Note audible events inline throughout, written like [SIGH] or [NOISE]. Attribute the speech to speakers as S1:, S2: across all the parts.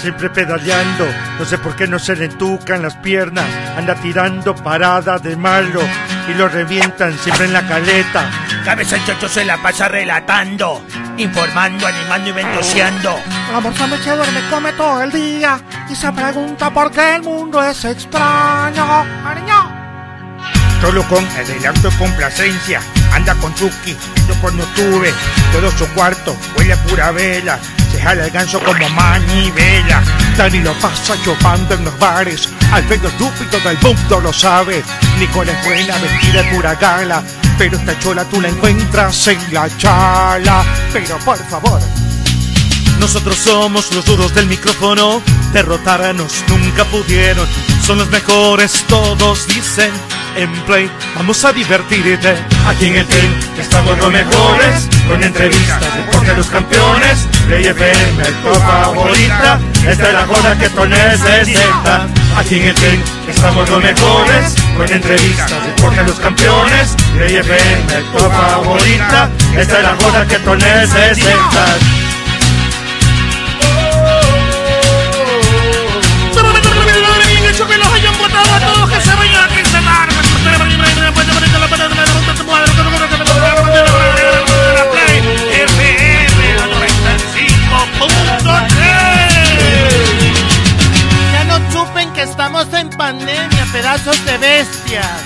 S1: Siempre pedaleando, no sé por qué no se le entucan las piernas. Anda tirando parada de malo y lo revientan siempre en la caleta.
S2: Cabeza el chocho se la pasa relatando, informando, animando y ventoseando.
S3: La morsa me se duerme, come todo el día y se pregunta por qué el mundo es extraño. ¡Ariño!
S4: Solo con adelanto y complacencia, anda con Chucky, yo cuando tuve, todo su cuarto huele a pura vela, se jala el ganso como manivela.
S5: Dani lo pasa chupando en los bares, al pedo estúpido del mundo lo sabe. Nicole es buena, vestida de pura gala, pero esta chola tú la encuentras en la chala. Pero por favor,
S6: nosotros somos los duros del micrófono, derrotarnos nunca pudieron. Son los mejores, todos dicen. En Play, vamos a divertirte.
S7: Aquí en el team estamos los mejores, con entrevistas, deporte de los campeones. Play FM, tu favorita, esta es la joda que tú necesitas. Aquí en el team estamos los mejores, con entrevistas, deporte de los campeones. Play FM, tu favorita, esta es la joda que tú necesitas.
S8: que los hayan votado a todos que se vayan a quincenar.
S9: Ya no chupen que estamos en pandemia, pedazos de bestias.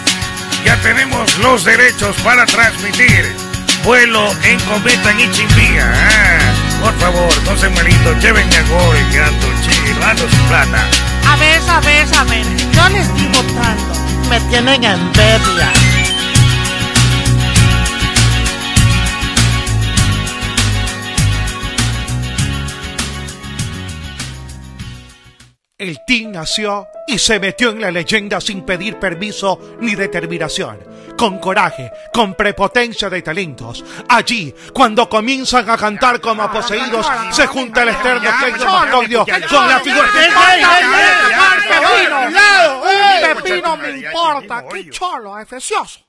S10: Ya tenemos los derechos para transmitir vuelo en cometa en Ichimbía. Ah, por favor, no se malito, llévenme a gol, que ando chido, ando sin plata.
S3: A ver, a ver, a ver. Yo le estoy votando.
S9: Me tienen envidia.
S5: El team nació y se metió en la leyenda sin pedir permiso ni determinación, con coraje, con prepotencia de talentos. Allí, cuando comienzan a cantar como poseídos, se junta el externo Keiko Macoglio con la figura
S3: de Pepino. Pepino me importa, qué cholo, efecioso.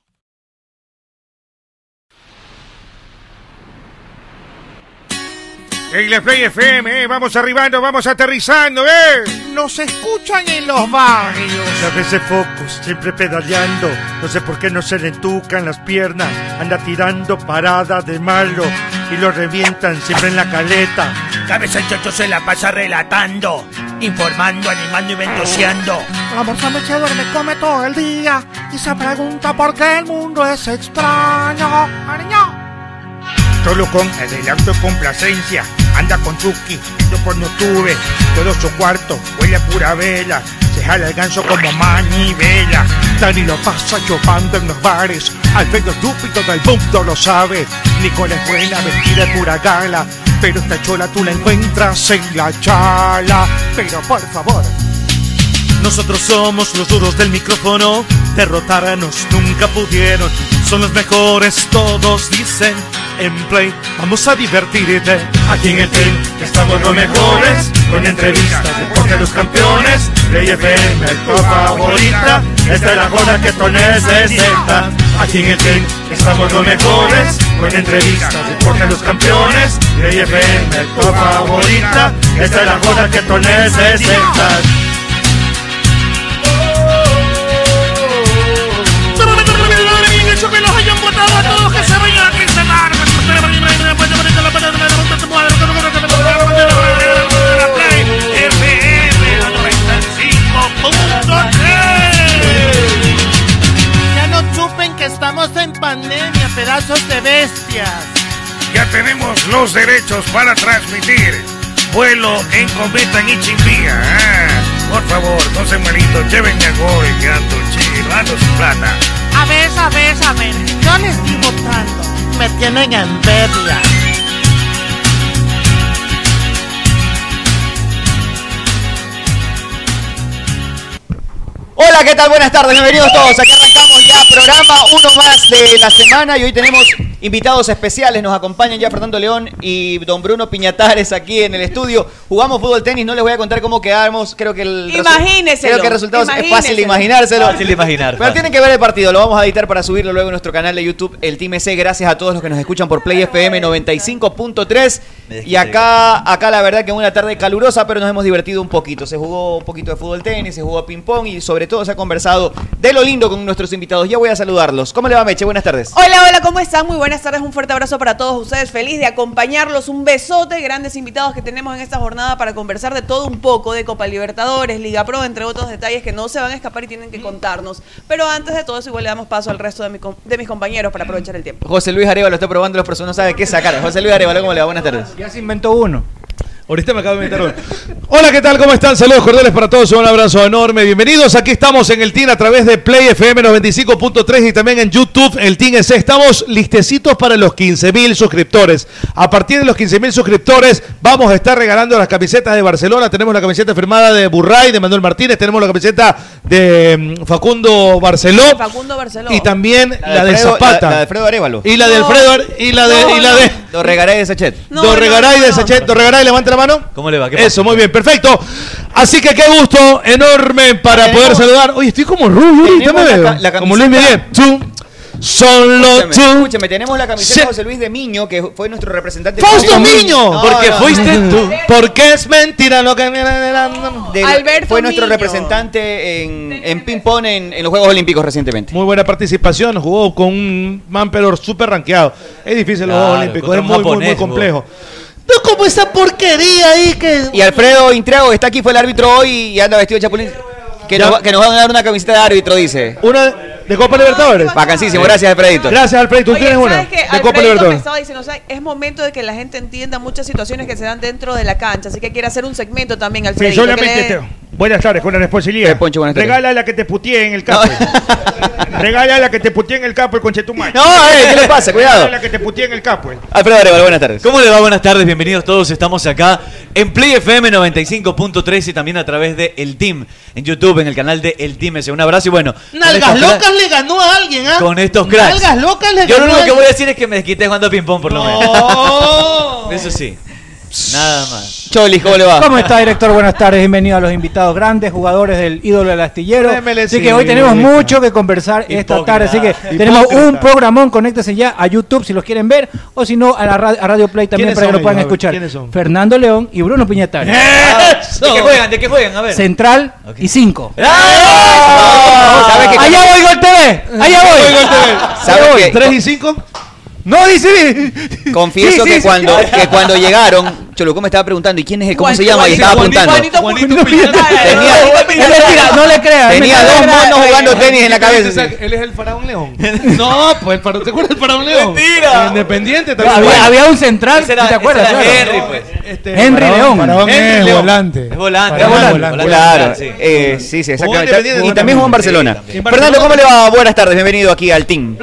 S4: En la Play FM, eh, vamos arribando, vamos aterrizando, ¿eh?
S3: Nos escuchan en los barrios.
S1: A veces Focus, siempre pedaleando. No sé por qué no se le entucan las piernas. Anda tirando parada de malo y lo revientan siempre en la caleta.
S2: Cabeza el chocho se la pasa relatando, informando, animando y ventoseando.
S3: La morsa me se duerme, come todo el día y se pregunta por qué el mundo es extraño. ¡Ariño!
S4: Solo con adelanto y complacencia, anda con Chucky, yo cuando tuve, todo su cuarto huele a pura vela, se jala el ganso como manivela.
S5: Dani lo pasa chupando en los bares, al pedo estúpido del mundo lo sabe. Nicole es buena, vestida de pura gala, pero esta chola tú la encuentras en la chala. Pero por favor,
S6: nosotros somos los duros del micrófono, derrotarnos nunca pudieron. Son los mejores, todos dicen. En Play, vamos a divertirte.
S7: Aquí en el team estamos los mejores, con entrevistas, deporte de los campeones. Play FM, tu favorita, esta es la joda que tú necesitas. Aquí en el team estamos los mejores, con entrevistas, deporte de los campeones. Play FM, tu favorita, esta es la joda que tú necesitas.
S8: que los hayan votado a todos que se vayan a quincenar.
S9: Ya no chupen que estamos en pandemia, pedazos de bestias.
S10: Ya tenemos los derechos para transmitir vuelo en cometa en Ichimbía. Ah, por favor, no se malito, llévenme a gol, que ando chido, ando sin plata.
S9: A ver, a ver, a ver. Yo les estoy votando. Me tienen envidia.
S11: Hola, ¿qué tal? Buenas tardes, bienvenidos todos. Aquí arrancamos ya programa uno más de la semana y hoy tenemos invitados especiales. Nos acompañan ya Fernando León y don Bruno Piñatares aquí en el estudio. Jugamos fútbol tenis, no les voy a contar cómo quedamos. Creo que el resu-
S12: Imagínenselo,
S11: Creo que el resultado es fácil de
S12: imagínenselo.
S11: imaginárselo.
S13: Fácil de imaginar,
S11: Pero tienen que ver el partido, lo vamos a editar para subirlo luego en nuestro canal de YouTube, el Team EC. Gracias a todos los que nos escuchan por Play FM 95.3. Y acá, acá la verdad que una tarde calurosa, pero nos hemos divertido un poquito. Se jugó un poquito de fútbol tenis, se jugó ping pong y sobre todo se ha conversado de lo lindo con nuestros invitados. Ya voy a saludarlos. ¿Cómo le va Meche? Buenas tardes.
S12: Hola, hola, ¿cómo están? Muy buenas tardes, un fuerte abrazo para todos ustedes, feliz de acompañarlos, un besote, grandes invitados que tenemos en esta jornada para conversar de todo un poco, de Copa Libertadores, Liga Pro, entre otros detalles que no se van a escapar y tienen que contarnos. Pero antes de todo eso, igual le damos paso al resto de, mi com- de mis compañeros para aprovechar el tiempo.
S11: José Luis Arevalo está probando los personas, no sabe qué sacar. José Luis Arevalo, ¿cómo le va? Buenas tardes.
S13: Ya se inventó uno.
S9: Ahorita me acabo de inventar uno. Hola, ¿qué tal? ¿Cómo están? Saludos cordiales para todos. Un abrazo enorme. Bienvenidos. Aquí estamos en el TIN a través de Play FM 95.3 y también en YouTube, el TIN EC. Estamos listecitos para los 15.000 suscriptores. A partir de los 15.000 suscriptores vamos a estar regalando las camisetas de Barcelona. Tenemos la camiseta firmada de Burray, de Manuel Martínez. Tenemos la camiseta de mm, Facundo Barceló.
S12: Facundo Barceló.
S9: Y también la de,
S11: Alfredo-
S9: Zapata.
S11: la- la de Alfredo Arevalo.
S9: Y la de
S11: No.
S9: Alfredo Are- y la de y la de
S11: Dorregaray de Sachet.
S9: No, Dorregaray de Sachet, Dorregaray, levanta la mano.
S11: Ah, ¿Cómo le va?
S9: Eso, muy bien, perfecto. Así que qué gusto enorme para poder saludar. Oye, estoy como rubio ahorita, me
S11: Tenemos
S9: veo.
S11: la ca- la
S9: como Luis Miguel.
S11: camiseta.
S9: Tú, solo
S11: Escúchame,
S9: tú.
S11: escúchame, tenemos la camiseta
S9: Sí.
S11: de José Luis de Miño, que fue nuestro representante.
S9: ¡Fausto
S11: Fausto
S9: Miño! porque fuiste tú. Porque es mentira lo que...
S11: Del-
S9: Alberto
S11: fue nuestro
S9: Miño.
S11: representante en, en ping-pong en, en los Juegos Olímpicos recientemente.
S9: Muy buena participación, jugó con un man pero súper rankeado. Es difícil los
S11: Claro,
S9: Juegos Olímpicos,
S11: contra
S9: es muy,
S11: un
S9: muy, muy
S11: japonés, jugó.
S9: complejo.
S11: No como esa porquería ahí que. Y Alfredo Intriago que está aquí, fue el árbitro hoy y anda vestido de chapulín. Que nos, va- que nos van a dar una camiseta de árbitro, dice.
S9: Una de Copa Libertadores.
S11: Vacancísimo, gracias, Alfredito.
S9: Gracias, Alfredito. ¿Tú
S12: Oye,
S9: tienes una?
S12: ¿sabes qué?
S9: De Copa
S12: Alfredito me
S9: Libertadores.
S12: estaba diciendo, o sea, es momento de que la gente entienda muchas situaciones que se dan dentro de la cancha, así que quiere hacer un segmento también,
S5: Sí,
S12: Alfredito.
S5: solamente
S12: que le-
S5: te- Buenas tardes, con la responsabilidad.
S11: Eh, tardes.
S5: Regala la que te puteé en el campo.
S12: [LAUGHS]
S11: [LAUGHS]
S5: Regala la que te puteé en el campo, el conchetumacho.
S11: No, eh, ¿qué le pasa? Cuidado.
S5: Regala la que te puteé en el campo. eh.
S11: Alfredo Arevalo, buenas tardes.
S13: ¿Cómo le va? Buenas tardes, bienvenidos todos. Estamos acá en Play FM 95.3 y también a través de El Team en YouTube, en el canal de El Team. ese. Un abrazo y bueno. con
S14: Nalgas
S13: estos cra-
S14: locas le ganó a alguien, ¿ah?
S13: Con estos cracks.
S14: Nalgas locas le
S13: Yo
S14: ganó
S13: lo
S14: a
S13: único que
S14: alguien.
S13: voy a decir es que me desquité jugando ping-pong por lo menos. [LAUGHS] Eso sí. Nada más.
S11: Cholis, ¿cómo le
S13: ¿Cómo
S11: va?
S13: es? está,
S15: está, director? Buenas tardes. Bienvenido a los invitados grandes, jugadores del ídolo del astillero.
S13: Démele
S15: así
S13: sí,
S15: que hoy tenemos
S13: hipócrita.
S15: mucho que conversar esta
S13: Hipócrita.
S15: tarde. Así que
S13: Hipócrita.
S15: tenemos un programón. Conéctese ya a YouTube si los quieren ver o si no a, la ra- a Radio Play también
S13: ¿Quiénes
S15: para que
S13: son
S15: lo puedan
S13: ellos? A ver,
S15: escuchar.
S13: ¿quiénes son? ¡Eh!
S15: Fernando León y Bruno Piñatari.
S13: ¿De qué juegan? ¿De qué juegan? A ver.
S15: Central y 5.
S11: ¡Eh!
S13: ¿Sabe qué?
S15: Allá voy Gol TV. Allá voy.
S13: Voy, Gol TV.
S15: Allá
S11: ¿Sabe
S15: voy.
S11: qué?
S15: Tres
S9: y 5?
S15: No, dice. Sí,
S11: Confieso que,
S15: sí, sí.
S11: cuando, que cuando llegaron, Cholucó me estaba preguntando, ¿y quién es el? ¿Cómo se
S15: Juanito,
S11: llama? Y estaba
S15: Juanito,
S11: apuntando.
S15: Juanito,
S11: Tenía,
S15: Es mentira, no le creas. es
S11: tenía
S15: mentira.
S11: dos monos jugando tenis en la cabeza. sí.
S16: Él es el faraón león. [LAUGHS] No, pues el faraón, ¿te acuerdas del faraón león? Mentira. Independiente también.
S15: Había,
S16: Bueno.
S15: había un central, ¿sí ¿te
S16: ese
S15: acuerdas?
S16: era
S15: Claro.
S16: Henry, pues.
S15: Este, Henry
S16: Faraón,
S15: León.
S16: Faraón es volante.
S15: Es
S13: volante.
S15: Faraón es
S11: Claro,
S15: volante.
S11: claro. Eh, sí, sí, exactamente.
S15: Independiente
S11: Y
S15: también.
S11: también jugó en Barcelona.
S15: Sí, también.
S11: Fernando, ¿cómo le va? Buenas tardes, bienvenido aquí al team.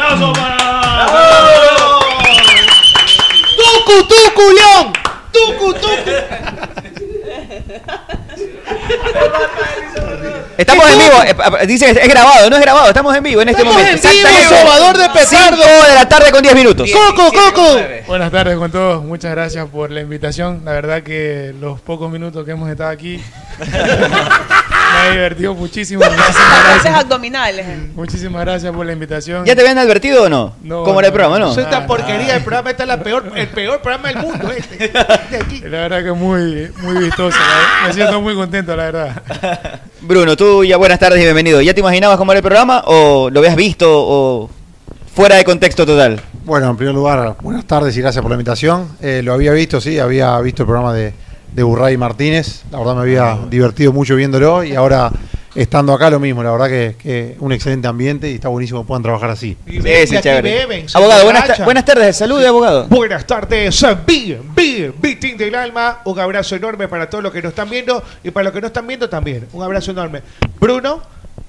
S15: ¡Tucu, tucu, León!
S17: ¡Tucu, tucu!
S11: Estamos en vivo, eh, eh, dice es grabado, no es grabado, estamos en vivo en este
S18: Estamos
S11: momento.
S18: en vivo,
S11: Exactamente.
S18: Salvador de Petardo.
S11: Cinco de la tarde con 10 minutos.
S18: ¡Coco, Coco! Buenas tardes con todos, muchas gracias por la invitación. La verdad que los pocos minutos que hemos estado aquí [LAUGHS] me ha divertido [LAUGHS] muchísimo. Muchísimas
S12: Haces
S18: gracias,
S12: abdominales.
S18: eh. muchísimas gracias por la invitación.
S11: ¿Ya te habían advertido o no?
S18: No,
S11: ¿Cómo era el
S18: no,
S11: programa, no?
S18: no. Soy tan
S16: porquería, el programa está la peor, el peor programa del mundo. Este.
S18: La verdad que muy, muy vistoso. la verdad. Me siento muy contento, la verdad.
S11: Bruno, tú ya buenas tardes y bienvenido. ¿Ya te imaginabas cómo era el programa o lo habías visto o fuera de contexto total?
S19: Bueno, en primer lugar, buenas tardes y gracias por la invitación. Eh, lo había visto, sí, había visto el programa de, de Burray Martínez. La verdad me
S11: Ah,
S19: había divertido mucho viéndolo y ahora estando acá lo mismo. La verdad que, que un excelente ambiente y está buenísimo que puedan trabajar así.
S11: Sí, sí, chévere. Abogado, buenas, ta- buenas tardes, salud, abogado.
S16: Buenas tardes, Big, Big, Big Team del Alma. Un abrazo enorme para todos los que nos están viendo y para los que no están viendo también. Un abrazo enorme. Bruno,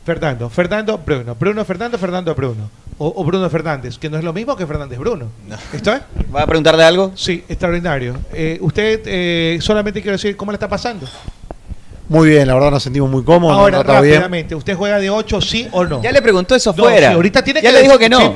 S16: Fernando, Fernando, Bruno, Bruno, Fernando, Fernando, Bruno. O, o Bruno Fernández, que no es lo mismo que Fernández Bruno. ¿Esto es?
S11: ¿Va a preguntarle algo?
S16: Sí, extraordinario. Eh, usted, eh, solamente quiero decir cómo le está pasando.
S19: Muy bien, la verdad nos sentimos muy cómodos.
S16: Ahora,
S19: nos han tratado bien.
S16: rápidamente, ¿usted juega de 8, sí o no?
S11: Ya le preguntó eso
S16: No,
S11: fuera.
S16: sí, ahorita tiene
S11: ya
S16: que
S11: le
S16: decir-
S11: dijo que no.
S16: sí.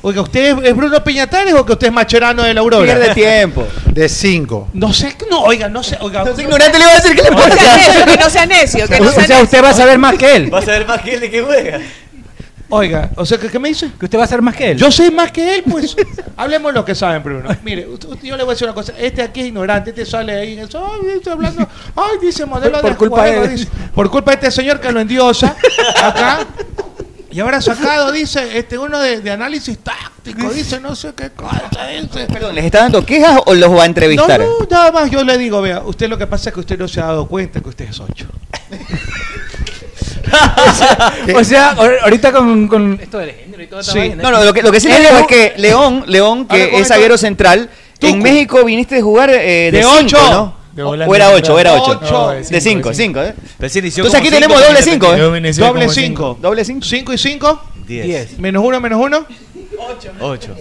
S16: Oiga, ¿usted es- es Bruno Peñatares o que usted es Macherano de la Aurora?
S11: Pierde tiempo.
S19: De 5.
S16: No sé, no, oiga, no sé, oiga. Entonces,
S11: ignorante le iba a decir que le
S12: No sea necio, [LAUGHS] que no sea necio, que no
S15: O
S12: sea
S15: sea, [LAUGHS]
S12: necio.
S15: usted va a saber más que él.
S13: Vas a ver más que él de qué juega.
S9: Oiga, o sea, ¿qué, qué me dice?
S15: Que usted va a ser más que él.
S9: Yo sé más que él, pues. [LAUGHS] Hablemos lo que saben primero. Mire, usted- usted- yo le voy a decir una cosa. Este aquí es ignorante, este sale ahí. en el- Ay, estoy hablando. Ay, dice modelo
S15: Por
S9: de
S15: culpa de
S9: juego,
S15: él.
S9: dice. Por culpa de este señor que lo endiosa acá. Y ahora sacado, dice, este uno de, de análisis táctico, dice no sé qué cosa, dice.
S11: Perdón, ¿Les está dando quejas o los va a entrevistar?
S9: No, no, nada más yo le digo, vea, usted lo que pasa es que usted no se ha dado cuenta que usted es ocho.
S15: [LAUGHS] O sea, ahor- ahorita con, con esto del género y todo esta
S11: Sí.
S15: vaina.
S11: No, no, lo que, lo que sí le
S15: Él
S11: digo
S15: no-
S11: es que León, León
S15: Ahora,
S11: que
S15: ¿cómo
S11: es
S15: es?
S11: zaguero central, en México viniste de jugar eh, de,
S15: De
S11: cinco,
S15: ocho.
S11: ¿no?
S15: De
S11: O
S15: volante
S11: o era 8, o era
S15: central.
S11: 8.
S15: Ocho.
S11: de 5, 5, ¿eh?
S13: inició
S11: Entonces
S13: como
S11: aquí
S13: cinco,
S11: tenemos doble
S13: pero
S11: 5,
S13: yo inicié
S11: ¿eh?
S13: como
S9: Doble 5.
S11: Doble 5.
S9: 5 y 5.
S13: Diez.
S9: Menos 1, menos 1.
S13: 8.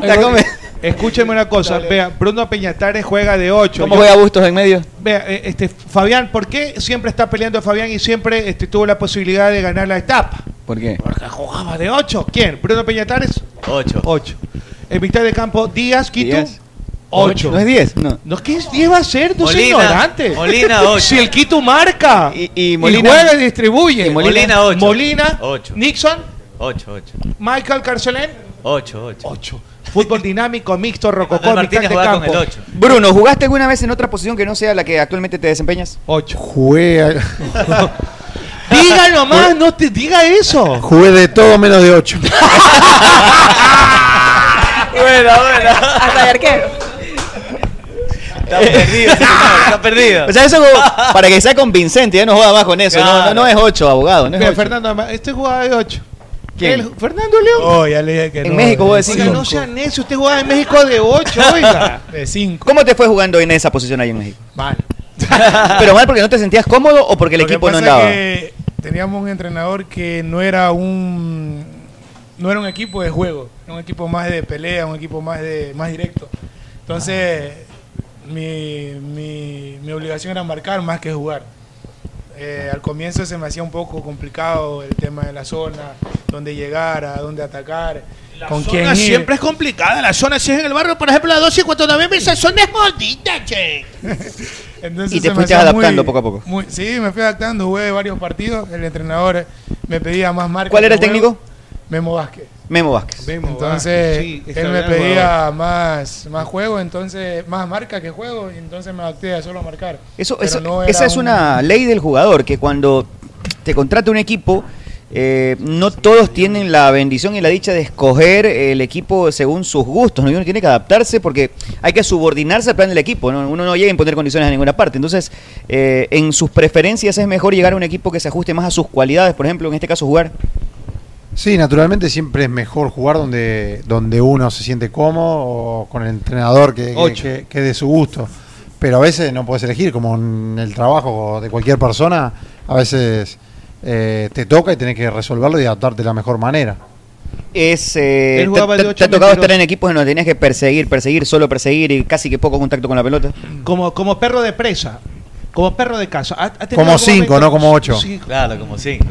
S9: Está come- Escúcheme una cosa, vea, Bruno Peñatares juega de 8.
S11: ¿Cómo juega Bustos en medio?
S9: Vea, eh, este, Fabián, ¿por qué siempre está peleando Fabián y siempre este, tuvo la posibilidad de ganar la etapa?
S11: ¿Por qué?
S9: Porque jugaba de 8. ¿Quién? ¿Bruno Peñatares?
S13: 8.
S9: 8. En mitad de campo, Díaz, Quito.
S11: Díaz.
S9: 8.
S11: ¿No es 10? No.
S9: No, ¿qué es 10 va a ser? No
S11: Molina,
S9: es ignorante. [LAUGHS]
S11: Molina, ocho.
S9: Si el Quito marca
S11: Y, y
S9: y,
S11: Molina.
S9: juega y distribuye.
S11: Y Molina. Molina, ocho.
S9: Molina,
S13: Ocho.
S9: Nixon,
S13: 8, 8.
S9: Michael Carcelén,
S13: 8, 8.
S9: 8. Fútbol dinámico, mixto, rococó,
S13: Manuel
S9: mitad
S13: Martínez
S9: de
S13: jugaba
S9: campo.
S13: con el 8.
S11: Bruno, ¿jugaste alguna vez en otra posición que no sea la que actualmente te
S13: [LAUGHS]
S11: desempeñas?
S9: 8.
S19: Jugué, a- [LAUGHS]
S9: Diga nomás, no te diga eso.
S19: jugué de todo menos de 8.
S11: Buena, buena. Hasta de arquero.
S13: Está perdido, señor, está perdido.
S11: [LAUGHS] O sea, eso como- para que sea convincente, ya no juega más con eso. No, no, no es 8, abogado. No es
S9: Mira,
S11: ocho.
S9: Fernando, Ama- este jugaba de 8.
S11: ¿Quién?
S9: Fernando León.
S18: Oh, ya le dije que
S11: En
S18: no.
S11: México vos decís.
S9: Oiga, no
S18: [LAUGHS]
S9: sea necio, usted jugaba en México de
S11: [LAUGHS]
S9: 8, oiga.
S18: De 5.
S11: ¿Cómo te fue jugando en esa posición ahí en México?
S18: Mal.
S11: [LAUGHS] ¿Pero mal porque no te sentías cómodo o porque el
S18: Lo que
S11: equipo
S18: pasa
S11: no andaba?
S18: es que teníamos un entrenador que no era un no era un equipo de juego, era un equipo más de pelea, un equipo más de más directo. Entonces mi, mi, mi obligación era marcar más que jugar. Eh, al comienzo se me hacía un poco complicado el tema de la zona, dónde llegar, a dónde atacar, con quién ir.
S20: siempre es complicada. La zona, si es en el barrio, por ejemplo, la 12 y 49, esa zona es jodida, che.
S18: [LAUGHS] Entonces
S11: Y te
S18: se me
S11: fuiste
S18: hacía
S11: adaptando poco a poco.
S18: muy- sí, me fui adaptando, jugué varios partidos. El entrenador eh, me pedía más marcas.
S11: ¿Cuál era el
S18: que juego.
S11: técnico?
S18: Memo Vázquez.
S11: Memo ah, Vázquez.
S18: Entonces,
S9: sí,
S18: él me
S9: extraordinario
S18: pedía más, más juego, entonces más marca que juego, y entonces me adapté a solo marcar.
S11: Eso,
S18: Pero
S11: eso-
S18: no era
S11: esa es
S18: un-
S11: una ley del jugador, que cuando te contrata un equipo, eh, no todos tienen la bendición y la dicha de escoger el equipo según sus gustos. ¿no? Y Uno tiene que adaptarse porque hay que subordinarse al plan del equipo. ¿no? Uno no llega a imponer condiciones a ninguna parte. Entonces, eh, en sus preferencias es mejor llegar a un equipo que se ajuste más a sus cualidades. Por ejemplo, en este caso, jugar.
S19: Sí, naturalmente siempre es mejor jugar donde, donde uno se siente cómodo o con el entrenador que, que,
S9: Ocho.
S19: que- que de su gusto. Pero a veces no puedes elegir, como en el trabajo de cualquier persona, a veces eh, te toca y tenés que resolverlo y adaptarte de la mejor manera.
S11: Es, eh,
S19: Él
S11: te-
S19: jugaba
S11: te,
S19: de ocho
S11: te ha tocado
S19: mentiroso.
S11: estar en equipos en donde tenías que perseguir, perseguir, solo perseguir y casi que poco contacto con la pelota.
S9: Como, como perro de presa. Como perro de casa. ¿Ha- ha tenido
S11: Como
S9: algún
S11: cinco,
S9: momento-
S11: no como ocho.
S9: Sí,
S13: Claro, como 5.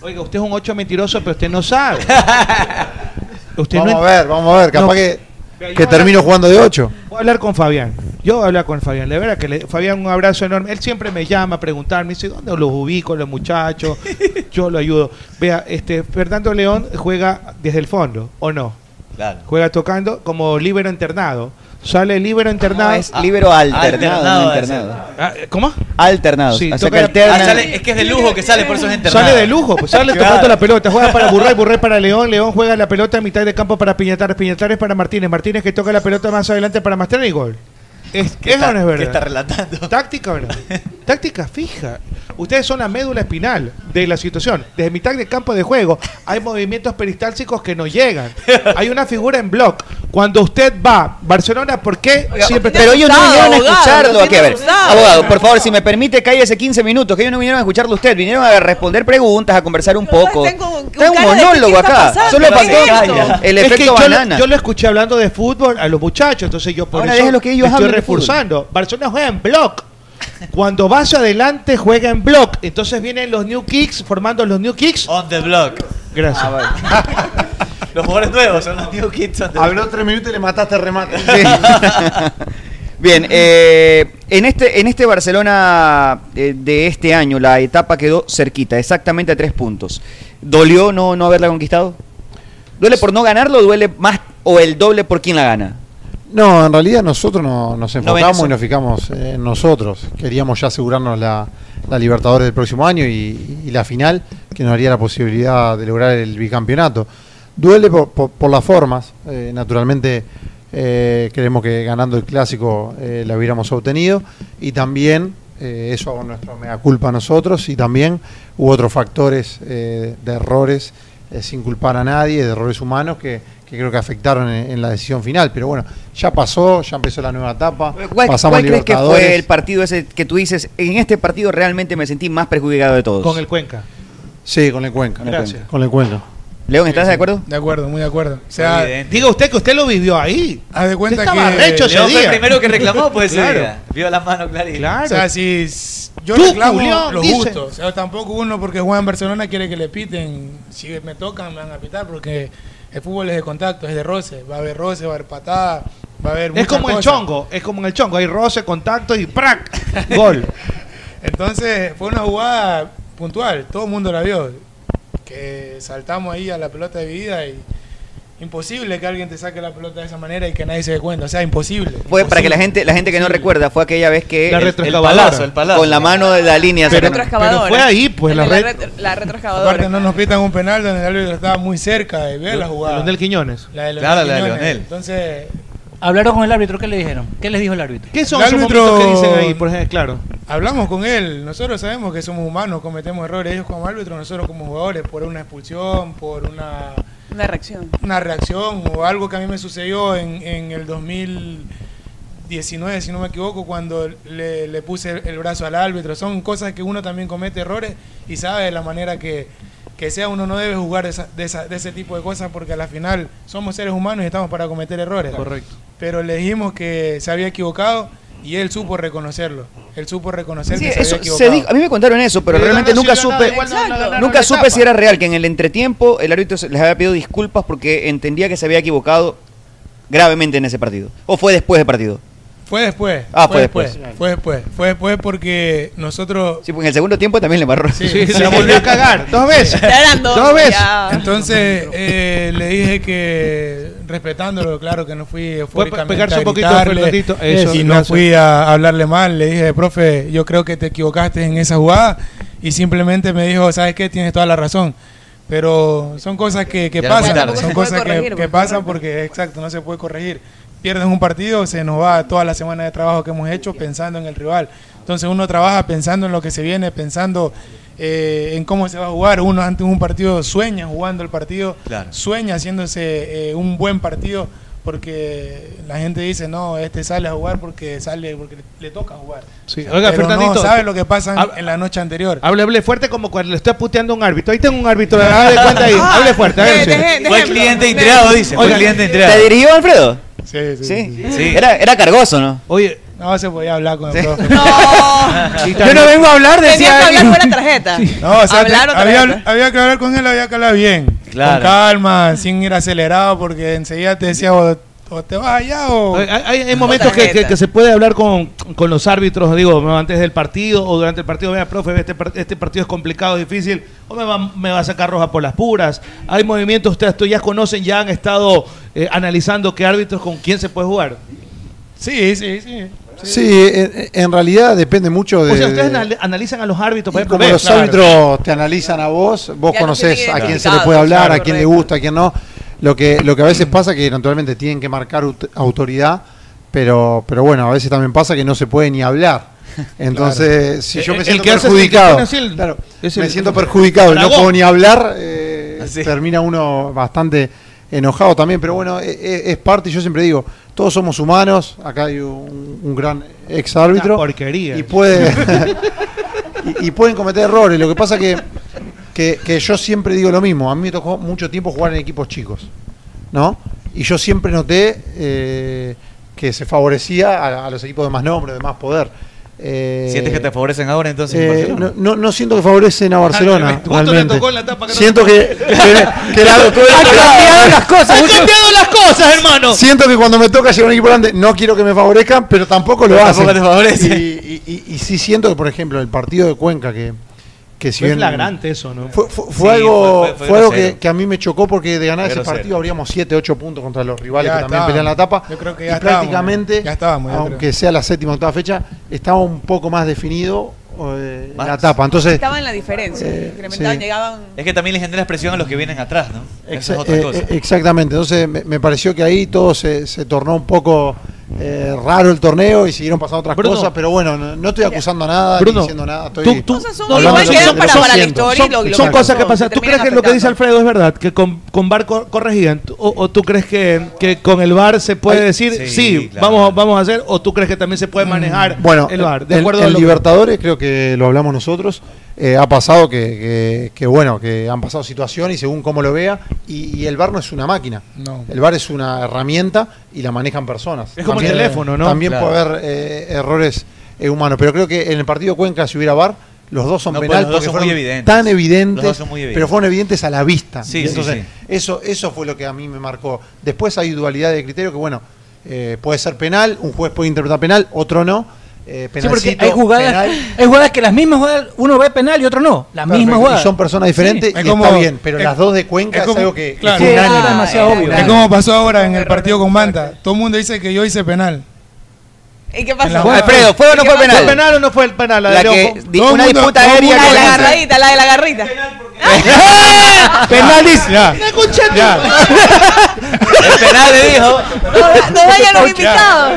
S9: Oiga, usted es un 8 mentiroso, pero usted no sabe. Usted
S19: vamos
S9: no
S19: a ver, vamos a ver, capaz
S9: No.
S19: que,
S9: Vea, yo
S19: [LAUGHS]
S9: voy
S19: que
S9: a
S19: termino
S9: hablar-
S19: jugando de 8.
S9: Voy a hablar con Fabián. Yo voy a hablar con Fabián. De verdad que le, Fabián, un abrazo enorme. Él siempre me llama a preguntarme, dice, ¿dónde los ubico, los muchachos? Yo lo ayudo. Vea, este Fernando León juega desde el fondo, ¿o no?
S13: Claro.
S9: Juega tocando como líbero internado. Sale líbero internado.
S11: Ah, es líbero alternado, no internado.
S9: Ah, ¿Cómo?
S11: Alternado.
S9: Sí,
S11: o sea,
S9: toca
S11: que
S9: la-
S11: alternan.
S9: Ah, sale-
S13: Es que es de lujo que sale, por eso es internado.
S9: Sale de lujo, pues sale
S13: Claro.
S9: tocando la pelota, juega para Burray, Burray para León, León juega la pelota a mitad de campo para Piñatares, Piñatares para Martínez, Martínez que toca la pelota más adelante para Mastrana y gol. Es, ¿Qué
S13: está-
S9: no es
S13: qué
S9: verdad?
S13: está relatando?
S9: ¿Táctica o
S13: [LAUGHS]
S9: no? Táctica fija. Ustedes son la médula espinal de la situación. Desde mitad de campo de juego hay movimientos peristálticos que no llegan. Hay una figura en block. Cuando usted va, Barcelona, ¿por qué siempre está-
S11: Pero ellos no vinieron a escucharlo.
S9: no
S11: Aquí, a ver,
S9: tiene abogado.
S11: abogado, por favor, si me permite, cállese 15 minutos, que ellos no vinieron a escucharlo a usted, vinieron a responder preguntas, a conversar un poco. Está un
S9: cara de que,
S11: monólogo
S9: ¿qué está
S11: acá,
S9: pasando?
S11: solo
S9: ¿Qué
S11: pasó
S9: es esto?
S11: el
S9: Es que
S11: efecto
S9: yo lo-
S11: banana.
S9: Yo, lo escuché hablando de fútbol a los muchachos, entonces yo por
S11: Ahora
S9: eso
S11: déjalo que ellos
S9: me estoy
S11: hablen de fútbol.
S9: reforzando. Barcelona juega en block. Cuando va hacia adelante juega en block, entonces vienen los new kicks formando los new kicks.
S13: On the block. Ah,
S9: Gracias.
S13: [LAUGHS] Los jugadores nuevos son los New Kids on the
S19: Habló tres minutos y le mataste el remate.
S11: Bien, eh, en, este, en este Barcelona eh, de este año, la etapa quedó cerquita, exactamente a tres puntos. ¿Dolió no, no haberla conquistado? ¿Duele por no ganarlo o duele más o el doble por quién la gana?
S19: [LAUGHS] No, en realidad nosotros no- nos
S11: ven
S19: enfocamos
S11: eso.
S19: y nos fijamos en nosotros. Queríamos ya asegurarnos la, la Libertadores del próximo año y, y la final, que nos haría la posibilidad de lograr el bicampeonato. Duele por, por- por las formas, eh, naturalmente eh, creemos que ganando el clásico eh, la hubiéramos obtenido y también eh, eso hago nuestra mea culpa a nosotros y también hubo otros factores eh, de errores eh, sin culpar a nadie, de errores humanos que, que creo que afectaron en, en la decisión final. Pero bueno, ya pasó, ya empezó la nueva etapa,
S11: ¿Cuál,
S19: pasamos
S11: cuál
S19: a
S11: crees que fue el
S19: Libertadores.
S11: partido ese que tú dices, en este partido realmente me sentí más perjudicado de todos?
S18: Con el Cuenca.
S19: Sí, con el Cuenca.
S18: Gracias.
S19: Con el Cuenca.
S11: León, ¿estás de acuerdo?
S18: De acuerdo, muy de acuerdo. O sea,
S21: diga usted que usted lo vivió ahí.
S18: Haz de cuenta
S21: Usted estaba
S18: que
S21: recho ese
S13: León fue
S21: día.
S13: el primero que reclamó, pues, ese
S18: Claro.
S13: día. Vio las manos claritas.
S18: O sea, si s- yo
S13: Tú,
S18: reclamo
S13: Julián,
S18: lo
S13: dice.
S18: justo. O sea, tampoco uno porque juega en Barcelona quiere que le piten. Si me tocan, me van a pitar porque el fútbol es de contacto, es de roce. Va a haber roce, va a haber patada, va a haber
S21: Es
S18: muchas
S21: como el
S18: cosas.
S21: chongo, es como en el chongo, hay roce, contacto y ¡prac! Gol.
S18: Entonces, fue una jugada puntual. Todo el mundo la vio. Que saltamos ahí a la pelota de vida y... Imposible que alguien te saque la pelota de esa manera y que nadie se dé cuenta. O sea, imposible.
S11: Fue para que la
S18: Imposible.
S11: gente, la gente que no recuerda, fue aquella vez que
S18: La
S11: el- el,
S18: retroexcavadora.
S11: palazo, el palazo. con la mano de la línea.
S18: Pero-
S11: sacaron.
S18: pero fue ahí, pues, la red-
S12: retro- la [LAUGHS] retroexcavadora.
S18: Aparte no nos pitan un penal donde el árbitro estaba muy cerca de ver la jugada.
S21: Leonel Quiñones.
S18: La de Leonel
S21: Claro, la de
S18: Quiñones.
S21: Leonel.
S18: Entonces,
S15: Hablaron con el árbitro, ¿qué le dijeron? ¿Qué les dijo el árbitro?
S21: ¿Qué son
S18: El
S21: esos
S18: árbitro-
S21: momentos que dicen ahí? Por ejemplo, claro.
S18: hablamos con él. Nosotros sabemos que somos humanos, cometemos errores. Ellos como árbitros, nosotros como jugadores, por una expulsión, por una,
S12: Una reacción.
S18: una reacción o algo que a mí me sucedió en, en el 2019, si no me equivoco, cuando le, le puse el, el brazo al árbitro. Son cosas que uno también comete errores y sabe de la manera que, que sea, uno no debe jugar de, esa- de esa- de ese tipo de cosas porque a la final somos seres humanos y estamos para cometer errores.
S21: Correcto.
S18: Pero le dijimos que se había equivocado y él supo reconocerlo. Él supo reconocer
S11: Sí,
S18: que se
S11: eso
S18: había
S11: se
S18: equivocado.
S11: dijo- a mí me contaron eso, pero
S18: Pero
S11: realmente
S18: no
S11: nunca
S18: sirvió
S11: supe,
S18: nada, igual no- no Exacto. ganaron
S11: nunca
S18: la
S11: supe
S18: etapa.
S11: si era real que en el entretiempo el árbitro se- les había pedido disculpas porque entendía que se había equivocado gravemente en ese partido. O fue después del partido.
S18: Fue después.
S11: Ah, fue después.
S18: Fue después. Fue después porque nosotros.
S11: Sí, porque en el segundo tiempo también le embarró.
S18: Sí, se la volvió a cagar, dos [LAUGHS] veces.
S11: [LAUGHS] dos,
S18: Dos veces.
S11: ya.
S18: Entonces eh, le dije que respetándolo, claro que no fui eufóricamente
S21: pegarse
S18: a
S21: un poquito a
S18: gritarle,
S21: Fernandito, eso,
S18: y no
S21: gracias.
S18: fui a hablarle mal, le dije, profe, yo creo que te equivocaste en esa jugada y simplemente me dijo, ¿sabes qué? Tienes toda la razón. Pero son cosas que, que
S21: Ya era muy
S18: pasan,
S21: tarde.
S18: son
S21: Tampoco se
S18: cosas
S21: puede corregir, pues.
S18: que, que
S21: porque-
S18: pasan porque, exacto, no se puede corregir. Pierdes un partido, se nos va toda la semana de trabajo que hemos hecho pensando en el rival. Entonces uno trabaja pensando en lo que se viene, pensando eh, en cómo se va a jugar. Uno antes de un partido sueña jugando el partido,
S13: Claro.
S18: sueña haciéndose eh, un buen partido, porque la gente dice, no, este sale a jugar porque sale porque le, le toca jugar.
S21: Sí, oiga,
S18: Pero
S21: Fernandito,
S18: no sabe lo que pasa en-
S21: hab-
S18: en la noche anterior.
S21: Hable, hable fuerte como cuando le estoy puteando a un árbitro. Ahí tengo un árbitro, haga de cuenta
S18: [LAUGHS]
S21: ahí.
S18: Ah,
S21: Hable fuerte. haga
S11: de-
S21: sí.
S11: de- de- Fue de- cliente de-
S13: entregado, dice, fue cliente entregado.
S11: ¿Te dirigió Alfredo?
S18: Sí, sí.
S11: Era, era cargoso, ¿no?
S21: Oye,
S18: no se podía hablar con el profe.
S11: Yo no vengo a hablar,
S12: Tenías
S11: decía
S12: que
S11: él.
S12: hablar fuera tarjeta.
S18: [LAUGHS] No, o sea,
S12: hablar
S18: te-
S12: o
S18: había,
S12: tarjeta.
S18: había que hablar con él, había que hablar bien.
S21: Claro.
S18: Con calma, sin ir acelerado, porque enseguida te decía o, o te vas allá o.
S21: Hay, hay- hay momentos que, que- que se puede hablar con, con los árbitros, digo, antes del partido o durante el partido. Vea, profe, este, par- este partido es complicado, es difícil, o me va, me va a sacar roja por las puras. Hay movimientos, ustedes tú ya conocen, ya han estado eh, analizando qué árbitros con quién se puede jugar.
S18: Sí, sí, sí.
S19: Sí, en, en realidad depende mucho de,
S6: Pues
S21: o sea, ustedes
S19: de-
S21: anal- analizan a los árbitros, por ejemplo,
S19: como
S21: ve,
S19: los
S21: claro.
S19: árbitros te analizan a vos, vos
S21: Ya no
S19: conocés
S21: tiene
S19: a quién se le
S21: identificado,
S19: puede hablar,
S21: claro,
S19: a quién le
S21: correcto.
S19: gusta, a quién no. Lo que, lo que a veces pasa que naturalmente tienen que marcar aut- autoridad, pero, pero bueno, a veces también pasa que no se puede
S21: [LAUGHS]
S19: ni hablar. Entonces,
S21: Claro. Eh,
S19: si yo
S21: El-
S19: me
S21: el
S19: siento
S21: que hace- el que
S19: perjudicado,
S21: pone así el-
S19: claro,
S21: es
S19: me
S21: el-
S19: siento perjudicado y no
S21: Dragón.
S19: puedo ni hablar, eh, termina uno bastante enojado también, pero bueno, e- e- es parte, yo siempre digo, todos somos humanos, acá hay un, un gran ex árbitro.
S21: Una porquería.
S19: Y puede. [LAUGHS] y, y pueden cometer errores. Lo que pasa que, que, que yo siempre digo lo mismo. A mí me tocó mucho tiempo jugar en equipos chicos. ¿No? Y yo siempre noté eh, que se favorecía a, a los equipos de más nombre, de más poder. Eh,
S13: ¿Sientes que te favorecen ahora entonces en
S19: eh,
S13: Barcelona?
S19: no, no- no siento que favorecen a Barcelona.
S13: ¿Cuánto le
S19: realmente.
S13: tocó en
S19: Siento que. que- que la-
S13: Ha cambiado las cosas,
S19: Ha
S13: mucho.
S19: cambiado
S13: las cosas, hermano.
S19: Siento que cuando me toca llegar a un equipo grande, no quiero que me favorezcan, pero tampoco lo
S13: Pero
S19: hacen.
S13: tampoco te favorece.
S19: Y, y- y- y sí siento que, por ejemplo, el partido de Cuenca, que, que si
S6: Fue
S19: bien-
S6: flagrante eso, ¿no?
S19: Fue, fue-
S6: Sí,
S19: fue algo,
S6: fue- fue- fue
S19: fue algo
S6: grosero.
S19: que, que a mí me chocó porque de
S6: Fue
S19: ganar ese
S6: grosero.
S19: partido habríamos 7, 8 puntos contra los rivales
S18: Ya
S19: que también
S18: estábamos.
S19: pelean la tapa.
S18: Yo creo que
S19: Y
S18: ya estábamos,
S19: prácticamente,
S18: ya estábamos, ya creo.
S19: aunque sea la séptima o octava fecha, estaba un poco más definido eh,
S13: Más.
S19: la tapa. Entonces,
S12: Estaba en la diferencia.
S19: Eh,
S12: incrementaban,
S19: sí.
S12: llegaban.
S13: Es que también les genera presión a los que vienen atrás, ¿no? Esa es otra
S19: Eh,
S13: cosa.
S19: eh, exactamente, entonces me, me pareció que ahí todo se, se tornó un poco eh, raro el torneo y siguieron pasando otras
S6: Bruno.
S19: cosas, pero bueno, no, no estoy acusando nada,
S6: Bruno,
S19: ni diciendo nada. Estoy
S6: tú- tú-
S19: hablando
S6: no,
S19: de
S6: igual
S19: lo que-
S6: quedó
S19: de lo
S6: para-
S19: que
S6: para la
S19: siento.
S6: historia
S12: y lo- y lo
S6: Son
S12: que
S6: cosas
S12: pasó,
S6: que pasan.
S12: te
S6: ¿Tú crees que
S12: terminan
S6: lo que dice Alfredo
S12: afectando.
S6: es verdad? ¿Que con, con VAR cor- corregían? ¿Tú- ¿O, o tú crees que, que con el VAR se puede
S19: Ay,
S6: decir, sí,
S19: sí, claro.
S6: vamos, a- vamos a hacer? ¿O tú crees que también se puede manejar
S19: Bueno,
S6: el VAR? De
S19: el-
S6: acuerdo
S19: el,
S6: a lo que-
S19: Libertadores, creo que lo hablamos nosotros, eh, ha pasado que, que- que, bueno, que han pasado situaciones y según cómo lo vea, y, y el VAR no es una máquina.
S18: No.
S19: El VAR es una herramienta y la manejan personas.
S6: Es como el teléfono, ¿no?
S19: También
S6: Claro.
S19: puede haber eh, errores eh, humanos, pero creo que en el partido de Cuenca, si hubiera VAR, los dos son
S13: No, pues,
S19: penal
S13: los dos
S19: porque
S13: son muy
S19: fueron
S13: evidentes.
S19: tan
S13: Los
S19: evidentes,
S13: dos son muy evidentes.
S19: pero fueron evidentes a la vista.
S13: Sí,
S19: Y
S13: sí,
S19: entonces,
S13: sí.
S19: Eso, eso fue lo que a mí me marcó. Después hay dualidad de criterio que, bueno, eh, puede ser penal, un juez puede interpretar penal, otro no. Eh,
S15: Sí, porque
S19: penalcito,
S15: hay jugadas,
S19: penal.
S15: hay jugadas que las mismas jugadas, uno ve penal y otro no. Las mismas
S19: Perfecto,
S15: jugadas.
S19: y son personas diferentes
S15: Sí.
S19: y está bien, pero las dos de Cuenca es,
S18: como-
S19: algo que
S18: claro.
S19: que fue
S18: Sí,
S19: unánime.
S18: era demasiado
S19: Fue
S18: obvio.
S19: unánime.
S18: Es como pasó ahora en el partido con Manta. Todo el mundo dice que yo hice penal.
S12: ¿Y qué pasó?
S18: En la jugada- Alfredo, ¿fue o no
S12: ¿Y qué
S18: fue
S12: pasó?
S18: penal?
S6: penal o no fue el penal? La de
S18: La que
S6: León.
S18: di- Todo una mundo- disputa todo aérea
S12: La de la
S18: Penal.
S12: garradita, la Ah. de la garrita.
S6: Penaliz. Ya.
S13: El penal le dijo.
S12: No, no dañan los invitados.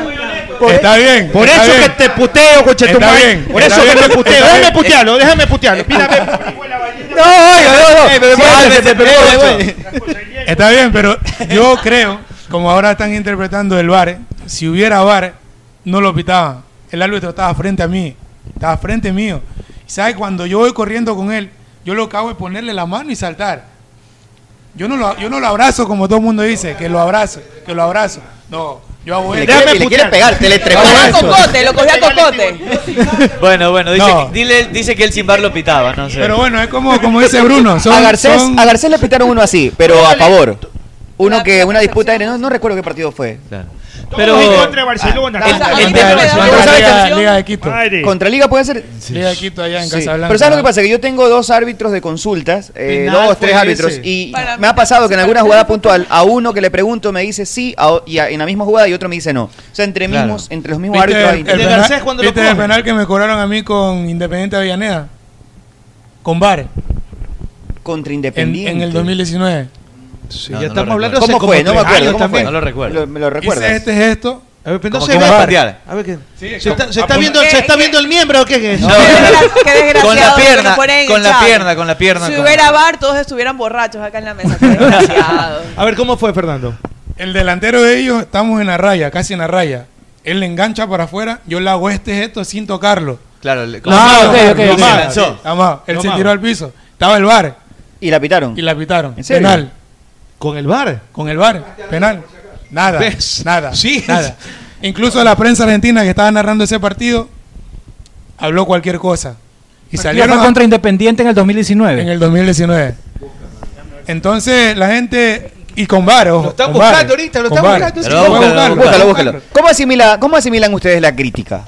S18: Está bien.
S6: Por
S18: está
S6: eso
S18: bien.
S6: que te puteo, coche tu
S18: Está
S6: madre.
S18: bien,
S6: Por
S18: está
S6: eso
S18: bien,
S6: que te puteo.
S18: está
S6: Déjame
S18: bien.
S6: putearlo, déjame putearlo. Mírame.
S18: No,
S6: Eh, me voy, me voy, me voy.
S18: Está bien, pero yo creo, como ahora están interpretando el VAR, si hubiera VAR, no lo pitaban. El árbitro estaba frente a mí, estaba frente mío. Y sabe, cuando yo voy corriendo con él, yo lo que hago es ponerle la mano y saltar. Yo no lo, yo no lo abrazo como todo el mundo dice, que lo abrazo, que lo abrazo. No, yo hago
S13: Le
S18: eso.
S13: quiere- Déjame le quiere putear. pegar, te le trepó.
S18: Hago
S12: Lo
S18: eso.
S12: cogió a cocote, lo cogió a cocote.
S13: Bueno, bueno, dice,
S18: No.
S13: que, dile- dice que el sin bar lo pitaba, no sé.
S18: Pero bueno, es como, como dice Bruno. Son,
S11: a, Garcés,
S18: son-
S11: a Garcés le pitaron uno así, pero a favor. Uno que una disputa aérea, no, no recuerdo qué partido fue.
S6: Pero
S11: en
S6: contra
S11: Ah,
S6: Barcelona.
S18: de Quito.
S11: Contra Liga puede ser.
S18: Liga de Quito allá en
S11: Sí.
S18: Casablanca.
S11: Pero ¿sabes lo que pasa? Que yo tengo dos árbitros de consultas, eh,
S18: Penal
S11: dos o
S18: fue
S11: tres árbitros,
S18: ese.
S11: y me ha pasado que en alguna jugada puntual a uno que le pregunto me dice sí, a- y a- en la misma jugada y otro me dice no. O sea, entre,
S18: Claro.
S11: mismos, entre los mismos
S18: ¿Viste
S11: árbitros
S18: el,
S11: hay...
S18: el penal- viste el penal que me cobraron a mí con Independiente Avellaneda? Con VAR.
S11: Contra Independiente.
S18: En, el 2019.
S6: Sí,
S11: No,
S6: ya
S11: no
S6: estamos
S11: lo
S6: hablando
S11: recuerdo.
S6: hace
S11: ¿Cómo
S6: como
S11: fue? No me
S6: tres
S11: acuerdo,
S6: años
S11: ¿cómo fue?
S6: también.
S11: No lo recuerdo. Lo- me lo recuerdas.
S18: Hice este gesto.
S6: A ver, pero
S11: Como
S6: entonces
S11: que
S6: ve-
S11: va a patear.
S6: A ver qué.
S18: es
S6: Se
S18: como-
S6: está, se está
S18: apunta-
S6: viendo, se está viendo el miembro o qué es eso?
S12: Qué desgraciado.
S13: Con la
S12: que no
S13: pierna,
S12: fuera en
S13: con la
S12: echado.
S13: pierna, con la pierna.
S12: Si
S13: con-
S12: hubiera bar, todos estuvieran borrachos acá en la mesa. qué desgraciado.
S6: A ver, ¿cómo fue, Fernando?
S18: El delantero de ellos, estamos en la raya, casi en la raya. Él le engancha para afuera, yo le hago este gesto sin tocarlo.
S13: Claro, le-
S18: Amado,
S13: Amado,
S18: amado,
S13: se lanzó.
S18: amado, él se
S13: Amado.
S18: tiró al piso. Estaba el bar.
S11: Y la pitaron.
S18: Y la pitaron.
S11: ¿En serio?
S18: Penal.
S6: ¿Con el bar?
S18: Con el bar. Penal. Nada.
S6: ¿Ves?
S18: Nada.
S6: Sí.
S18: Nada. Incluso la prensa argentina que estaba narrando ese partido habló cualquier cosa. Y salieron
S15: fue
S18: a-
S15: contra Independiente en el 2019.
S18: en el 2019. Entonces la gente. Y con VAR, ojo. Lo
S6: están
S11: buscando ahorita, lo están buscando, sí.
S18: Lo
S11: Búscalo, búscalo, búscalo. ¿Cómo, asimila- ¿Cómo asimilan ustedes la crítica?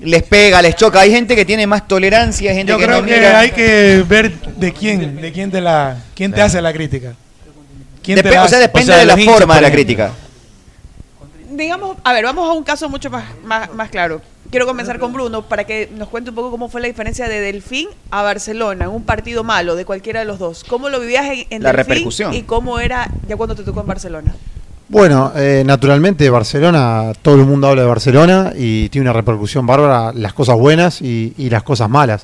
S11: Les pega, les choca. Hay gente que tiene más tolerancia, hay gente
S18: Yo
S11: que
S18: creo
S11: no
S18: que
S11: mira.
S18: hay que ver de quién, de quién te la, quién te hace la crítica. ¿Quién te
S11: Depe-
S18: la
S11: o sea,
S18: hace?
S11: depende de la forma de la crítica.
S12: Digamos, a ver, vamos a un caso mucho más, más, más claro. Quiero comenzar con Bruno para que nos cuente un poco cómo fue la diferencia de Delfín a Barcelona, en un partido malo de cualquiera de los dos. ¿Cómo lo vivías en, en
S19: La
S12: Delfín
S19: repercusión.
S12: y cómo era ya cuando te tocó en Barcelona?
S19: Bueno, eh, naturalmente Barcelona, todo el mundo habla de Barcelona y tiene una repercusión bárbara, las cosas buenas y, y las cosas malas.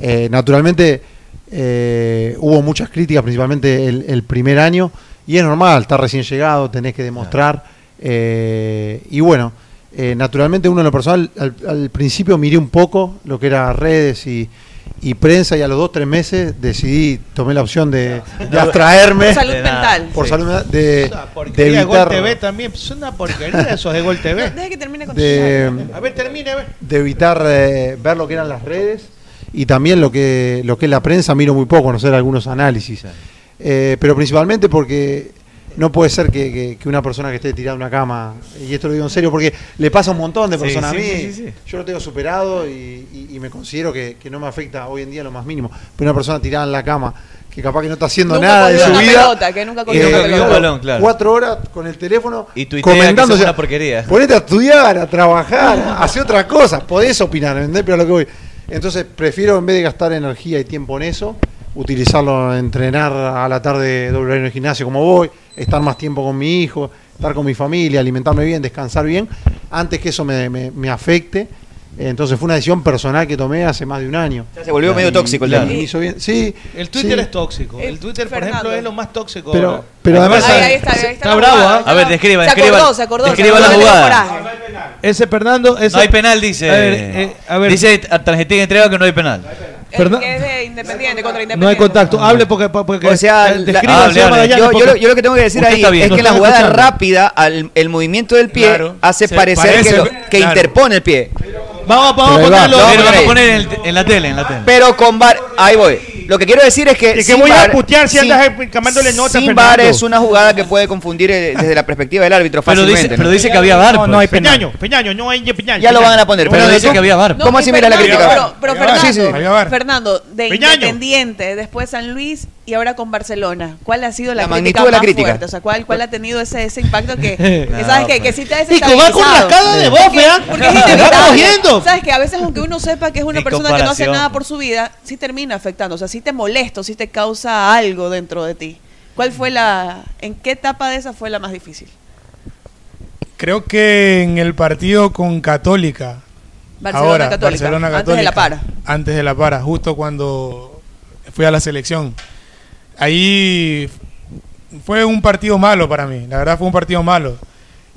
S19: Eh, naturalmente eh, hubo muchas críticas, principalmente el, el primer año, y es normal, estás recién llegado, tenés que demostrar. eh, y bueno, eh, naturalmente uno en lo personal, al, al principio miré un poco lo que era redes y, y prensa y a los dos, tres meses decidí, tomé la opción de, de abstraerme.
S18: Por salud De nada. mental.
S19: Por
S18: [LAUGHS] Sí.
S19: salud mental, de,
S18: Una
S19: de
S18: porquería de Gol
S19: evitar...
S18: TV también. Es una porquería esos de Gol TV.
S12: Deja que termine con
S19: De-
S18: A ver, termine, a ver.
S19: de evitar eh, ver lo que eran las redes y también lo que, lo que es la prensa, miro muy poco, conocer algunos análisis. Eh, pero principalmente porque no puede ser que, que- que una persona que esté tirada en una cama, y esto lo digo en serio, porque le pasa a un montón de
S6: Sí,
S19: personas
S6: sí,
S19: a mí,
S6: sí, sí, sí.
S19: yo lo tengo superado y, y- y me considero que, que no me afecta hoy en día lo más mínimo. Pero una persona tirada en la cama, que capaz que no está haciendo
S12: Nunca
S19: nada de
S12: colgó
S19: su
S12: una
S19: vida,
S12: pelota, que nunca colgó
S19: eh,
S12: una pelota.
S13: balón, claro.
S19: cuatro horas con el teléfono Pues,
S13: Y tuitea que
S19: comentando.
S13: es
S19: o sea,
S11: [LAUGHS]
S13: una porquería.
S19: Ponete a estudiar, a trabajar, a hacer otras cosas. Podés opinar, ¿entendés? Pero a lo que voy. Entonces, prefiero en vez de gastar energía y tiempo en eso, utilizarlo en entrenar a la tarde doble horario en el gimnasio como voy, estar más tiempo con mi hijo, estar con mi familia, alimentarme bien, descansar bien, antes que eso me, me- me afecte. Entonces fue una decisión personal que tomé hace más de un año.
S11: se volvió
S19: Y-
S11: medio tóxico el
S19: y-
S11: tema.
S19: y me hizo bien. Sí.
S18: El Twitter
S19: sí.
S18: es tóxico. El Twitter, por ejemplo, es lo más tóxico.
S19: Pero-
S18: ahora.
S19: pero además-
S18: está-
S19: Ahí está, ahí está
S18: está
S19: la
S18: bravo,
S19: jugada.
S18: ¿ah?
S13: ¿eh? A ver, describa,
S12: Se
S13: describa.
S12: acordó, se acordó, se
S13: describa
S12: acordó,
S13: la
S12: le dio
S13: jugada.
S12: coraje.
S21: Ese Fernando. Ese,
S13: No hay penal, dice.
S21: A ver, eh, a ver.
S13: Dice a- Tarjetín entrega que no hay penal.
S21: Fernan-
S12: Que es de independiente, contra independiente.
S21: No hay contacto. Hable porque. porque
S11: O sea,
S21: eh,
S11: la-
S21: describa, señor
S11: ah, hable, hable.
S21: Magallanes,
S11: yo, yo
S21: porque
S11: lo, yo lo que tengo que decir
S21: usted
S11: ahí
S21: está bien.
S11: es que
S21: Nos
S11: en la
S21: está
S11: jugada
S21: escuchando.
S11: rápida, al, el movimiento del pie
S21: Claro.
S11: hace
S21: Se
S11: parecer
S21: parece,
S11: que, lo-
S21: claro.
S11: que interpone el pie.
S21: Vamos, vamos
S11: Pero
S21: a
S11: ahí
S21: ponerlo.
S11: va. No,
S21: Pero
S11: pero-
S21: vamos a poner-
S13: Poner en, el- en la tele, en la tele.
S11: Pero con VAR, ahí voy. Lo que quiero decir es que.
S13: que
S11: sin
S13: voy a
S11: VAR-
S13: putear si
S11: sin-
S13: andas cambiándole nota,
S11: Sin
S13: Fernando.
S11: VAR es una jugada que puede confundir eh, [LAUGHS] desde la perspectiva del árbitro
S13: Pero
S11: fácilmente. ¿no?
S13: dice- pero dice que había VAR, No, no pues. hay penal.
S18: Peñaño, Peñaño, no hay Peñaño.
S11: Ya lo van a poner.
S13: Pero dice
S11: tú-
S13: que había VAR.
S11: ¿Cómo
S12: No,
S11: así
S12: y
S11: mira la
S12: Fernando,
S11: crítica?
S12: Pero, pero
S11: Había VAR.
S12: Fernando,
S11: Sí, sí.
S12: Fernando, de
S11: Peñaño.
S12: Independiente, después San Luis y ahora con Barcelona, ¿cuál ha sido la,
S11: La
S12: crítica
S11: magnitud de la
S12: más
S11: crítica.
S12: fuerte? O sea, ¿cuál, cuál ha tenido ese, ese impacto que, que
S11: No,
S12: sabes que,
S11: pues.
S12: que sí te ha
S11: Y que
S12: desestabilizado?
S11: va con rascada de bofe,
S12: Porque-
S11: ¿ah?
S12: Porque es
S11: Está
S12: inevitable.
S11: cogiendo.
S12: Sabes que a veces aunque uno sepa que es una
S11: En
S12: persona que no hace
S11: comparación.
S12: nada por su vida, sí termina afectando, o sea, sí te molesta, o sí te causa algo dentro de ti. ¿Cuál fue la, en qué etapa de esa fue la más difícil?
S18: Creo que en el partido con Católica.
S12: Barcelona
S18: ahora,
S12: Católica,
S18: Barcelona
S12: antes de
S18: Católica.
S12: la para.
S18: Antes de la para, justo cuando fui a la selección. Ahí fue un partido malo para mí. La verdad fue un partido malo.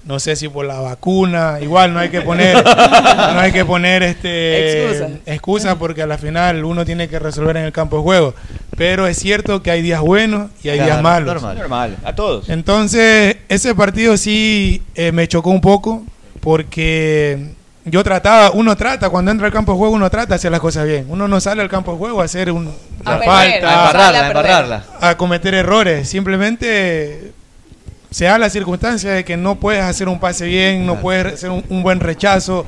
S18: No sé si por la vacuna, igual no hay que poner, no hay que poner este
S12: Excusas.
S18: excusas porque a la final uno tiene que resolver en el campo de juego. Pero es cierto que hay días buenos y hay días
S11: Claro,
S18: malos.
S11: normal. Normal, a
S18: [LAUGHS]
S11: todos.
S18: Entonces, ese partido sí eh, me chocó un poco porque yo trataba, uno trata, cuando entra al campo de juego, uno trata de hacer las cosas bien. Uno no sale al campo de juego a hacer un,
S13: A
S18: la
S13: perder,
S18: falta,
S13: a embarrarla, a embarrarla.
S18: a cometer errores. Simplemente se da la circunstancia de que no puedes hacer un pase bien, no puedes hacer un, un buen rechazo.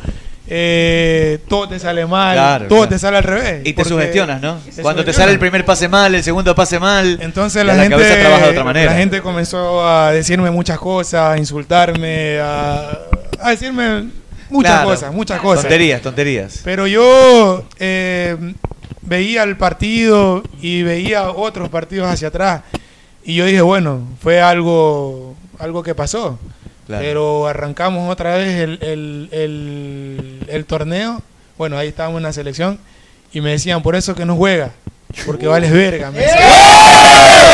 S18: eh, todo te sale mal,
S13: Claro,
S18: todo
S13: claro.
S18: te sale al revés.
S13: Y te
S18: porque-
S13: sugestionas, ¿no?
S18: Te
S13: Cuando te
S18: sugestionas.
S13: sale el primer pase mal, el segundo pase mal.
S18: Entonces
S13: ya
S18: la, gente,
S13: cabeza trabaja de otra manera.
S18: la gente comenzó a decirme muchas cosas, a insultarme, a, a decirme muchas
S13: Claro.
S18: cosas, muchas cosas.
S13: Tonterías, tonterías.
S18: Pero yo eh, veía el partido y veía otros partidos hacia atrás y yo dije, bueno, fue algo, algo que pasó.
S13: Claro.
S18: Pero arrancamos otra vez el, el- el- el torneo. Bueno, ahí estábamos en la selección y me decían, por eso que no juega, porque vales verga. me decían.
S12: ¿eh?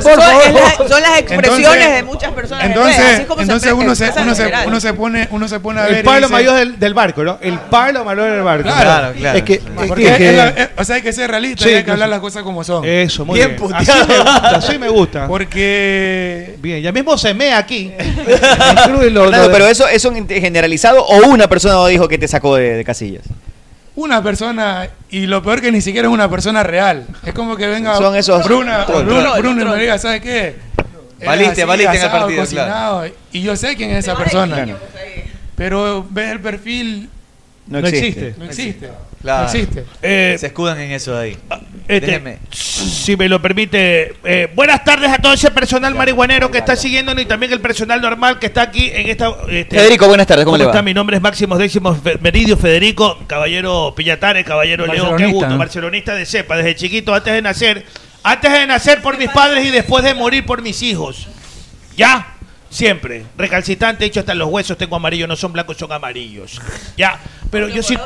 S12: Son, es ¿eh? la- son las expresiones
S18: Entonces-
S12: de muchas personas. en redes, así
S18: Entonces,
S12: es como
S18: entonces
S12: aprende,
S18: uno, se,
S12: pasa en
S18: uno, se,
S12: general.
S18: uno se pone uno se pone a ver
S21: El
S18: y
S21: palo
S18: dice- Ah.
S21: mayor del, del barco, ¿no? El palo mayor del barco.
S18: Claro,
S19: claro. Es que- es
S18: Porque
S21: que-
S18: es la- es- o sea, hay que ser realista,
S21: Sí,
S18: y hay que
S21: no
S18: hablar
S21: sé.
S18: las cosas como son.
S21: Eso, muy
S18: Bien
S21: bien. Así
S18: puteado.
S21: me gusta, así me gusta.
S18: Porque.
S21: Bien, ya mismo se mea
S18: [LAUGHS]
S21: aquí.
S11: Claro, pero eso es un generalizado o una persona dijo que te sacó de, de casillas.
S18: Una persona, y lo peor que ni siquiera es una persona real. Es como que venga
S11: Son esos-
S18: Bruna,
S11: Troll,
S18: Bruno,
S11: troll,
S18: Bruno y
S11: troll.
S18: me diga, ¿sabes qué? Eres
S13: Valiste, valiste en el
S18: asado,
S13: partido,
S18: cocinado", Y yo sé quién es esa persona.
S13: Claro.
S18: Pero ves el perfil.
S13: No existe.
S18: No existe.
S13: Claro.
S18: No existe.
S13: Se escudan en eso de ahí.
S2: Este,
S13: Déjeme.
S2: Si me lo permite, eh, buenas tardes a todo ese personal marihuanero que está siguiéndonos y también el personal normal que está aquí en esta. este-
S11: Federico, buenas tardes, ¿cómo le va?
S2: está? Mi nombre es Máximos Décimos Fe- Meridio Federico, caballero Pillatare, caballero León, qué
S21: Barcelonista,
S2: gusto,
S21: ¿no?
S2: barcelonista de cepa, desde chiquito, antes de nacer, antes de nacer por mis padres y después de morir por mis hijos. ¿Ya? Siempre. Recalcitrante, hecho hasta los huesos, tengo amarillo, no son blancos, son amarillos. ¿Ya? Pero yo sí.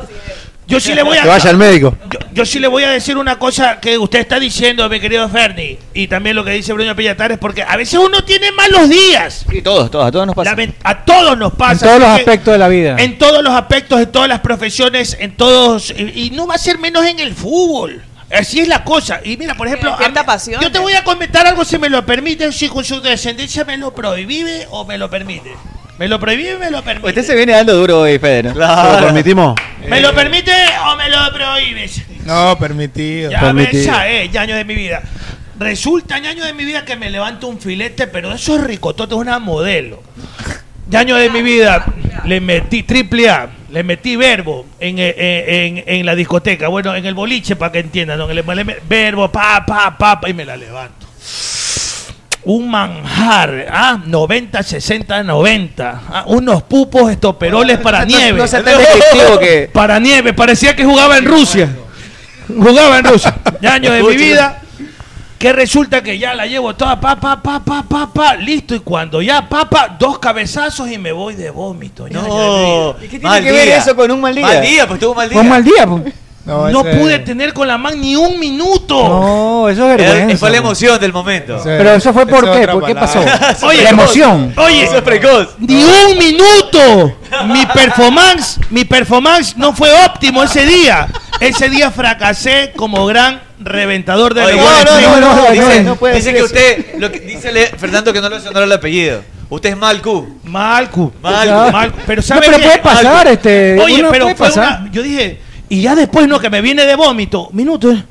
S9: Yo sí le voy a.
S19: Que vaya al médico.
S9: Yo, yo sí le voy a decir una cosa que usted está diciendo, mi querido Ferni, y también lo que dice Bruno Pellatares, porque a veces uno tiene malos días.
S11: Sí, todos, todos, a todos nos pasa.
S9: Lament- a todos nos pasa.
S15: En todos los
S9: porque-
S15: aspectos de la vida.
S9: En todos los aspectos, en todas las profesiones, en todos. Y, y no va a ser menos en el fútbol. Así es la cosa. Y mira, por ejemplo. a mí- Yo
S11: ¿eh?
S9: te voy a comentar algo si me lo permiten, si con su descendencia me lo prohíbe o me lo permite. ¿Me lo prohíbe o me lo permite?
S11: Usted se viene dando duro hoy, Fede. ¿no?
S19: ¿Se lo permitimos?
S9: ¿Me
S15: Eh.
S9: lo permite o me lo prohíbes?
S18: No, permitido.
S9: Ya ves, ya es, ñaño de mi vida. Resulta, ñaño de mi vida, que me levanto un filete, pero eso es ricotote, es una modelo. Ñaño de mi vida, le metí triple A, le metí verbo en, eh, eh, en, en la discoteca, bueno, en el boliche, para que entiendan, ¿no? Le- le- verbo, pa, pa, pa, pa, y me la levanto. Un manjar, ah, 90, 60, 90. ah, unos pupos estoperoles para
S11: Ah, No-
S9: nieve.
S11: no sea tan descriptivo que-
S9: [LAUGHS] Para nieve, parecía que jugaba en Rusia. Jugaba en Rusia. años de mi vida. Que resulta que ya la llevo toda, pa, pa, pa, pa, pa, pa, listo. Y cuando ya, pa, pa, dos cabezazos y me voy de vómito. ñaño de mi vida.
S11: ¿Y qué tiene que ver eso con un mal día?
S9: Mal día, pues tuvo mal día.
S15: Un mal día, pues.
S9: No, pude tener con la man ni un minuto.
S15: No, eso es vergüenza.
S13: Fue la
S11: pues.
S13: emoción del momento.
S15: Pero eso fue por qué, por qué
S9: [LAUGHS]
S15: pasó.
S13: [LAUGHS]
S15: la emoción.
S9: Oye, Ni un minuto. Mi performance, mi performance no fue óptimo ese día. Ese día fracasé como gran reventador de
S13: Oye,
S9: revueltas.
S13: no, no, no, no, dice,
S9: no puede
S13: dice
S9: ser
S13: que
S9: eso.
S13: usted, lo que, dice le- Fernando que no le sonó el apellido. Usted es Malcu.
S9: Malcu.
S13: Malcu.
S9: Malcu. Pero
S13: sabe
S9: sabe
S13: qué?
S9: qué?
S13: Malcu.
S15: este,
S9: Oye,
S13: Uno
S9: pero
S13: puede
S9: fue
S13: pasar.
S9: una- yo dije, y ya después no que me viene de vómito, minuto. eh.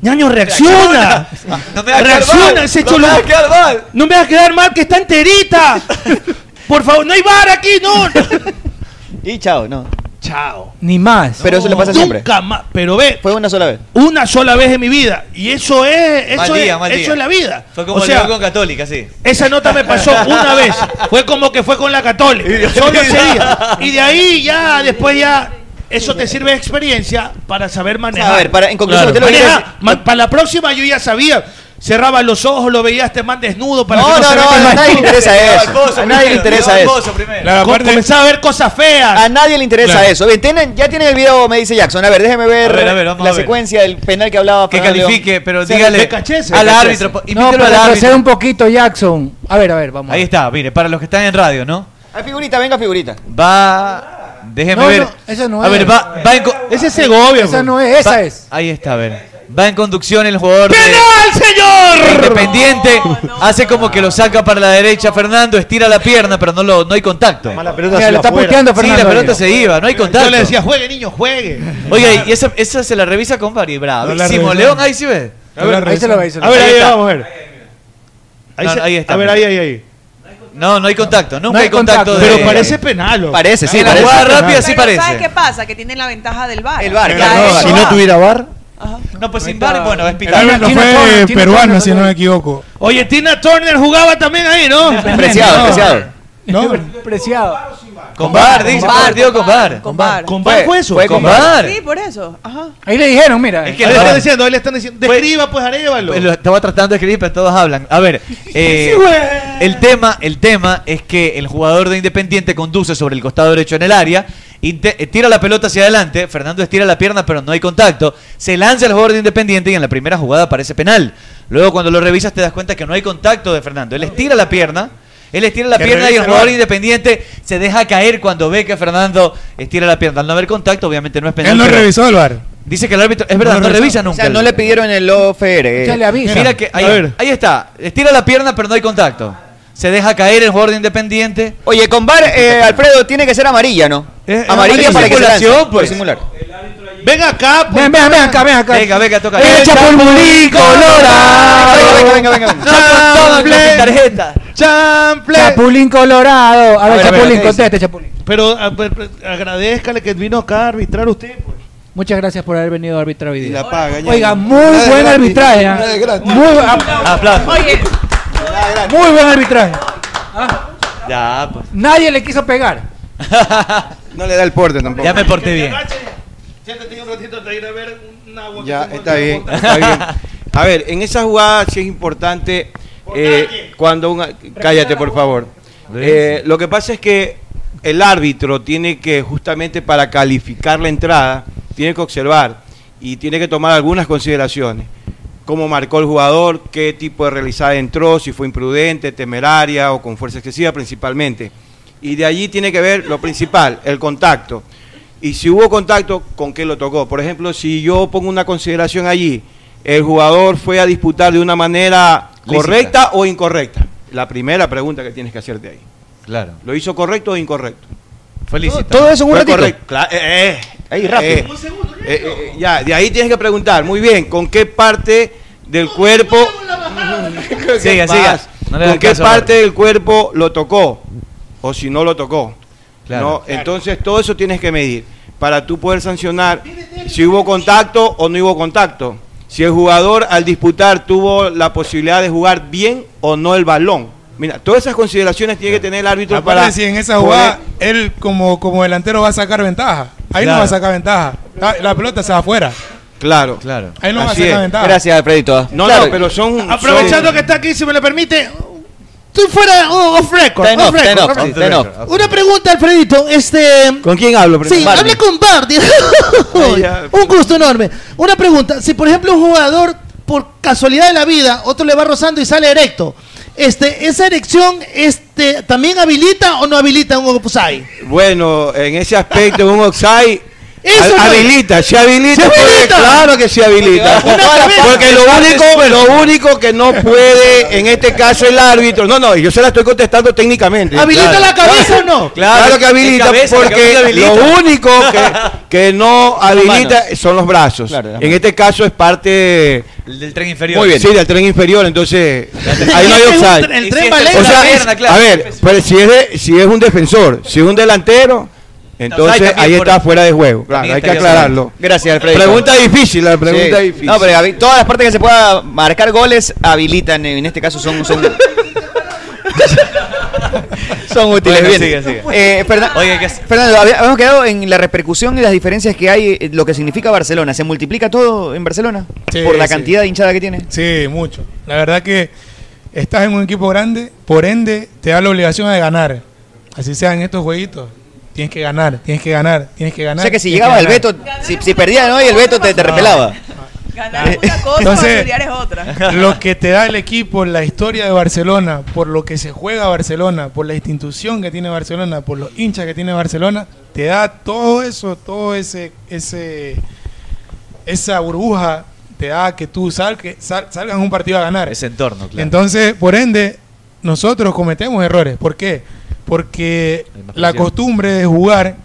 S9: Ñaño reacciona.
S13: No me va a quedar
S9: Reacciona
S13: mal,
S9: ese
S13: no me
S9: cholo.
S13: va a quedar mal.
S9: No me va a quedar mal que está
S13: [LAUGHS]
S9: enterita. Por favor, no hay bar aquí, no.
S11: Y chao, no.
S9: Chao.
S15: Ni más.
S11: Pero eso le pasa siempre.
S9: Nunca más. Pero ve.
S11: Fue una sola vez.
S9: Una sola vez en mi vida. Y eso es.
S13: Mal
S9: Eso,
S13: día,
S9: es,
S13: mal
S9: eso
S13: día.
S9: es la vida.
S13: Fue como
S9: o
S13: el
S9: sea,
S13: gol con Católica, sí.
S9: esa nota me pasó una vez. Fue como que fue con la Católica.
S13: [LAUGHS]
S9: Solo ese día. Y de ahí ya, después ya. Eso te sirve de experiencia para saber manejar.
S11: A ver, para- en conclusión, usted lo que
S9: Maneja-
S11: quiere
S9: ma- para la próxima yo ya sabía. Cerraba los ojos, lo veía a este man desnudo para
S11: No,
S9: que no,
S11: no,
S9: se
S11: no,
S9: vea que
S11: a
S9: es
S11: nadie le
S9: desnudo.
S11: interesa eso. A nadie le interesa eso.
S9: Com- Comenzaba a ver cosas feas.
S11: A nadie le interesa
S9: Claro.
S11: eso. Bien, tienen- ya tienen el video, me dice Jackson. A ver, déjeme ver,
S13: A ver, a ver, vamos
S11: la
S13: a ver.
S11: secuencia del penal que hablaba.
S13: Que
S11: Fernando León.
S13: califique, pero
S11: Se
S13: dígale
S11: le cachece,
S13: al
S11: le cachece.
S13: árbitro. po-
S15: No,
S13: Invítelo
S15: pero
S13: al
S15: retrocede
S13: árbitro.
S15: un poquito, Jackson. A ver, a ver, vamos.
S13: Ahí está, Ah, mire, para los que están en radio, ¿no?
S11: Hay figurita, venga figurita.
S13: Va. Déjeme
S15: No,
S13: ver.
S15: no, esa no
S13: a
S15: es.
S13: ver, va, va en. co-
S15: Ese es Segovia, Esa bro. no es, esa
S13: Va-
S15: es.
S13: Ahí está, a ver. Va en conducción el jugador. de-
S9: ¡Penal, señor! [LAUGHS]
S13: de Independiente. Hace como que lo saca para la derecha Fernando, estira la pierna, pero no, lo, no hay contacto. la pelota
S15: Mira, se lo va está afuera. puteando Fernando
S13: Sí, la pelota
S15: ahí.
S13: se iba, no hay contacto.
S9: Yo le decía, juegue, niño, juegue.
S13: Oiga, y esa, esa se la revisa con Vari, bravísimo.
S9: revisó.
S13: León, ahí sí ve.
S9: A ver, ahí se lo ve, ahí se lo ve.
S13: A ver, ahí
S9: está.
S13: vamos a ver.
S9: Ahí
S13: No,
S9: se-
S13: ahí está.
S9: a ver, ahí, ahí, ahí.
S13: No, no hay contacto, nunca
S9: No hay
S13: hay contacto.
S9: contacto. Pero parece penal, ¿o? Parece, sí,
S13: En la
S9: parece
S13: jugada
S9: penal.
S13: rápida sí
S12: Pero
S13: parece.
S12: ¿sabes qué pasa? Que tienen la ventaja del bar.
S13: El VAR,
S12: Ya
S13: claro.
S12: eso
S13: Si
S12: va.
S19: no tuviera bar,
S13: No, pues sin VAR, bueno, es
S18: El
S13: pitado.
S18: árbitro fue peruano, si no me equivoco.
S9: Oye, Tina Turner jugaba también ahí, ¿no?
S18: Preciado,
S9: No.
S18: preciado.
S9: No.
S15: [LAUGHS] Preciado.
S13: Con VAR, dice,
S15: VAR,
S13: partido con VAR.
S12: Con bar.
S9: Con VAR fue eso.
S13: Fue con VAR.
S12: Sí, por eso. Ajá.
S15: Ahí le dijeron, mira.
S13: Es que
S9: Ahí le
S13: no.
S9: están diciendo, ahí le están diciendo, describa pues Arevalo.
S13: Pues lo estaba tratando de escribir, pero todos hablan. A ver,
S9: [LAUGHS]
S13: eh,
S9: Sí, güey.
S13: el, tema, el tema es que el jugador de Independiente conduce sobre el costado derecho en el área, inte- eh, tira la pelota hacia adelante, Fernando estira la pierna, pero no hay contacto, se lanza el jugador de Independiente y en la primera jugada parece penal. Luego cuando lo revisas te das cuenta que no hay contacto de Fernando. Él
S9: Ah,
S13: estira la pierna. Él estira la
S9: Que
S13: pierna y
S9: revise
S13: el
S9: el
S13: jugador
S9: VAR.
S13: independiente se deja caer cuando ve que Fernando estira la pierna. Al no haber contacto, obviamente no es penal.
S18: Él no
S13: pero
S18: revisó el bar.
S13: Dice que el árbitro. Es verdad, no,
S18: No lo revisó.
S13: revisa
S11: O
S13: nunca.
S11: sea, no
S13: el-
S11: le pidieron el OFR. eh.
S13: Mira, Mira que ahí, ahí está. Estira la pierna, pero no hay contacto. Se deja caer el jugador de Independiente.
S11: Oye, con bar, eh, Alfredo, tiene que ser amarilla, ¿no?
S13: Eh,
S11: amarilla
S13: amarilla
S11: para que se lance,
S13: simulación,
S11: por
S13: pues.
S11: simular.
S9: Ven acá, pues.
S15: Ven, ven, ven acá, ven acá.
S13: Venga, venga, toca.
S15: Echa pulmulín colorado.
S11: Venga, venga, venga. venga.
S13: tarjeta.
S15: Chapulín colorado. A ver,
S9: A ver, a ver,
S15: Chapulín,
S9: ¿qué dice?
S15: conteste, Chapulín.
S9: Pero a ver, pero agradezcale que vino acá a arbitrar usted. pues.
S15: Muchas gracias por haber venido a arbitrar hoy día.
S22: paga, ya.
S15: Oiga, muy
S22: Nada de
S15: buen
S22: gratis,
S15: arbitraje.
S22: nada de
S15: ¿ah?
S22: gratis.
S15: Muy, bu- ah,
S12: Oye,
S15: muy buen arbitraje.
S13: Ya, pues.
S15: Nadie le quiso pegar.
S11: [LAUGHS]
S22: No le da el porte tampoco.
S13: Ya me porté bien.
S9: Siéntate un ratito, te iré a ver un agua. que
S22: Ya,
S9: tengo
S22: está
S9: aquí.
S22: bien, está bien. A ver, en esa jugada sí es importante eh, cuando una... Cállate, por favor. Eh, lo que pasa es que el árbitro tiene que, justamente para calificar la entrada, tiene que observar y tiene que tomar algunas consideraciones. Cómo marcó el jugador, qué tipo de realizada entró, si fue imprudente, temeraria o con fuerza excesiva principalmente. Y de allí tiene que ver lo principal, el contacto. Y si hubo contacto, ¿con qué lo tocó? Por ejemplo, si yo pongo una consideración allí, el jugador fue a disputar de una manera
S13: Lícita.
S22: correcta o incorrecta. La primera pregunta que tienes que hacerte ahí.
S13: Claro.
S22: ¿Lo hizo correcto o incorrecto?
S13: Felicita. Todo eso en un
S22: Fue
S13: ratito.
S22: correcto. Cla- eh, eh, ahí rápido.
S13: Un
S22: Eh, eh, eh, ya, de ahí tienes que preguntar, muy bien, ¿con qué parte del
S13: [LAUGHS]
S22: cuerpo... ¿Qué
S13: Siga,
S22: pasa?
S13: siga. No le hagas
S22: ¿Con qué
S13: caso,
S22: parte del cuerpo lo tocó? O si no lo tocó. ¿no?
S13: Claro.
S22: Entonces todo eso tienes que medir para tú poder sancionar si hubo contacto o no hubo contacto. Si el jugador al disputar tuvo la posibilidad de jugar bien o no el balón. Mira, todas esas consideraciones tiene que tener el árbitro
S18: Aparte,
S22: para...
S18: si en esa
S22: poder-
S18: jugada él como, como delantero va a sacar ventaja, ahí no
S22: Claro.
S18: va a sacar ventaja. La, la pelota se va afuera.
S22: Claro, claro.
S18: Ahí no va a sacar ventaja.
S11: Alfredito.
S22: No,
S18: Claro.
S22: no, pero son.
S18: Aprovechando
S22: que
S2: está aquí, si me lo permite. Estoy fuera oh, off record.
S22: Ten
S2: off
S22: off,
S2: record,
S22: ten off,
S2: off record.
S22: ten off.
S2: Una pregunta, Alfredito. Este.
S22: ¿Con quién hablo primero?
S2: Sí,
S22: Barney.
S2: hablé con Bardi. [LAUGHS] un gusto enorme. Una pregunta. Si, por ejemplo, un jugador, por casualidad de la vida, otro le va rozando y sale erecto. Este, ¿Esa erección este, también habilita o no habilita un opusai?
S22: Bueno, en ese aspecto, un offside.
S2: [LAUGHS] Eso
S22: ha-
S2: no.
S22: habilita, se
S2: ¡Se
S22: habilita, porque-
S2: habilita!
S22: claro que se habilita.
S2: Porque va a jugar
S22: Porque
S2: a
S22: lo
S2: las partes
S22: único,
S2: sueltas.
S22: lo único que no puede en este caso el árbitro, no, no, yo se la estoy contestando técnicamente.
S2: ¿Habilita
S22: Claro.
S2: la cabeza o no?
S22: Claro, que habilita,
S2: De cabeza, la
S22: porque
S2: cabeza habilita.
S22: lo único que, que
S2: [LAUGHS]
S22: no habilita
S13: manos.
S22: son los brazos.
S13: Claro, las
S22: en
S13: manos.
S22: este caso es parte
S13: El del tren inferior.
S22: Muy bien. Sí, del tren
S2: [LAUGHS]
S22: inferior, entonces ahí no hay
S13: Y este es un
S22: offside.
S13: tren- el Y tren si este Valencia-
S22: O sea,
S13: es la pierna, claro.
S22: a ver, pero si es, de- si es un defensor, si es un delantero, entonces
S13: también
S22: ahí
S13: por-
S22: está fuera de juego. Claro,
S13: También
S22: hay que
S13: estaría
S22: aclararlo.
S11: Gracias, Alfredo.
S22: Pregunta difícil, la pregunta
S11: Sí.
S22: difícil.
S11: No, pero habi- todas las partes que se pueda marcar goles habilitan. En este caso son. son Son útiles.
S13: Bueno,
S11: bien.
S13: sigue, sigue.
S11: Eh, Fernan- Fernando, habi- habíamos quedado en la repercusión y las diferencias que hay, eh, lo que significa Barcelona. ¿Se multiplica todo en Barcelona?
S18: Sí,
S11: por la
S18: sí.
S11: cantidad de hinchada que tiene.
S18: Sí, mucho. La verdad que estás en un equipo grande, por ende te da la obligación de ganar. Así sean estos jueguitos. Tienes que ganar, tienes que ganar, tienes que
S11: O
S18: ganar.
S11: sea que si
S18: tienes
S11: llegaba el
S18: ganar.
S11: Beto, si, si perdían hoy, el Beto te, te repelaba.
S12: Ganar es una cosa,
S18: Eh, Entonces-
S12: auxiliar es otra.
S18: [LAUGHS] lo que te da el equipo, la historia de Barcelona, por lo que se juega Barcelona, por la institución que tiene Barcelona, por los hinchas que tiene Barcelona, te da todo eso, todo ese, ese, esa burbuja, te da que tú sal, que sal- salgas a un partido a ganar.
S13: Ese entorno, claro.
S18: Entonces, por ende, nosotros cometemos errores. ¿Por qué? Porque la
S13: presión.
S18: costumbre de jugar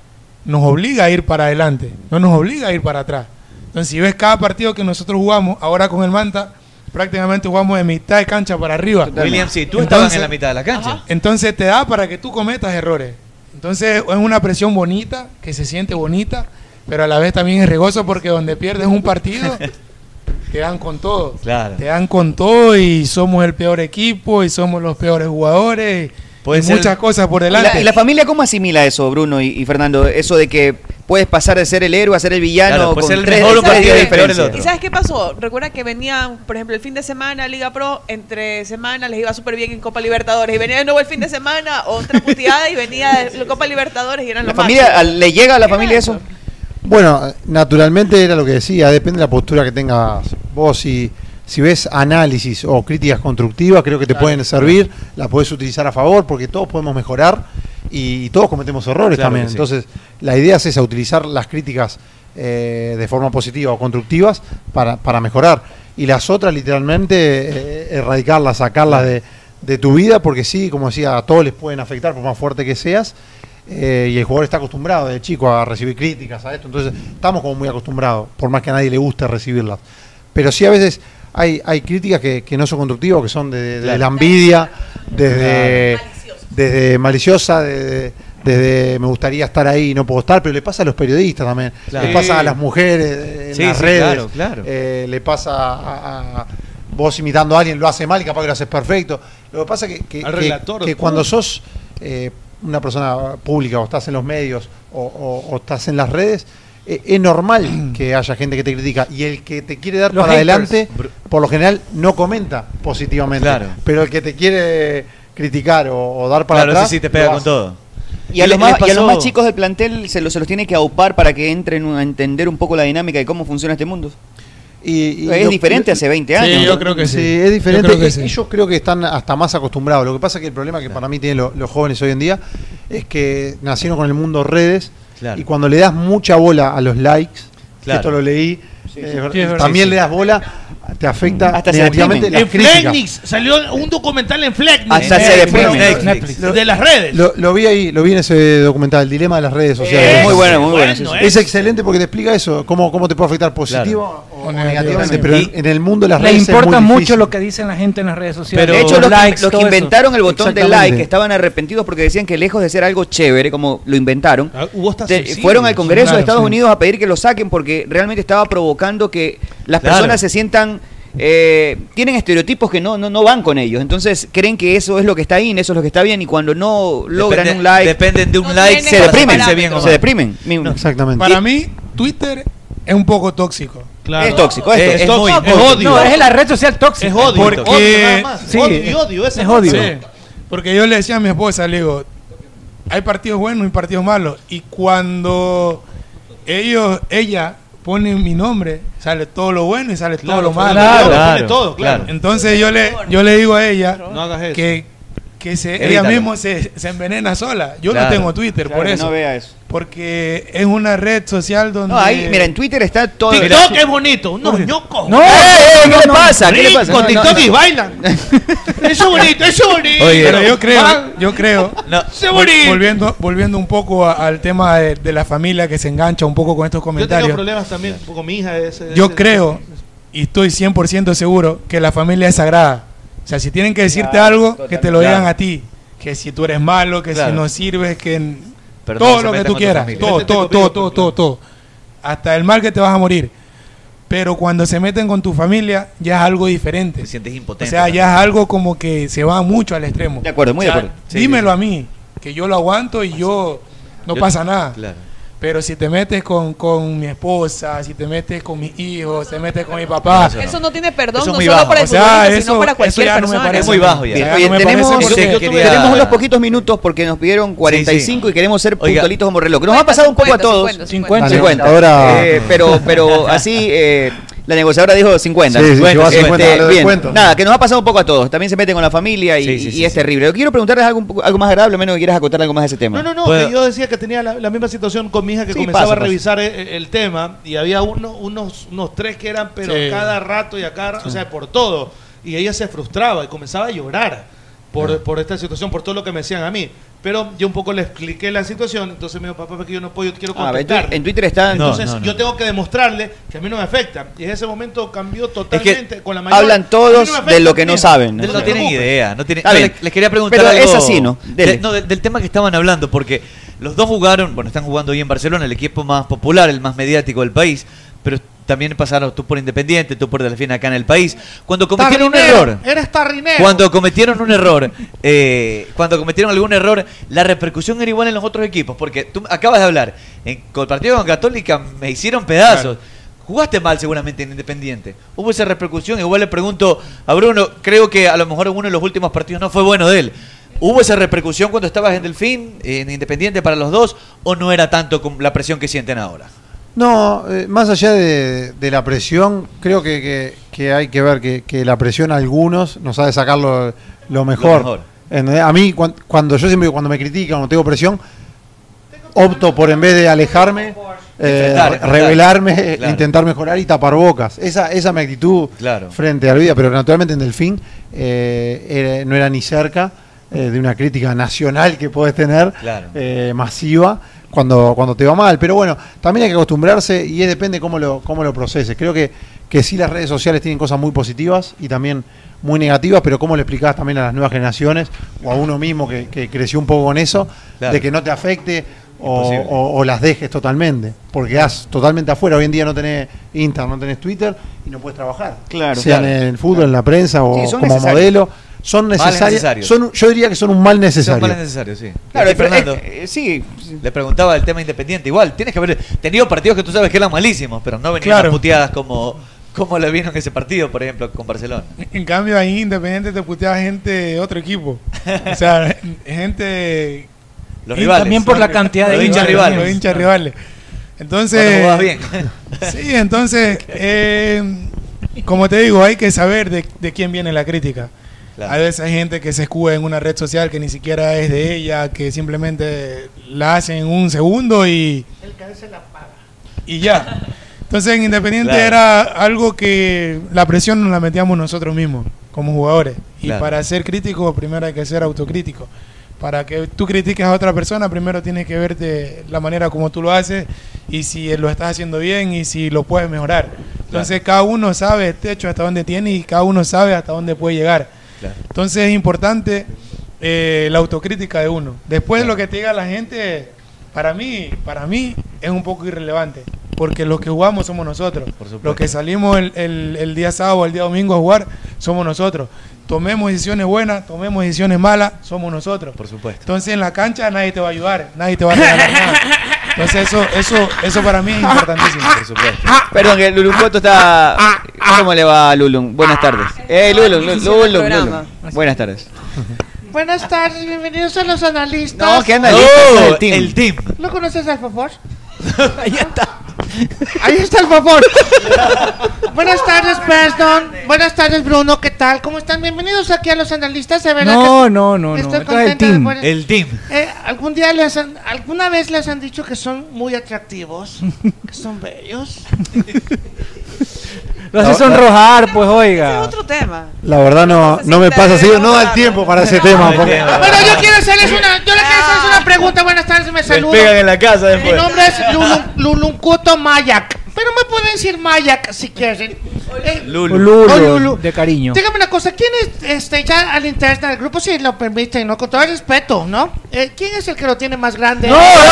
S18: nos obliga a ir para adelante, no nos obliga a ir para atrás. Entonces, si ves cada partido que nosotros jugamos, ahora con el Manta, prácticamente jugamos de mitad de cancha para arriba.
S13: William, sí, tú estabas
S18: Entonces-
S13: en la mitad de la cancha.
S18: Entonces te da para que tú cometas errores. Entonces es una presión bonita, que se siente bonita, pero a la vez también es regoso porque donde pierdes un
S13: [LAUGHS]
S18: partido, te dan con todo.
S13: Claro.
S18: Te dan con todo y somos el peor equipo y somos los peores jugadores.
S11: Puede
S18: y
S11: ser-
S18: muchas cosas por
S11: ¿Y la,
S18: delante.
S11: y la familia cómo asimila eso, Bruno y, y Fernando? Eso de que puedes pasar de ser el héroe a ser el villano
S13: Claro, puedes
S11: con
S13: ser el
S11: tres-
S13: mejor un
S11: tres
S13: partido
S11: días
S13: y el peor el
S11: diferencia.
S12: ¿Y sabes qué pasó? Recuerda que venían, por ejemplo, el fin de semana Liga Pro, entre semana les iba súper bien en Copa Libertadores. Y venía de nuevo el fin de semana, otra puteada, y venía
S11: [LAUGHS]
S12: de Copa Libertadores y eran
S11: ¿La
S12: los
S11: familia,
S9: [LAUGHS]
S11: a- ¿Le llega a la familia eso?
S19: Bueno, naturalmente era lo que decía, depende de la postura que tengas vos. Si, si ves análisis o críticas constructivas, creo que te pueden servir, las puedes utilizar a favor, porque todos podemos mejorar y, y todos cometemos errores
S22: Claro
S19: también.
S22: que sí.
S19: Entonces, la idea es esa, utilizar las críticas eh, de forma positiva o constructivas para, para mejorar. Y las otras, literalmente, eh, erradicarlas, sacarlas de, de tu vida, porque sí, como decía, a todos les pueden afectar, por más fuerte que seas. Eh, y el jugador está acostumbrado de chico a recibir críticas a esto, entonces estamos como muy acostumbrados, por más que a nadie le guste recibirlas. Pero sí a veces hay, hay críticas que, que no son constructivas, que son desde la envidia, desde, desde maliciosa, desde, desde me gustaría estar ahí y no puedo estar, pero le pasa a los periodistas también,
S13: Claro.
S19: le pasa a
S13: Sí.
S19: las mujeres eh, en
S13: Sí,
S19: las
S13: sí,
S19: redes,
S13: claro, claro.
S19: eh, le pasa a, a- vos imitando a alguien, lo hace mal y capaz que lo haces perfecto. Lo que pasa es que, que-
S13: Al
S19: que-
S13: relator,
S19: que
S13: ¿cómo?
S19: cuando sos eh, una persona pública o estás en los medios o, o- o estás en las redes, eh, es
S13: [CLEARS THROAT]
S19: normal que haya gente que te critica y el que te quiere dar
S13: Los
S19: para
S13: haters.
S19: adelante, por lo general, no comenta positivamente.
S13: Claro.
S19: Pero el que te quiere criticar o, o dar para
S13: Claro,
S19: atrás,
S13: ese sí te
S19: lo
S13: pega con
S19: hace.
S13: todo.
S11: Y a,
S13: le-
S11: los más,
S13: les
S11: y a los
S13: pasó-
S11: más chicos del plantel se los, se los tiene que aupar para que entren a entender un poco la dinámica de cómo funciona este mundo. es
S19: lo-
S11: diferente hace 20 años.
S19: es diferente. Eh,
S11: Yo creo que
S19: Es-
S11: sí.
S19: Ellos creo que están hasta más acostumbrados. Lo que pasa es que el problema que para mí tienen lo- los jóvenes hoy en día es que nacieron con el mundo redes
S13: Claro.
S19: y cuando le das mucha bola a los likes, que
S13: Claro.
S19: esto lo leí, eh,
S13: Sí, sí, sí, es verdad.
S19: también
S13: Sí,
S19: le
S13: sí.
S19: das bola, te afecta
S13: Hasta se
S19: negativamente
S2: En
S19: las críticas.
S2: Flecknix, salió un documental en Flecknix.
S19: Hasta se
S2: Eh,
S19: deprime.
S2: bueno,
S19: Netflix.
S2: De, las redes.
S19: Lo, lo vi ahí, lo vi en ese documental, El dilema de las redes sociales.
S2: Ese, Muy bueno, muy bueno, sí, sí.
S19: Es excelente porque te explica eso, cómo, cómo te puede afectar positivo o, o negativamente. Pero en, en el mundo de las
S15: Le
S19: redes es
S15: importa
S19: muy
S15: mucho
S19: difícil.
S15: lo que dicen la gente en las redes sociales.
S11: de hecho, los,
S15: likes,
S11: que, los que
S15: todo eso.
S11: inventaron el botón de
S15: Exactamente.
S11: like estaban arrepentidos porque decían que lejos de ser algo chévere, como lo inventaron,
S2: Ah, Hubo hasta
S11: te-
S2: suicidios.
S11: fueron al Congreso
S2: Claro,
S11: de Estados
S2: sí.
S11: Unidos a pedir que lo saquen porque realmente estaba provocando que las
S2: Claro.
S11: personas se sientan... eh, tienen estereotipos que no, no, no van con ellos, entonces creen que eso es lo que está in, eso es lo que está bien, y cuando no logran
S13: Depende-
S11: un like,
S13: dependen de un No like tienen
S11: se
S13: para
S11: deprimen,
S13: sentirse bien o
S11: se
S13: mal.
S11: deprimen.
S19: Exactamente.
S18: Para mí, Twitter es un poco tóxico.
S11: Es tóxico, es, es
S18: muy-
S11: tóxico.
S18: es odio.
S15: No, es la red social tóxica.
S18: Es odio. Porque...
S15: Odio nada más. Sí. Odio y odio, esa Es es odio. otra.
S18: Sí. Porque yo le decía a mi esposa, le digo, hay partidos buenos y partidos malos. Y cuando ellos, ella pone mi nombre, sale todo lo bueno y sale
S2: Claro,
S18: todo lo malo.
S2: claro, Claro, pone todo, claro. claro.
S18: Entonces yo le, yo le digo a ella
S2: No hagas eso.
S18: que, que se, ella
S2: Evítalo.
S18: misma se, se envenena sola. Yo
S11: Claro.
S18: no tengo Twitter
S11: Claro,
S18: por
S11: que
S18: eso.
S11: no vea eso.
S18: Porque es una red social donde...
S11: No, ahí, mira, en Twitter está todo.
S18: TikTok
S2: es bonito. No, ñoco.
S11: No, eh, ¿qué le pasa? ¿Qué le pasa?
S2: Con
S11: No, no,
S2: TikTok y
S11: no.
S2: bailan. Eso es bonito, eso es bonito. Ah,
S18: Oye, pero yo creo, yo
S11: [LAUGHS]
S18: creo.
S2: Se
S18: vol-
S2: morí.
S18: volviendo, volviendo un poco a- al tema de, de la familia que se engancha un poco con estos
S2: Yo tengo
S18: comentarios.
S2: problemas también con mi hija. ese-
S18: Yo
S2: ese-
S18: creo y estoy 100% seguro que la familia es sagrada. O sea, si tienen que decirte
S2: Claro,
S18: algo, que
S2: totalmente.
S18: te lo digan
S2: Claro.
S18: a ti. Que si tú eres malo, que
S2: Claro.
S18: si no sirves, que n-
S2: Pero no
S18: todo
S2: se
S18: lo que
S2: metan
S18: tú
S2: con tu
S18: quieras.
S2: familia.
S18: Todo,
S2: Métete
S18: todo,
S2: contigo,
S18: todo, todo, todo, todo. Hasta el mal que te vas a morir. Pero cuando se meten con tu familia, ya es algo diferente.
S13: Te sientes
S18: O
S13: impotente.
S18: sea, ya es algo como que se va mucho al extremo.
S13: De acuerdo, muy de
S18: O sea,
S13: acuerdo. Sí,
S18: dímelo a mí, que yo lo aguanto y yo no
S13: Yo-
S18: pasa nada.
S13: Claro.
S18: Pero si te metes con, con mi esposa, si te metes con mis hijos, te metes con mi papá.
S12: Eso no tiene perdón,
S18: Eso es
S12: no
S18: muy
S12: solo
S18: bajo.
S12: para el
S18: O sea,
S12: futbolista,
S18: eso-
S12: sino para
S18: eso
S12: cualquier
S18: ya no me
S12: persona.
S18: parece.
S13: Es muy bajo ya.
S11: Bien,
S13: Ya,
S11: oye,
S13: no me
S11: tenemos,
S13: parece porque
S11: tenemos
S13: quería-
S11: tenemos unos poquitos minutos porque nos pidieron 45 y queremos ser
S13: Oiga.
S11: puntualitos como reloj. Nos ha pasado un poco a todos. 50,
S13: 50.
S19: Ahora-
S11: Eh, pero, pero así, eh, la negociadora dijo 50.
S19: Sí, sí, llevaba 50,
S11: Este,
S19: lo
S11: bien.
S19: descuento.
S11: Nada, que nos ha pasado un poco a todos. También se meten con la familia y, y es terrible. Yo quiero preguntarles algo, un poco- algo más agradable, a menos que quieras acotar algo más de ese tema.
S2: No, no, no, que yo decía que tenía la, la misma situación con mi hija que
S11: Sí,
S2: comenzaba
S11: pasa,
S2: a
S11: pasa.
S2: revisar el, el tema y había uno, unos, unos tres que eran, pero
S18: Sí.
S2: cada rato y a cada, o sea, por todo. Y ella se frustraba y comenzaba a llorar por, por esta situación, por todo lo que me decían a mí. Pero yo un poco le expliqué la situación, entonces me dijo, papá, es que yo no puedo, yo quiero
S11: Ah, en
S2: contestar.
S11: Twitter- en Twitter está- No,
S2: Entonces
S11: no, no.
S2: yo tengo que demostrarle que a mí no me afecta. Y en ese momento cambió totalmente con la mayor.
S11: hablan
S2: "A mí
S11: todos
S2: no me afecta,
S11: de lo que no
S2: mija,
S11: saben.
S2: de lo
S13: No
S2: que
S13: tienen
S2: preocupa".
S13: idea. No tienen,
S11: Está
S13: yo
S11: bien.
S13: les, les quería preguntar
S11: Pero
S13: algo.
S11: es así, ¿no? Dele.
S13: De- no, del- del tema que estaban hablando, porque los dos jugaron, bueno, están jugando hoy en Barcelona, el equipo más popular, el más mediático del país, pero también pasaron tú por Independiente, tú por Delfín acá en el país. Cuando cometieron un error.
S2: Eres tarrinero.
S13: Cuando cometieron un error, eh, cuando cometieron algún error, la repercusión era igual en los ototros equipos. Porque tú acabas de hablar, en, con el partido con Católica me hicieron pedazos. Jugaste mal seguramente en Independiente. Hubo esa repercusión. Igual le pregunto a Bruno, creo que a lo mejor uno de los últimos partidos no fue bueno de él. ¿Hubo esa repercusión cuando estabas en Delfín, en Independiente para los dos, o no era tanto con la presión que sienten ahora?
S19: No, eh, más allá de, de la presión, creo que, que- que hay que ver que, que la presión a algunos nos ha de sacar lo, lo mejor.
S13: mejor.
S19: ¿Entendés? A mí, cuan- cuando yo siempre, cuando me critican, cuando tengo presión, opto por en vez de alejarme, eh,
S13: Enfrentar,
S19: re-
S13: enfrentar.
S19: revelarme, eh,
S13: Claro.
S19: intentar mejorar y tapar bocas. Esa, esa es mi actitud
S13: Claro.
S19: frente a la vida, pero naturalmente en Delfín eh, era- no era ni cerca eh, de una crítica nacional que puedes tener
S13: Claro.
S19: eh, masiva cuando, cuando te va mal. Pero bueno, también hay que acostumbrarse y es, depende cómo lo, cómo lo proceses. Creo que, que sí las redes sociales tienen cosas muy positivas y también muy negativas, pero cómo le explicás también a las nuevas generaciones o a uno mismo que, que creció un poco con eso,
S13: Claro.
S19: de que no te afecte o,
S13: Imposible.
S19: o- o las dejes totalmente, porque quedás totalmente afuera. Hoy en día no tenés Instagram, no tenés Twitter y no puedes trabajar.
S11: Claro,
S19: Sean
S11: claro.
S19: en el fútbol, en la prensa o
S11: Sí, son
S19: como
S11: necesarios.
S19: modelo. Son
S11: Males
S19: necesarios.
S13: necesarios.
S19: Son, yo diría que son un mal necesario.
S13: Son males necesarios, sí.
S11: Claro,
S13: Aquí,
S11: pero
S13: Fernando,
S11: es- eh, sí.
S13: le preguntaba el tema independiente. Igual, tienes que haber tenido partidos que tú sabes que eran malísimos, pero no venían
S18: Claro.
S13: las puteadas como, como le vino en ese partido, por ejemplo, con Barcelona.
S18: [LAUGHS] En cambio, ahí Independiente te puteaba [LAUGHS] gente de otro equipo. O sea, gente
S13: Los
S18: y
S13: rivales.
S18: también por la cantidad de
S13: Los hinchas rivales.
S18: Los hinchas rivales. Entonces,
S13: Cuando jugás bien.
S18: [LAUGHS] sí, entonces, eh, como te digo, hay que saber de, de quién viene la crítica.
S13: Claro.
S18: A veces hay gente que se escuda en una red social que ni siquiera es de ella, que simplemente la hacen en un segundo y, y ya. Entonces, en Independiente
S13: Claro.
S18: era algo que la presión nos la metíamos nosotros mismos, como jugadores. Y
S13: Claro.
S18: para ser crítico, primero hay que ser autocrítico. Para que tú critiques a otra persona, primero tienes que verte la manera como tú lo haces y si lo estás haciendo bien y si lo puedes mejorar. Entonces, cada uno sabe el techo hasta dónde tiene y cada uno sabe hasta dónde puede llegar. Entonces, es importante eh, la autocrítica de uno. Después, lo que te diga la gente, para mí, para mí es un poco irrelevante, porque los que jugamos somos nosotros. Los que salimos el, el- el día sábado, el día domingo a jugar, somos nosotros. Tomemos decisiones buenas, tomemos decisiones malas, somos nosotros.
S13: Por supuesto.
S18: Entonces en la cancha nadie te va a ayudar, nadie te va a regalar nada. Entonces eso, eso, eso para mí es importantísimo.
S13: Por supuesto.
S11: [LAUGHS] Perdón, que Lulun Cueto está. Ah, ¿Cómo le va a Lulun? Buenas tardes. Eh, Lulun, Lulun,
S12: Inicio del
S11: Lulun,
S12: programa.
S11: Lulun. Buenas tardes.
S9: Buenas tardes, bienvenidos a los analistas.
S11: No, que anda listo, el team.
S9: ¿Lo conoces al favor? Ahí está. Ahí está el
S15: [LAUGHS]
S9: favor. Buenas tardes, Preston. Buenas tardes, Bruno. ¿Qué tal? ¿Cómo están? Bienvenidos aquí a los analistas. De verdad
S15: No,
S9: que
S15: no, no, no.
S9: Este Estoy
S15: Entra el
S9: contenta de
S15: team.
S9: poder-
S13: El team.
S9: Eh, algún día les han- alguna vez les han dicho que son muy atractivos, que son bellos.
S15: Lo hace
S19: No, no.
S15: sonrojar, pues oiga.
S12: Otro tema.
S19: La verdad no, no me pasa así, no da el tiempo para ese tema. porque-
S9: Bueno, yo quiero hacerles una, yo le quiero hacerles una pregunta. Buenas tardes, me
S13: Les
S9: saludo.
S13: pegan en la casa
S9: Mi
S13: después.
S9: nombre es Lulun- Luluncuto Mayak, pero me pueden decir Mayak si quieren. Eh,
S15: Lulu.
S9: Oh,
S15: de cariño.
S9: Dígame una cosa, ¿quién es este, ya al interno del grupo, si lo permiten, ¿no? con todo el respeto, ¿no? Eh, ¿Quién es el que lo tiene más grande?
S15: ¡No!
S9: Nelson.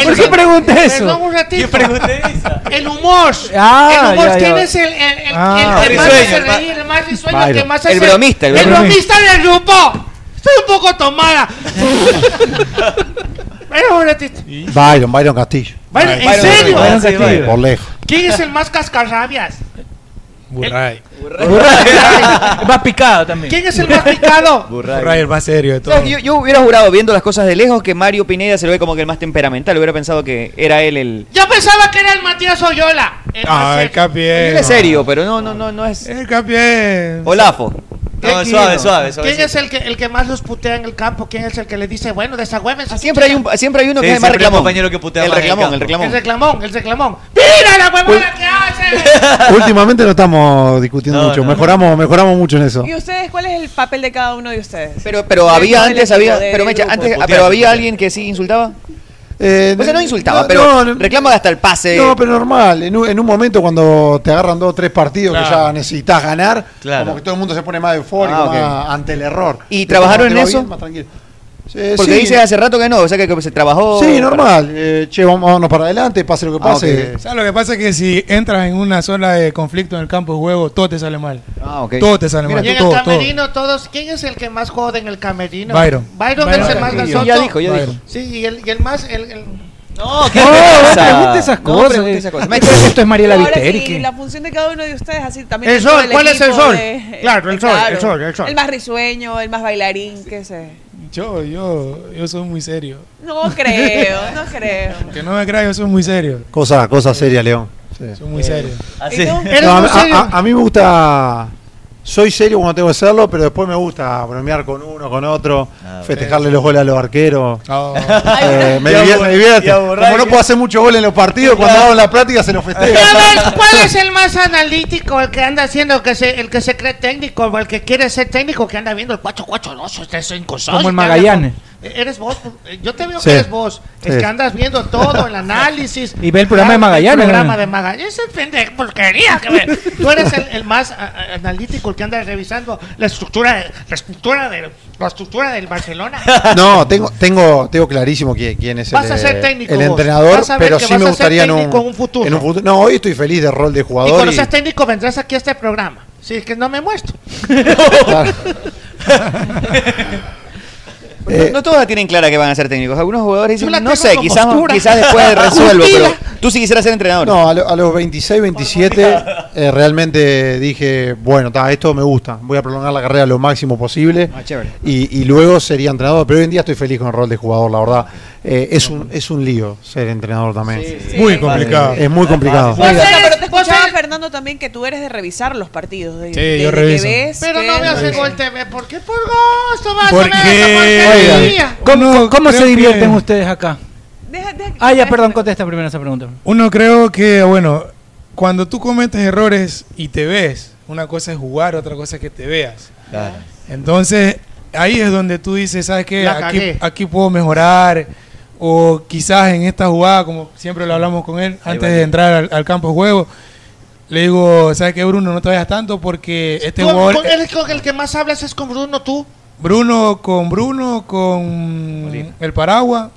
S15: Oh, ¿Por qué pregunta
S9: Perdón,
S15: eso?
S9: un ratito. El humor.
S15: Ah,
S9: el humor.
S15: ya, ya.
S9: ¿Quién es el, el, el- el
S15: Ah.
S9: que más hace
S15: Risueño,
S9: reír, el más risueño,
S15: Byron.
S9: que más
S15: El
S9: hace-
S15: bromista, el
S9: El
S15: bromista.
S9: bromista del grupo. Estoy un poco tomada. Bueno, un ratito.
S19: Byron, Byron Castillo.
S9: Byron, ¿en Byron serio? Castillo. Byron Castillo.
S19: Por lejos.
S9: ¿Quién es el más cascarrabias?
S18: Burray.
S11: [LAUGHS] Más picado también.
S9: ¿Quién es el más
S15: [LAUGHS]
S9: picado?
S18: Burray, el más serio de
S11: O sea,
S18: todo.
S11: que yo, yo hubiera jurado, viendo las cosas de lejos, que Mario Pineda se lo ve como que el más temperamental. Hubiera pensado que era él el.
S9: Yo pensaba que era el Matías Oyola. El más
S18: Ah, el
S9: serio.
S18: Capi
S11: Él
S18: es.
S11: es serio, pero no, no, no, no es.
S18: El Capi es.
S11: Olafo.
S13: No, suave, suave, suave.
S9: ¿Quién es el que, el que más los putea en el campo? ¿Quién es el que le dice, bueno, desagüévense?
S11: Siempre hay, un, siempre hay uno que es el más reclamón. el reclamón, el
S9: El
S11: reclamón.
S9: reclamón, el reclamón. ¡Mira la huevona que hace!
S19: Últimamente no estamos discutiendo mucho, mejoramos, mejoramos mucho en eso.
S12: ¿Y ustedes cuál es el papel de cada uno de ustedes?
S11: Pero, pero había antes, había. Pero, Mecha, antes, ah, pero había alguien que sí insultaba.
S19: Eh,
S11: O sea, no insultaba,
S19: no,
S11: pero
S19: no,
S11: reclama hasta el pase.
S19: No, pero normal, en un, en un momento cuando te agarran dos o tres partidos que
S11: Claro.
S19: ya necesitas ganar,
S11: Claro.
S19: como que todo el mundo se pone más eufórico,
S11: Ah, ok.
S19: más ante el error.
S11: ¿Y
S19: Entonces,
S11: trabajaron
S19: cuando
S11: en
S19: te va
S11: eso?
S19: bien, más tranquilo. Eh,
S11: Porque
S19: sí.
S11: dices hace rato que no, o sea que, que se trabajó.
S19: Sí, normal. Eh, che, vamos- vámonos para adelante, pase lo que
S11: Ah,
S19: pase.
S18: O sea, lo que pasa es que si entras en una zona de conflicto en el campo de juego, todo te sale mal.
S11: Ah, ok.
S18: Todo te sale
S9: Mira,
S18: mal.
S9: y en
S18: todo,
S9: el
S18: todo.
S9: camerino todos, ¿quién es el que más jode en el camerino?
S18: Byron.
S9: Byron,
S18: Byron
S9: es el más
S18: Castillo.
S9: gasoso.
S18: Ya dijo, ya dijo.
S9: Sí, y el, y el más... El, el-
S11: No,
S15: ¿qué No, te pasa? no pregunte esas cosas. Maestro, esto es Mariela
S12: Ahora
S15: Viteri,
S12: sí,
S15: ¿qué?
S12: la función de cada uno de ustedes así también.
S9: El
S12: dentro
S9: sol,
S12: del
S9: ¿cuál es el
S12: equipo
S9: sol?
S12: de-
S9: Claro, el sol, el sol, el sol.
S12: El más risueño, el más bailarín, qué sé.
S18: Yo, yo, yo soy muy serio.
S12: No creo, no creo.
S18: Que no me creas, yo soy muy serio.
S19: Cosa, cosa seria, León.
S18: Soy muy serio.
S11: Eh,
S12: Así.
S19: Eh,
S11: [LAUGHS]
S19: No, a, a- a- a mí me gusta. Soy serio cuando tengo que serlo, pero después me gusta bromear con uno, con otro,
S11: Ah,
S19: festejarle los goles a los arqueros. Eh,
S11: [LAUGHS]
S19: me
S7: Y a
S19: divierte,
S7: Bor-
S19: me divierte.
S7: y a Borrell.
S19: Como no puedo hacer muchos goles en los partidos, cuando hago la práctica se nos
S9: Y a ver,
S19: festeja.
S9: ¿cuál es el más analítico? El que anda haciendo, el que se, el que se cree técnico, o el que quiere ser técnico, que anda viendo el 4-4-2, este es inconsciente.
S15: Como el Magallanes.
S9: Eres vos, eh, yo te veo
S15: Sí.
S9: que eres vos. Es
S15: Sí.
S9: que andas viendo todo,
S15: [LAUGHS]
S9: el análisis.
S15: Y ve el programa de Magallanes,
S9: El programa
S15: ¿no?
S9: de Magallanes. Ese pendejo porquería que
S15: [LAUGHS]
S9: ve. Tú eres el, el más a- a- analítico, el que anda revisando la estructura, de- la estructura, de, la estructura del Barcelona.
S15: [LAUGHS]
S19: No, tengo, tengo, tengo clarísimo quién, quién es
S9: Vas
S19: el,
S9: a ser técnico
S19: el
S9: vos.
S19: entrenador,
S9: Vas a ver
S19: pero
S9: que
S19: sí
S9: vas a
S19: me
S9: ser
S19: gustaría en un,
S9: técnico en un futuro.
S19: en un futuro- No, hoy estoy feliz de rol de
S9: Y
S19: jugador.
S9: cuando
S19: y-
S9: seas técnico vendrás aquí a este programa. Sí, es que no me muestro.
S19: Eh,
S11: No, no todos la tienen clara que van a ser técnicos. Algunos jugadores
S9: Yo
S11: dicen,
S9: la
S11: no
S9: tengo
S11: sé,
S9: como
S11: quizás,
S9: oscura.
S19: [LAUGHS]
S11: quizás después resuelvo, pero, Tú sí quisieras ser entrenador.
S19: No, a, lo- a los 26, 27 eh, realmente dije, bueno, ta, esto me gusta, voy a prolongar la carrera lo máximo posible
S11: Ah, chévere.
S19: y, y luego sería entrenador, pero hoy en día estoy feliz con el rol de jugador, la verdad. Eh, es, un, es un lío ser entrenador también.
S18: sí. Muy complicado.
S19: es muy complicado.
S12: Vos eres- pero te escuchaba, Fernando, también que tú eres de revisar los partidos. De,
S19: Sí,
S12: de-
S19: yo
S12: de que
S19: reviso.
S12: ves,
S23: Pero
S12: ves,
S23: no veas el
S12: ves.
S23: Gol TV. ¿Por qué por gusto vas a
S15: ¿Por
S23: ver
S15: qué?
S23: esa porquería?
S15: Oigan, ¿Cómo, cómo se divierten ustedes acá? ah, ya, perdón, contesta primero esa pregunta.
S18: Uno creo que, bueno, cuando tú cometes errores y te ves, una cosa es jugar, otra cosa es que te veas. Entonces, ahí es donde tú dices, ¿sabes qué?
S23: La
S18: Aquí,
S23: cagué.
S18: aquí puedo mejorar. O quizás en esta jugada, como siempre lo hablamos con él, antes
S23: va.
S18: de entrar al, al campo de juego, le digo, ¿sabes qué, Bruno? No te vayas tanto porque este
S23: Con-
S18: jugador...
S23: con- el, con el que más hablas es con Bruno, tú.
S18: Bruno con Bruno, con el Paragua.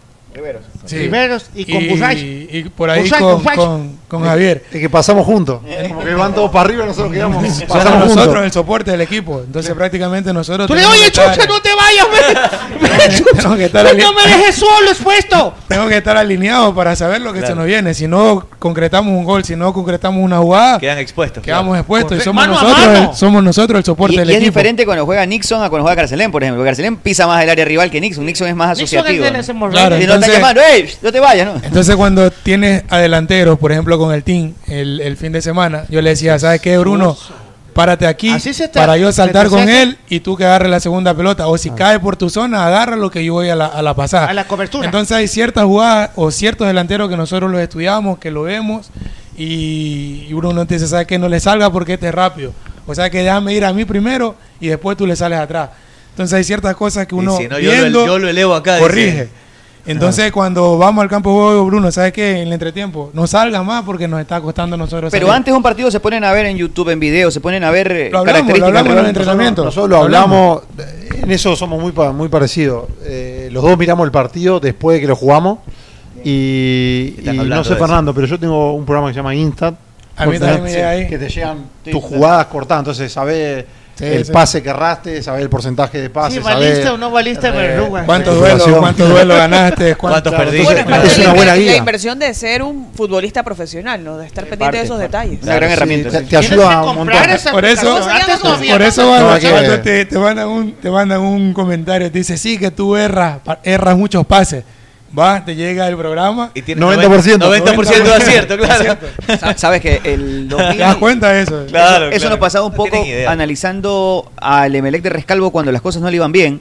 S18: Sí.
S23: Riveros y con Busay.
S18: Y, y por ahí
S23: Busay,
S18: con,
S23: Busay.
S18: con- con Javier. Eh,
S19: Es que pasamos juntos. Como que van todos para arriba y nosotros quedamos.
S18: Somos
S19: pasamos
S18: nosotros
S19: juntos.
S18: el soporte del equipo. Entonces prácticamente nosotros...
S23: Tú le
S18: tenemos
S23: oye,
S18: que estar-
S23: chucha, no te vayas,
S18: [LAUGHS]
S23: me, me-
S18: tenemos que
S23: chucha,
S18: estar ali-
S23: no me dejes solo, expuesto.
S18: tenemos que estar alineados para saber lo que
S13: Claro.
S18: se nos viene. Si no concretamos un gol, si no concretamos una jugada,
S13: Quedan expuestos.
S18: quedamos
S13: claro.
S18: expuestos. Y
S13: Correcto.
S18: somos
S13: Mano a
S18: nosotros,
S13: mano.
S18: el, somos nosotros el soporte
S11: Y,
S18: del
S11: y es
S18: equipo.
S11: diferente cuando juega Nixon a cuando juega Carcelén, por ejemplo. Carcelén pisa más el área rival que Nixon. Nixon es más
S23: Nixon es
S11: asociativo.
S23: de
S11: ¿no?
S23: ese
S11: Y
S23: morro.
S18: Claro,
S11: lo
S18: entonces-
S11: están llamando, ¡ey! No te vayas, ¿no?
S18: Entonces cuando tienes a delanteros, por ejemplo con el team, el, el fin de semana, yo le decía, ¿sabes qué, Bruno? Párate aquí
S23: se te-
S18: para yo
S23: se te
S18: saltar con
S23: seca.
S18: él y tú que agarres la segunda pelota. O si
S13: Ah.
S18: cae por tu zona, agarra lo que yo voy a la, a la pasada.
S23: A la cobertura.
S18: Entonces hay ciertas jugadas o ciertos delanteros que nosotros los estudiamos, que lo vemos y, y Bruno te dice, ¿sabes qué? No le salga porque este es rápido. O sea que déjame ir a mí primero y después tú le sales atrás. Entonces hay ciertas cosas que
S13: Y
S18: uno
S13: si no, yo lo-
S18: viendo,
S13: yo lo elevo acá,
S18: corrige.
S13: dice.
S18: Entonces, cuando vamos al campo de juego, Bruno, ¿sabes qué? En el entretiempo, no salgas más porque nos está costando a nosotros.
S11: Pero
S18: salir.
S11: antes de un partido se ponen a ver en YouTube, en video, se ponen a ver eh,
S18: Lo hablamos,
S11: características.
S18: lo hablamos
S11: del
S18: en el
S11: rival.
S18: entrenamiento.
S19: Nosotros lo hablamos, en eso somos muy, pa- muy parecidos. Eh, los dos miramos el partido después de que lo jugamos. Y, y
S13: hablando
S19: no
S13: de
S19: sé,
S13: eso.
S19: Fernando, pero yo tengo un programa que se llama Instant.
S18: A mí
S19: Vos tenés
S18: también me llega ahí.
S19: Que te llegan
S18: Sí,
S19: tus
S18: sí.
S19: jugadas cortadas. Entonces, sabés
S18: Sí,
S19: el
S18: sí.
S19: pase que erraste, sabés el porcentaje de Eh, pases.
S23: Si valiste
S19: sabés-
S23: o no valiste, verruga.
S18: ¿Cuántos duelos, cuántos
S19: [LAUGHS]
S18: duelos ganaste?
S13: ¿Cuántos perdiste?
S18: entonces,
S13: Bueno,
S19: es una buena
S12: la
S19: guía.
S12: inversión de ser un futbolista profesional, ¿no? De estar pendiente de esos detalles.
S19: Una gran herramienta. Te, te
S18: Tienes
S19: ayuda
S18: que
S19: un montón.
S18: comprar esa Por eso- aplicación. Antes no había Por eso van-
S19: No, hay que-
S18: cuando te, te mandan un, te mandan un comentario, te dice, sí, que tú erras, pa- erras muchos pases. Vas, te llega el programa.
S13: Y tienes 90%. 90% de acierto, claro.
S11: Sa- Sabes que el
S18: [LAUGHS]
S11: 2000
S18: ¿Te das cuenta de eso?
S11: Eso, eso nos pasaba un poco analizando al Emelec de Rescalvo cuando las cosas no le iban bien.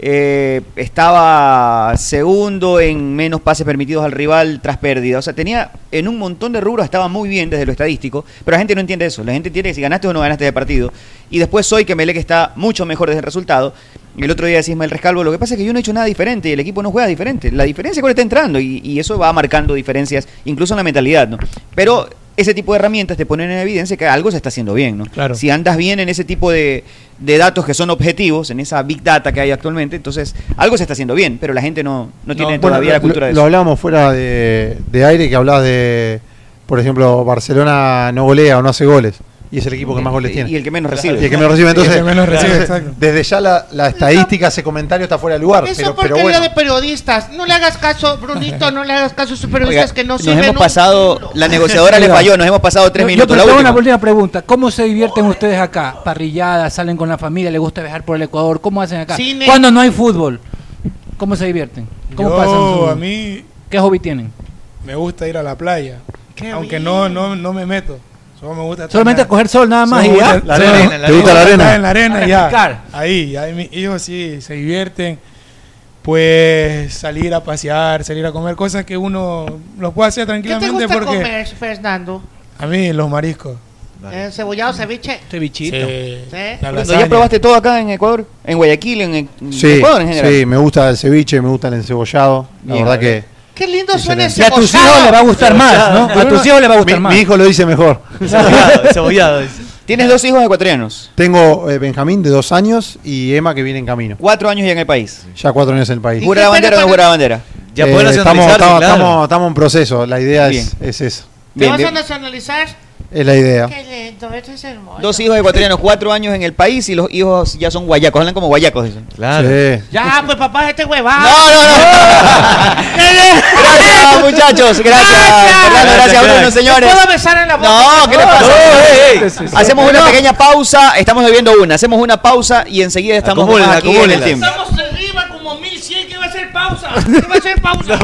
S11: Eh, estaba segundo en menos pases permitidos al rival tras pérdida. O sea, tenía en un montón de rubros, estaba muy bien desde lo estadístico, pero la gente no entiende eso. La gente entiende que si ganaste o no ganaste de partido. Y después hoy que Emelec está mucho mejor desde el resultado. Y El otro día decía Ismael Rescalvo, lo que pasa es que yo no he hecho nada diferente y el equipo no juega diferente. La diferencia es cuál está entrando y, y eso va marcando diferencias, incluso en la mentalidad, ¿no? Pero ese tipo de herramientas te ponen en evidencia que algo se está haciendo bien, ¿no? Si andas bien en ese tipo de, de datos que son objetivos, en esa big data que hay actualmente, entonces algo se está haciendo bien, pero la gente no, no, tiene
S19: Bueno,
S11: todavía la
S19: lo-
S11: cultura de
S19: Lo
S11: eso.
S19: hablábamos fuera de, de aire, que hablabas de, por ejemplo, Barcelona no golea o no hace goles. Y es el equipo que más goles
S11: Y-
S19: tiene.
S11: y el que menos recibe.
S19: Y el que menos recibe.
S11: Y el que
S19: Entonces,
S11: menos recibe,
S19: entonces,
S11: exacto.
S19: desde ya la, la estadística, ese comentario está fuera de lugar.
S23: Esa
S19: Pero, pero
S23: porquería
S19: bueno.
S23: de periodistas. No le hagas caso, Brunito, no le hagas caso a esos
S11: Oiga,
S23: periodistas que no
S11: nos
S23: sirven.
S11: hemos
S23: un-
S11: pasado, la negociadora le
S15: Mira,
S11: falló, nos hemos pasado tres
S15: yo-
S11: minutos.
S15: Yo
S11: la
S15: te hago
S11: última.
S15: una última pregunta. ¿Cómo se divierten ustedes acá? Parrilladas, salen con la familia, les gusta viajar por el Ecuador. ¿Cómo hacen acá?
S18: Cine.
S15: Cuando no hay fútbol, ¿cómo se divierten? ¿Cómo
S18: Yo,
S15: pasan? su-
S18: a mí-
S15: ¿Qué hobby tienen?
S18: Me gusta ir a la playa. aunque no, no, no me meto. Solo me gusta estar
S15: Solamente
S18: en la-
S15: coger sol nada más y
S18: Solo me
S15: ya.
S18: gusta-
S15: La
S18: solo-
S15: arena, la
S18: solo
S15: arena.
S18: me
S15: ¿Te gusta la
S18: gusta
S15: arena?
S18: estar en la arena y
S15: Practicar.
S18: ya. Ahí, ahí mis hijos sí se divierten. Pues salir a pasear, salir a comer cosas que uno los puede hacer
S23: ¿Qué te
S18: tranquilamente
S23: gusta
S18: porque
S23: comer, Fernando?
S18: a mí los mariscos.
S23: Eh, cebollado, ceviche.
S15: Cevichito.
S23: ¿Sí?
S18: La
S11: Bruno, ¿Ya
S18: lasaña.
S11: probaste todo acá en Ecuador? ¿En Guayaquil? ¿En, en
S19: Sí,
S11: Ecuador en general?
S19: sí, me gusta el ceviche, me gusta el encebollado. La
S11: Bien,
S19: verdad que.
S23: Qué lindo suena ese
S19: Y a tus hijos les va a gustar más, ¿no? A tus hijos les va a gustar más. Mi hijo lo dice mejor.
S11: Cebollado, cebollado, dice. Tienes dos hijos ecuatorianos.
S19: Tengo eh, Benjamín de dos años y Emma que viene en camino.
S11: Cuatro años ya en el país.
S19: Ya cuatro años en el país.
S11: ¿Jura la bandera o no jura la bandera?
S19: Eh, estamos, estamos, estamos- estamos en proceso, la idea es, es eso.
S23: ¿Te vas a nacionalizar?
S19: Es la idea.
S24: Qué lindo, esto es hermoso.
S11: Dos hijos ecuatorianos, cuatro años en el país y los hijos ya son guayacos, hablan como guayacos, dicen.
S13: Claro.
S24: Ya, pues papá, es este huevado.
S11: No, no,
S23: [LAUGHS]
S11: [LAUGHS] Gracias, muchachos. Gracias. Fernando, gracias, Bruno, señores.
S24: ¿Puedo besar en la boca?
S11: No, ¿qué le pasa?
S24: No,
S11: Ey, ey.
S24: sí, sí.
S11: Hacemos una
S24: No.
S11: pequeña pausa, estamos bebiendo una, hacemos una pausa y enseguida estamos
S13: Acumúlenla,
S11: más aquí en el
S13: acumúlenla.
S11: tiempo.
S24: Estamos arriba como 1100, que va a ser pausa. Que va a ser pausa.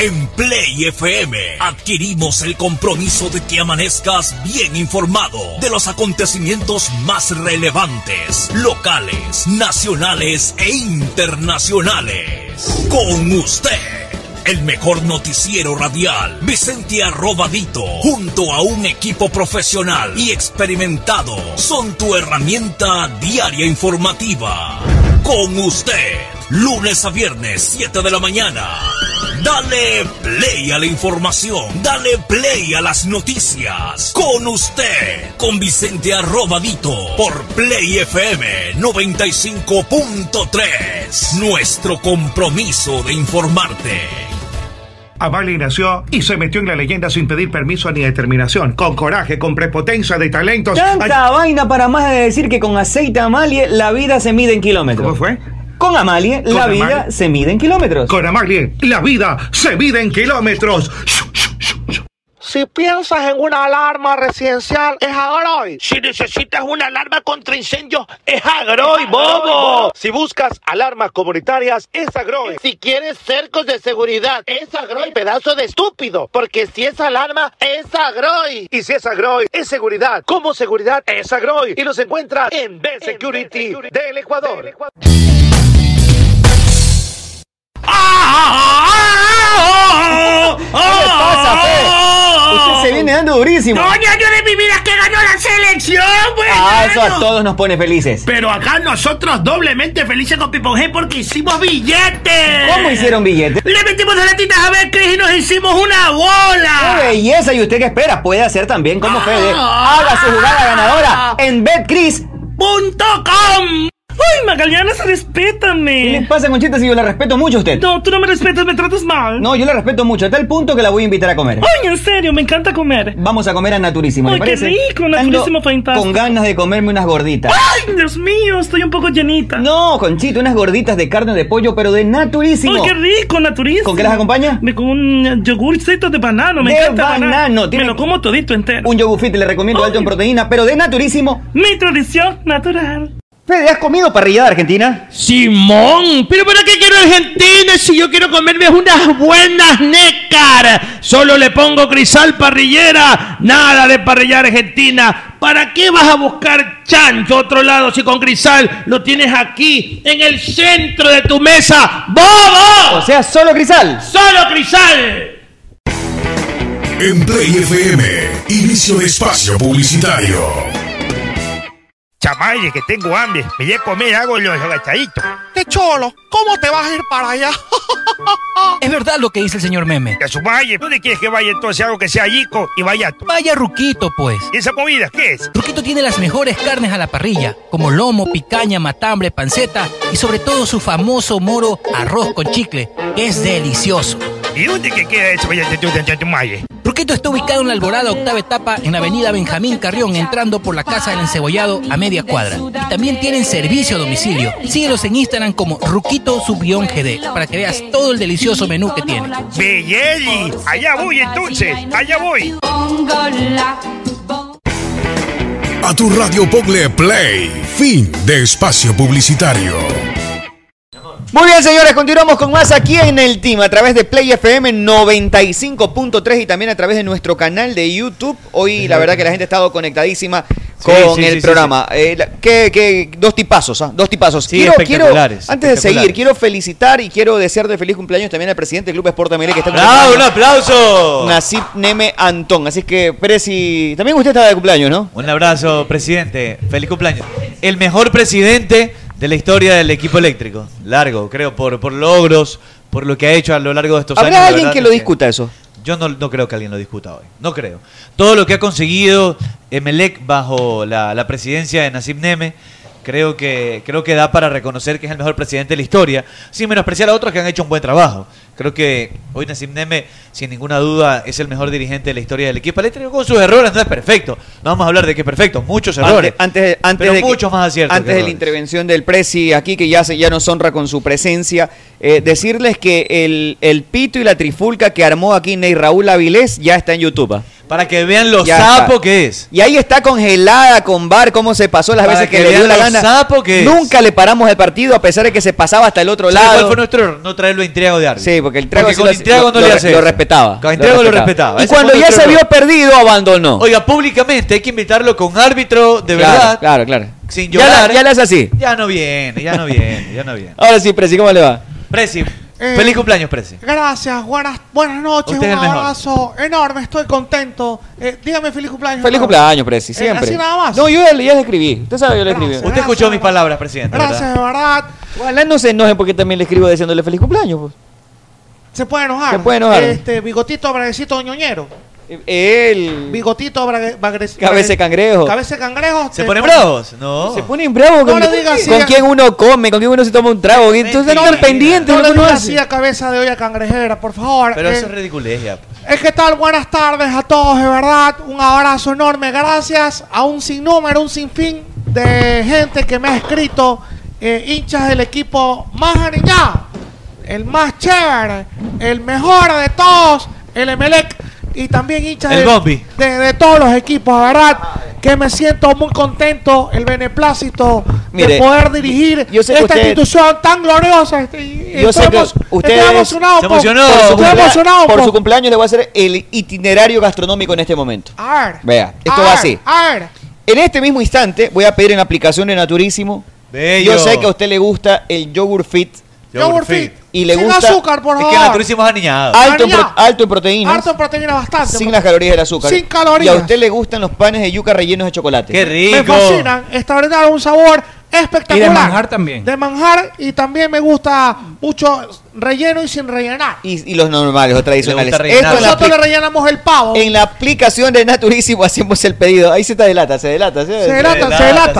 S25: En Play FM adquirimos el compromiso de que amanezcas bien informado de los acontecimientos más relevantes, locales, nacionales e internacionales. Con usted, el mejor noticiero radial, Vicente Arrobadito, junto a un equipo profesional y experimentado, son tu herramienta diaria informativa. Con usted, lunes a viernes, 7 de la mañana. Dale play a la información. Dale play a las noticias. Con usted, con Vicente Arrobadito, por Play FM 95.3. Nuestro compromiso de informarte.
S26: Avali nació y se metió en la leyenda sin pedir permiso ni determinación, con coraje, con prepotencia de talentos.
S27: Tanta vaina para más de decir que con aceite Amalie la vida se mide en kilómetros. ¿Cómo fue? Con Amalie
S26: Con
S27: la
S26: Amalie.
S27: vida se mide en kilómetros.
S26: Con Amalie, la vida se mide en kilómetros.
S28: Si piensas en una alarma residencial, es Agroy. Si necesitas una alarma contra incendios, es Agroy, bobo.
S26: Si buscas alarmas comunitarias, es Agroy.
S28: Si quieres cercos de seguridad, es Agroy, pedazo de estúpido. Porque si es alarma, es Agroy.
S26: Y si es Agroy, es seguridad. Como seguridad, es Agroy. Y nos encuentra en B Security del Ecuador.
S9: ¿Qué pasa, Fe?
S11: Usted se viene dando durísimo.
S9: No, ya yo de mi vida que ganó la selección, pues, güey.
S11: Ah, eso a
S9: Ganó.
S11: todos nos pone felices.
S9: Pero acá nosotros doblemente felices con Pipon G porque hicimos billetes.
S11: ¿Cómo hicieron billetes?
S9: Le metimos de latitas a ver Cris y nos hicimos una bola.
S27: ¡Qué
S11: belleza! ¿Y usted qué espera? Puede hacer también
S9: Ah.
S11: como Fede. Haga su jugada ganadora en betcris.com.
S9: ¡Ay, Magaliana, respétame!
S11: ¿Qué le pasa, Conchita, si yo la respeto mucho a usted?
S9: No, tú no me respetas, me tratas mal.
S11: No, yo la respeto mucho, a tal punto que la voy a invitar a comer.
S9: Ay, en serio, me encanta comer.
S11: Vamos a comer a Naturísimo, ¿le
S9: Ay, qué
S11: parece?
S9: rico, Naturísimo, fantástico.
S11: Con ganas de comerme unas gorditas.
S9: ¡Ay, Dios mío! Estoy un poco llenita.
S11: No, Conchita, unas gorditas de carne de pollo, pero de naturísimo.
S9: ¡Ay, qué rico, naturísimo!
S11: ¿Con qué las acompaña?
S9: Me- Con un yogurcito de banano, me
S11: de
S9: encanta el
S11: banano.
S9: Me lo como todito entero.
S11: Un yogurfit le recomiendo alto en proteína, pero de naturísimo.
S9: Mi tradición natural.
S11: Fede, ¿has comido parrilla de Argentina?
S27: Simón,
S9: pero ¿para qué quiero Argentina si yo quiero comerme unas buenas nécar?
S29: Solo le pongo crisal parrillera, nada de parrilla argentina. ¿Para qué vas a buscar chancho a otro lado si con crisal lo tienes aquí, en el centro de tu mesa? ¡Bobo!
S11: O sea, solo crisal.
S29: ¡Solo crisal!
S30: En Play FM, inicio de espacio publicitario.
S5: Chamaye, que tengo hambre. Me voy a comer algo los agachaditos.
S28: Te cholo, ¿cómo te vas a ir para allá?
S5: [LAUGHS] Es verdad lo que dice el señor Meme. Que a su valle. ¿Dónde quieres que vaya entonces algo que sea yico y vallato? Vaya Ruquito, pues. ¿Y esa comida qué es?
S15: Ruquito tiene las mejores carnes a la parrilla, como lomo, picaña, matambre, panceta y sobre todo su famoso moro arroz con chicle, que es delicioso.
S5: ¿Y dónde que queda eso vaya de Chamaye?
S15: Ruquito está ubicado en la Alborada Octava Etapa en la avenida Benjamín Carrión, entrando por la Casa del Encebollado a media cuadra. Y también tienen servicio a domicilio. Síguelos en Instagram como Ruquito Subión GD para que veas todo el delicioso menú que tiene.
S5: Belleli, allá voy entonces, allá voy.
S30: A tu radio Pogle Play, fin de espacio publicitario.
S11: Muy bien, señores, continuamos con más aquí en el team a través de Play FM 95.3 y también a través de nuestro canal de YouTube. Hoy la verdad que la gente ha estado conectadísima con el
S13: sí, sí, sí,
S11: programa. Eh, la- que, que- dos tipazos, ¿ah? dos tipazos.
S13: Sí, espectaculares,
S11: antes de seguir,
S13: espectaculares.
S11: quiero felicitar y quiero desearle feliz cumpleaños también al presidente del Club Sport Emelec que está
S13: ¡Bravo! ¡Un
S11: cumpliendo
S13: aplauso!
S11: Nasib Neme Antón. Así que, Presi, también usted está de cumpleaños, ¿no?
S13: Un abrazo, presidente. Feliz cumpleaños. El mejor presidente de la historia del equipo eléctrico. Largo, creo, por, por logros, por lo que ha hecho a lo largo de estos años.
S11: ¿Habrá
S13: la
S11: alguien
S13: verdad,
S11: que
S13: no
S11: lo
S13: sé.
S11: discuta eso?
S13: Yo no, no creo que alguien lo discuta hoy. No creo. Todo lo que ha conseguido Emelec bajo la, la presidencia de Nasib Neme, creo que, creo que da para reconocer que es el mejor presidente de la historia, sin menospreciar a otros que han hecho un buen trabajo. Creo que hoy Nassim Neme, sin ninguna duda, es el mejor dirigente de la historia del equipo. Eléctrico con sus errores no es perfecto. No vamos a hablar de que es perfecto, muchos errores.
S11: Antes, antes, antes
S13: pero
S11: de que-
S13: muchos más aciertos. que
S11: Antes de la
S13: errores.
S11: intervención del Presi aquí, que ya, se, ya nos honra con su presencia, eh, decirles que el, el pito y la trifulca que armó aquí Ney Raúl Avilés ya está en YouTube. ah.
S13: Para que vean lo
S11: Ya
S13: sapo
S11: está.
S13: que es.
S11: Y ahí está congelada con Bar, cómo se pasó las
S13: Para
S11: veces que,
S13: que
S11: le dio
S13: vean
S11: la
S13: lo
S11: gana.
S13: sapo que es.
S11: Nunca le paramos el partido a pesar de que se pasaba hasta el otro
S13: ¿Sabe
S11: lado.
S13: ¿Cuál fue nuestro error? No traerlo a Intriago de árbitro.
S11: Sí, porque el Intriago sí
S13: con
S11: lo-
S13: Intriago
S11: lo-
S13: no le
S11: lo-
S13: hace
S11: lo
S13: eso.
S11: respetaba.
S13: Con
S11: Lo
S13: Intriago lo
S11: respetaba.
S13: respetaba.
S11: Y
S13: Ese
S11: cuando
S13: fue
S11: ya
S13: nuestro
S11: se vio
S13: error.
S11: perdido, abandonó.
S13: Oiga, públicamente hay que invitarlo con árbitro de
S11: Claro,
S13: verdad.
S11: Claro, claro.
S13: Sin
S11: Ya la-
S13: llorar.
S11: ya la hace así.
S13: Ya no viene, ya no viene, ya no viene.
S11: Ahora sí, Presi, ¿cómo le va?
S13: Presi,
S9: [LAUGHS] Eh,
S13: feliz cumpleaños, Presi.
S9: Gracias, buenas, buenas noches,
S13: Usted es
S9: un
S13: el mejor.
S9: abrazo enorme, estoy contento. Eh, dígame feliz cumpleaños.
S11: Feliz
S9: hermano.
S11: cumpleaños, Presi,
S9: Eh,
S11: siempre.
S9: así nada más.
S11: No, yo ya, le- ya le escribí. Usted sabe, yo le escribí.
S13: Usted escuchó mis palabras, presidente.
S9: Gracias, de verdad.
S11: Ojalá no se enojen porque también le escribo diciéndole feliz cumpleaños. pues.
S9: Se puede enojar.
S11: Se puede enojar. Eh,
S9: Este, bigotito braguecito ñoñero.
S11: Él.
S9: Bigotito brague- bagre-
S11: Cabeza de
S9: brague-
S11: cangrejo.
S9: Cabeza de cangrejo.
S13: ¿Se
S9: te
S13: ponen
S9: pone-
S13: bravos? No.
S11: Se ponen bravos
S9: No
S11: con,
S9: le digas así
S11: con
S9: a-
S11: quién uno come, con quién uno se toma un trago. Entonces no están pendientes
S9: No
S11: de
S9: le
S11: lo que uno
S9: digas
S11: hace.
S9: así a cabeza de olla cangrejera, por favor.
S13: Pero
S9: Eh,
S13: eso es ridiculez
S9: Es que Eh, tal, buenas tardes a todos, de verdad. Un abrazo enorme. Gracias a un sinnúmero, un sinfín de gente que me ha escrito, eh, hinchas del equipo más aniñado, el más chévere, el mejor de todos, el Emelec, y también hinchas
S13: El
S9: del-
S13: Bombi.
S9: de, de todos los equipos, de verdad. Que me siento muy contento, el beneplácito
S11: Mire,
S9: de poder dirigir
S11: yo sé que
S9: esta
S11: usted-
S9: institución tan gloriosa. Este- y-
S11: Yo
S9: estoy
S11: sé que
S9: emo-
S11: ustedes
S9: estoy emocionado por-
S11: Por su,
S9: estoy
S11: cumplea-
S9: emocionado
S11: por
S9: por-
S11: su cumpleaños le voy a hacer el itinerario gastronómico en este momento.
S9: A ver,
S11: Vea, esto
S9: a
S11: va
S9: ver,
S11: así.
S9: a ver.
S11: En este mismo instante voy a pedir en aplicación de Naturísimo.
S13: Bello.
S11: Yo sé que a usted le gusta el yogur fit.
S13: Yogur fit.
S11: Y le
S9: Sin
S11: gusta
S9: azúcar, por
S13: Es
S9: favor.
S13: que Naturísimo es aniñado.
S11: alto, en pro-
S9: Harina.
S11: alto en proteínas.
S9: Harto en proteína bastante.
S11: sin las calorías del azúcar.
S9: Sin calorías.
S11: Y a usted le gustan los panes de yuca rellenos de chocolate.
S13: ¡Qué
S9: Me fascinan. Extraordinario, un sabor espectacular.
S11: Y de manjar también.
S9: De manjar y también me gusta mucho relleno y sin rellenar.
S11: Y, y los normales o tradicionales.
S13: gusta
S11: Esto en la,
S9: Nosotros le
S11: apli-
S9: rellenamos el pavo.
S11: en la aplicación de Naturísimo hacemos el pedido. Ahí se está delata, se delata. Se,
S9: delata, se delata,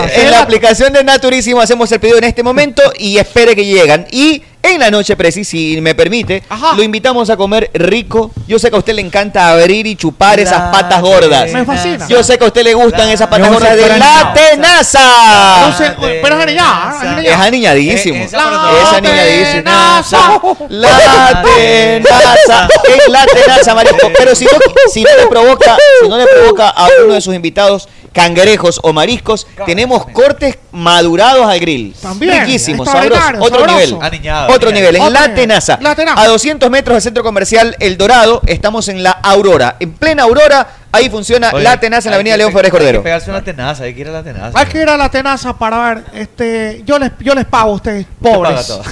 S9: se
S11: En la
S9: delata.
S11: aplicación de Naturísimo hacemos el pedido en este momento y espere que llegan. Y en la noche, Preci, si me permite, lo invitamos a comer rico. Yo sé que a usted le encanta abrir y chupar esas patas gordas.
S9: Me fascina.
S11: Yo sé que a usted le gustan esas patas
S9: Yo
S11: gordas
S9: sé
S11: de
S9: que
S11: la
S9: no.
S11: tenaza.
S9: No sé, pero es ¿eh? anillada.
S11: Es aniñadísimo.
S9: Eh,
S11: Es
S9: esa por dos.
S11: aniñadísimo.
S9: Tenaza.
S11: La tenaza.
S9: [LAUGHS]
S11: Es la tenaza, marisco. Pero si no, si no le provoca, si no le provoca a uno de sus invitados cangrejos o mariscos, tenemos cortes madurados al grill.
S9: También.
S11: Riquísimos, sabrosos.
S9: Extraordinario,
S11: Otro
S9: sabroso.
S11: nivel.
S9: Aniñado,
S11: Otro
S9: aniñado.
S11: nivel. Es
S9: Otro
S11: la
S9: nivel.
S11: tenaza.
S9: La tenaza.
S11: A 200 metros del centro comercial El Dorado, estamos en la Aurora. En plena Aurora, ahí funciona
S13: Oye,
S11: la tenaza en la
S13: hay
S11: avenida
S13: que
S11: León
S13: pe-
S11: Flores
S13: Hay
S11: Cordero.
S13: que pegarse una tenaza, hay que ir a la tenaza.
S9: Hay que ir a la tenaza para ver. Este, yo les, yo les pago a ustedes, pobres. [LAUGHS]
S13: Paga todo.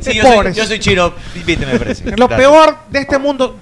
S13: Sí, yo, soy,
S9: Pobres.
S13: yo soy chino, invíteme, Presi.
S9: Lo
S13: Gracias.
S9: peor de este mundo.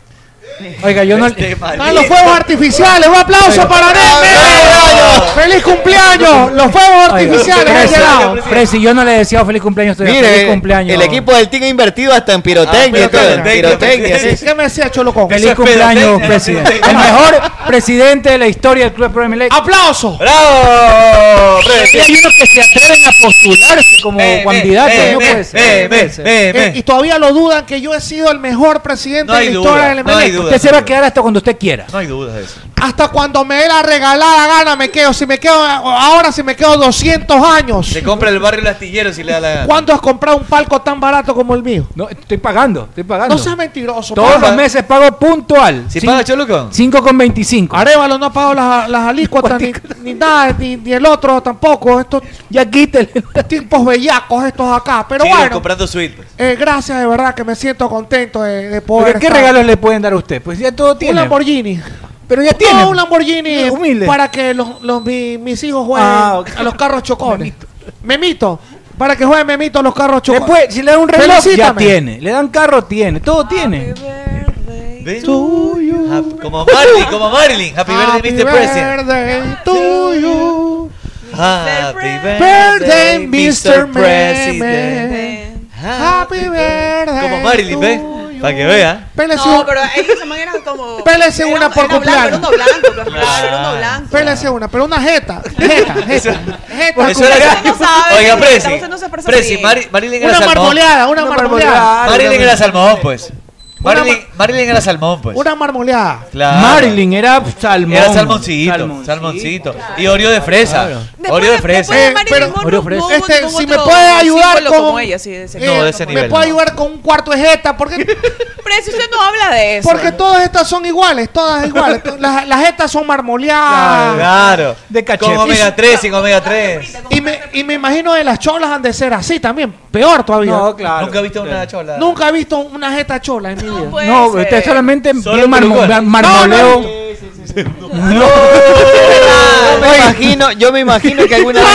S15: Oiga, yo no.
S13: Este,
S15: Ah,
S9: Están Ah, los fuegos artificiales. Un aplauso para Neme. ¡Feliz cumpleaños! Los fuegos artificiales han llegado.
S15: Presi, Presi, yo no le decía feliz cumpleaños todavía. feliz
S11: Mire,
S15: cumpleaños.
S11: el equipo del team ha invertido hasta en pirotecnia.
S15: Ah,
S11: todo, en
S15: pirotecnia,
S11: pirotecnia, sí.
S15: sí.
S9: ¿Qué me decía Cholocón?
S15: Feliz cumpleaños, presidente. El mejor presidente de la historia del Club Premier League.
S9: ¡Aplauso!
S13: ¡Bravo!
S15: Y hay unos que se atreven a postularse como candidatos.
S13: ve,
S15: no
S13: ve,
S15: puede ser.
S13: ve,
S15: No
S13: ve,
S15: puede ser.
S13: ve, ve.
S9: Eh, y todavía lo dudan que yo he sido el mejor presidente
S13: No hay
S9: de la
S13: duda,
S9: historia del
S13: no hay
S9: MLE.
S13: duda.
S15: Usted se va a quedar hasta cuando usted quiera.
S13: No hay dudas de eso.
S9: Hasta cuando me dé la regalada gana me quedo. Si me quedo ahora, si me quedo 200 años.
S13: Se compra el barrio El Astillero si le da la gana.
S9: ¿Cuándo has comprado un palco tan barato como el mío?
S15: No, estoy pagando, estoy pagando.
S9: No seas mentiroso.
S15: Todos
S9: papá.
S15: los meses pago puntual.
S13: ¿Si
S15: Cin-
S13: paga Choluco?
S15: 5,25.
S9: Arevalo no ha pagado las, las
S15: [LAUGHS]
S9: alícuotas, ni, ni nada, ni, ni el otro tampoco. Estos
S15: ya quítale.
S9: Tipos bellacos estos acá. Pero
S13: Chino
S9: bueno,
S13: comprando suite.
S9: eh, gracias de verdad que me siento contento de, de poder.
S15: Oiga, ¿Qué
S9: estar-
S15: regalos le pueden dar a usted? Pues ya todo tiene.
S9: Un Lamborghini.
S15: Pero ya tiene.
S9: No, un Lamborghini
S15: Humilde.
S9: para que los, los- mi- mis hijos jueguen
S15: Ah, ok.
S9: a los carros chocones. Memito. Para que jueguen Memito a los carros chocones.
S15: Después, si le dan un reloj, ya
S9: Felicítame.
S15: tiene. Le dan carro, tiene. Todo tiene.
S13: Ve. Hap- Como Marley, como Marilyn. Happy birthday, Mr. President.
S9: Birthday to you.
S13: Happy
S9: Birthday,
S13: birthday,
S9: Mr.
S13: Mr. President.
S9: Happy birthday.
S13: Como Marilyn, ¿ves? Para que vea.
S9: Pélese
S12: no,
S9: un-
S12: pero ellos también eran como.
S9: Pélese
S12: era-
S9: una por
S12: era blanco,
S9: cumpleaños.
S12: Era uno blanco, pues, claro, era uno blanco.
S9: Pélese una, pero una jeta. Jeta, jeta. jeta
S13: Eso era-
S9: Usted no
S13: [LAUGHS]
S9: sabe,
S13: Oiga,
S9: señorita,
S13: Presi.
S9: usted no se expresa
S13: Presi,
S9: bien.
S13: Mari- Marilyn era
S9: Una
S13: salmón.
S9: marmoleada, una marmoleada.
S13: Marilyn era salmón, pues. Marilyn, Marilyn era salmón, pues.
S9: Una marmoleada.
S13: Claro.
S15: Marilyn era salmón.
S13: Era salmoncito, salmoncito. Y Oreo de fresa. Oreo de fresa.
S9: después de Marilyn Monroe
S13: Oreo fresa.
S9: Hubo
S12: Este,
S9: ningún
S12: si
S9: otro
S12: me
S9: símbolo
S12: puede ayudar con-
S9: como ella,
S12: sí, de ese-
S9: Eh,
S13: No, de ese
S9: ¿Me
S13: nivel,
S9: puede
S13: no.
S9: ayudar con un cuarto de jeta? Porque,
S12: Pero si usted no habla de eso.
S9: porque todas estas son iguales, todas
S13: [LAUGHS]
S9: iguales. To- Las, las jetas son marmoleadas.
S13: Claro.
S9: De
S13: Con omega 3, sin omega 3.
S9: Y me, y me imagino de las cholas han de ser así también, peor todavía.
S13: Nunca he visto una chola.
S9: Nunca he visto una jeta chola en mi vida.
S15: No, usted solamente bien marmo- mar-
S9: No,
S15: marmoleo.
S11: Yo me imagino, yo me imagino que alguna vez.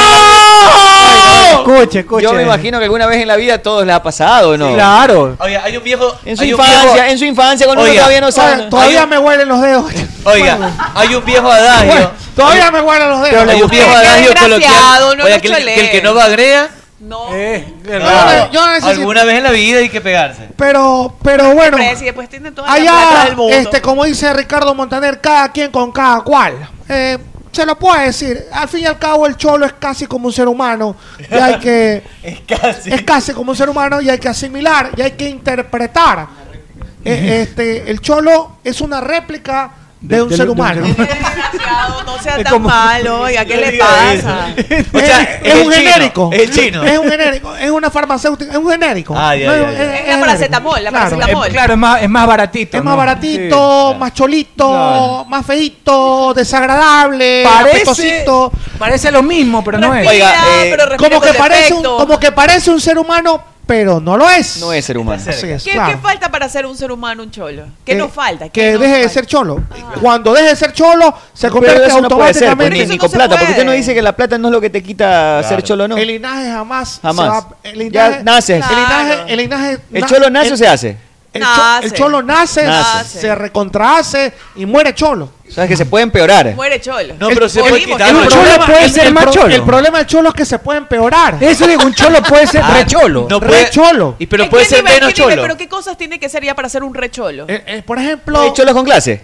S15: Escuche, escuche.
S11: Yo me imagino que alguna vez en la vida a todos les ha pasado, ¿no?
S15: Claro.
S13: Oye, hay un viejo.
S11: En su
S13: hay un
S11: infancia,
S13: viejo-
S11: en su infancia, cuando uno
S13: Oiga,
S11: todavía no sabe.
S13: oiga, todavía
S11: Hay
S9: me huelen los dedos.
S13: Oiga, hay un viejo adagio.
S9: Bueno, todavía me huelen los dedos.
S13: hay un viejo adagio coloquial.
S9: no
S13: oiga,
S9: lo
S13: que, el, que el
S9: cholee.
S13: que no va agrega.
S9: Yo
S13: No.
S9: no- yo no necesito-
S13: Alguna vez en la vida hay que pegarse.
S9: Pero, pero bueno.
S12: la plata
S9: allá,
S12: del mundo.
S9: este, como dice Ricardo Montaner, cada quien con cada cual. Eh, se lo puedo decir. Al fin y al cabo, el cholo es casi como un ser humano. Y hay que. es
S13: casi.
S9: como un ser humano y hay que asimilar y hay que interpretar. Eh, este, el cholo es una réplica de, un ser humano. [LAUGHS]
S12: No sea
S9: Es
S12: tan
S9: como-
S12: malo, oiga,
S9: [LAUGHS]
S12: ¿qué
S9: Yo
S12: le
S9: digo
S12: pasa?
S9: es,
S13: el
S9: un
S13: chino,
S9: genérico.
S13: es el chino.
S9: Es un
S13: [LAUGHS]
S9: genérico. Es una farmacéutica. Es un genérico.
S13: Ah, ya,
S9: No,
S13: ya, ya.
S9: es-
S12: Es la paracetamol, la
S9: Claro.
S12: paracetamol.
S15: Eh, Claro, es más, es más baratito.
S9: Es más baratito, más cholito,
S15: Claro.
S9: más feito, desagradable,
S15: Parece-
S9: apetosito.
S15: Parece lo mismo, pero no es.
S9: Oiga, eh, como que parece un, como que parece un ser humano, pero no lo es.
S11: No es ser humano.
S9: Así es,
S12: ¿Qué,
S9: claro.
S12: qué falta para ser un ser humano, un cholo? ¿Qué
S9: Eh,
S12: nos falta? ¿Qué
S9: Que
S12: nos
S9: deje de ser cholo. Cuando deje de ser cholo, se
S11: Pero
S9: convierte
S11: eso no puede ser, pues,
S9: automáticamente
S11: ni, ni con plata, porque usted no dice que la plata no es lo que te quita ser cholo, ¿no?
S9: El linaje jamás.
S11: Jamás.
S9: Se va, el linaje,
S11: Ya naces.
S9: El linaje, el linaje-
S11: ¿El
S9: na-
S11: cholo nace o
S9: el-
S11: se hace?
S9: El, cho-
S12: Nace.
S9: el cholo nace,
S11: Nace.
S9: se recontrahace y muere cholo.
S11: ¿Sabes que se puede empeorar?
S12: Muere cholo.
S13: No, pero se
S12: Morimos,
S13: puede quitar.
S12: ¿no?
S15: El cholo puede
S9: el-
S15: ser
S9: el
S15: más
S9: pro-
S15: cholo.
S9: El problema del cholo es que se puede empeorar.
S15: Eso digo, un cholo
S11: [LAUGHS]
S15: puede ser
S9: Ah,
S15: recholo.
S9: no puede- Recholo.
S13: Y
S12: ¿Qué
S13: pero puede ser
S12: nivel,
S13: menos
S12: qué nivel?
S13: cholo.
S12: Pero ¿qué cosas tiene que ser ya para ser un recholo?
S9: Eh, eh, por ejemplo.
S11: cholos con clase?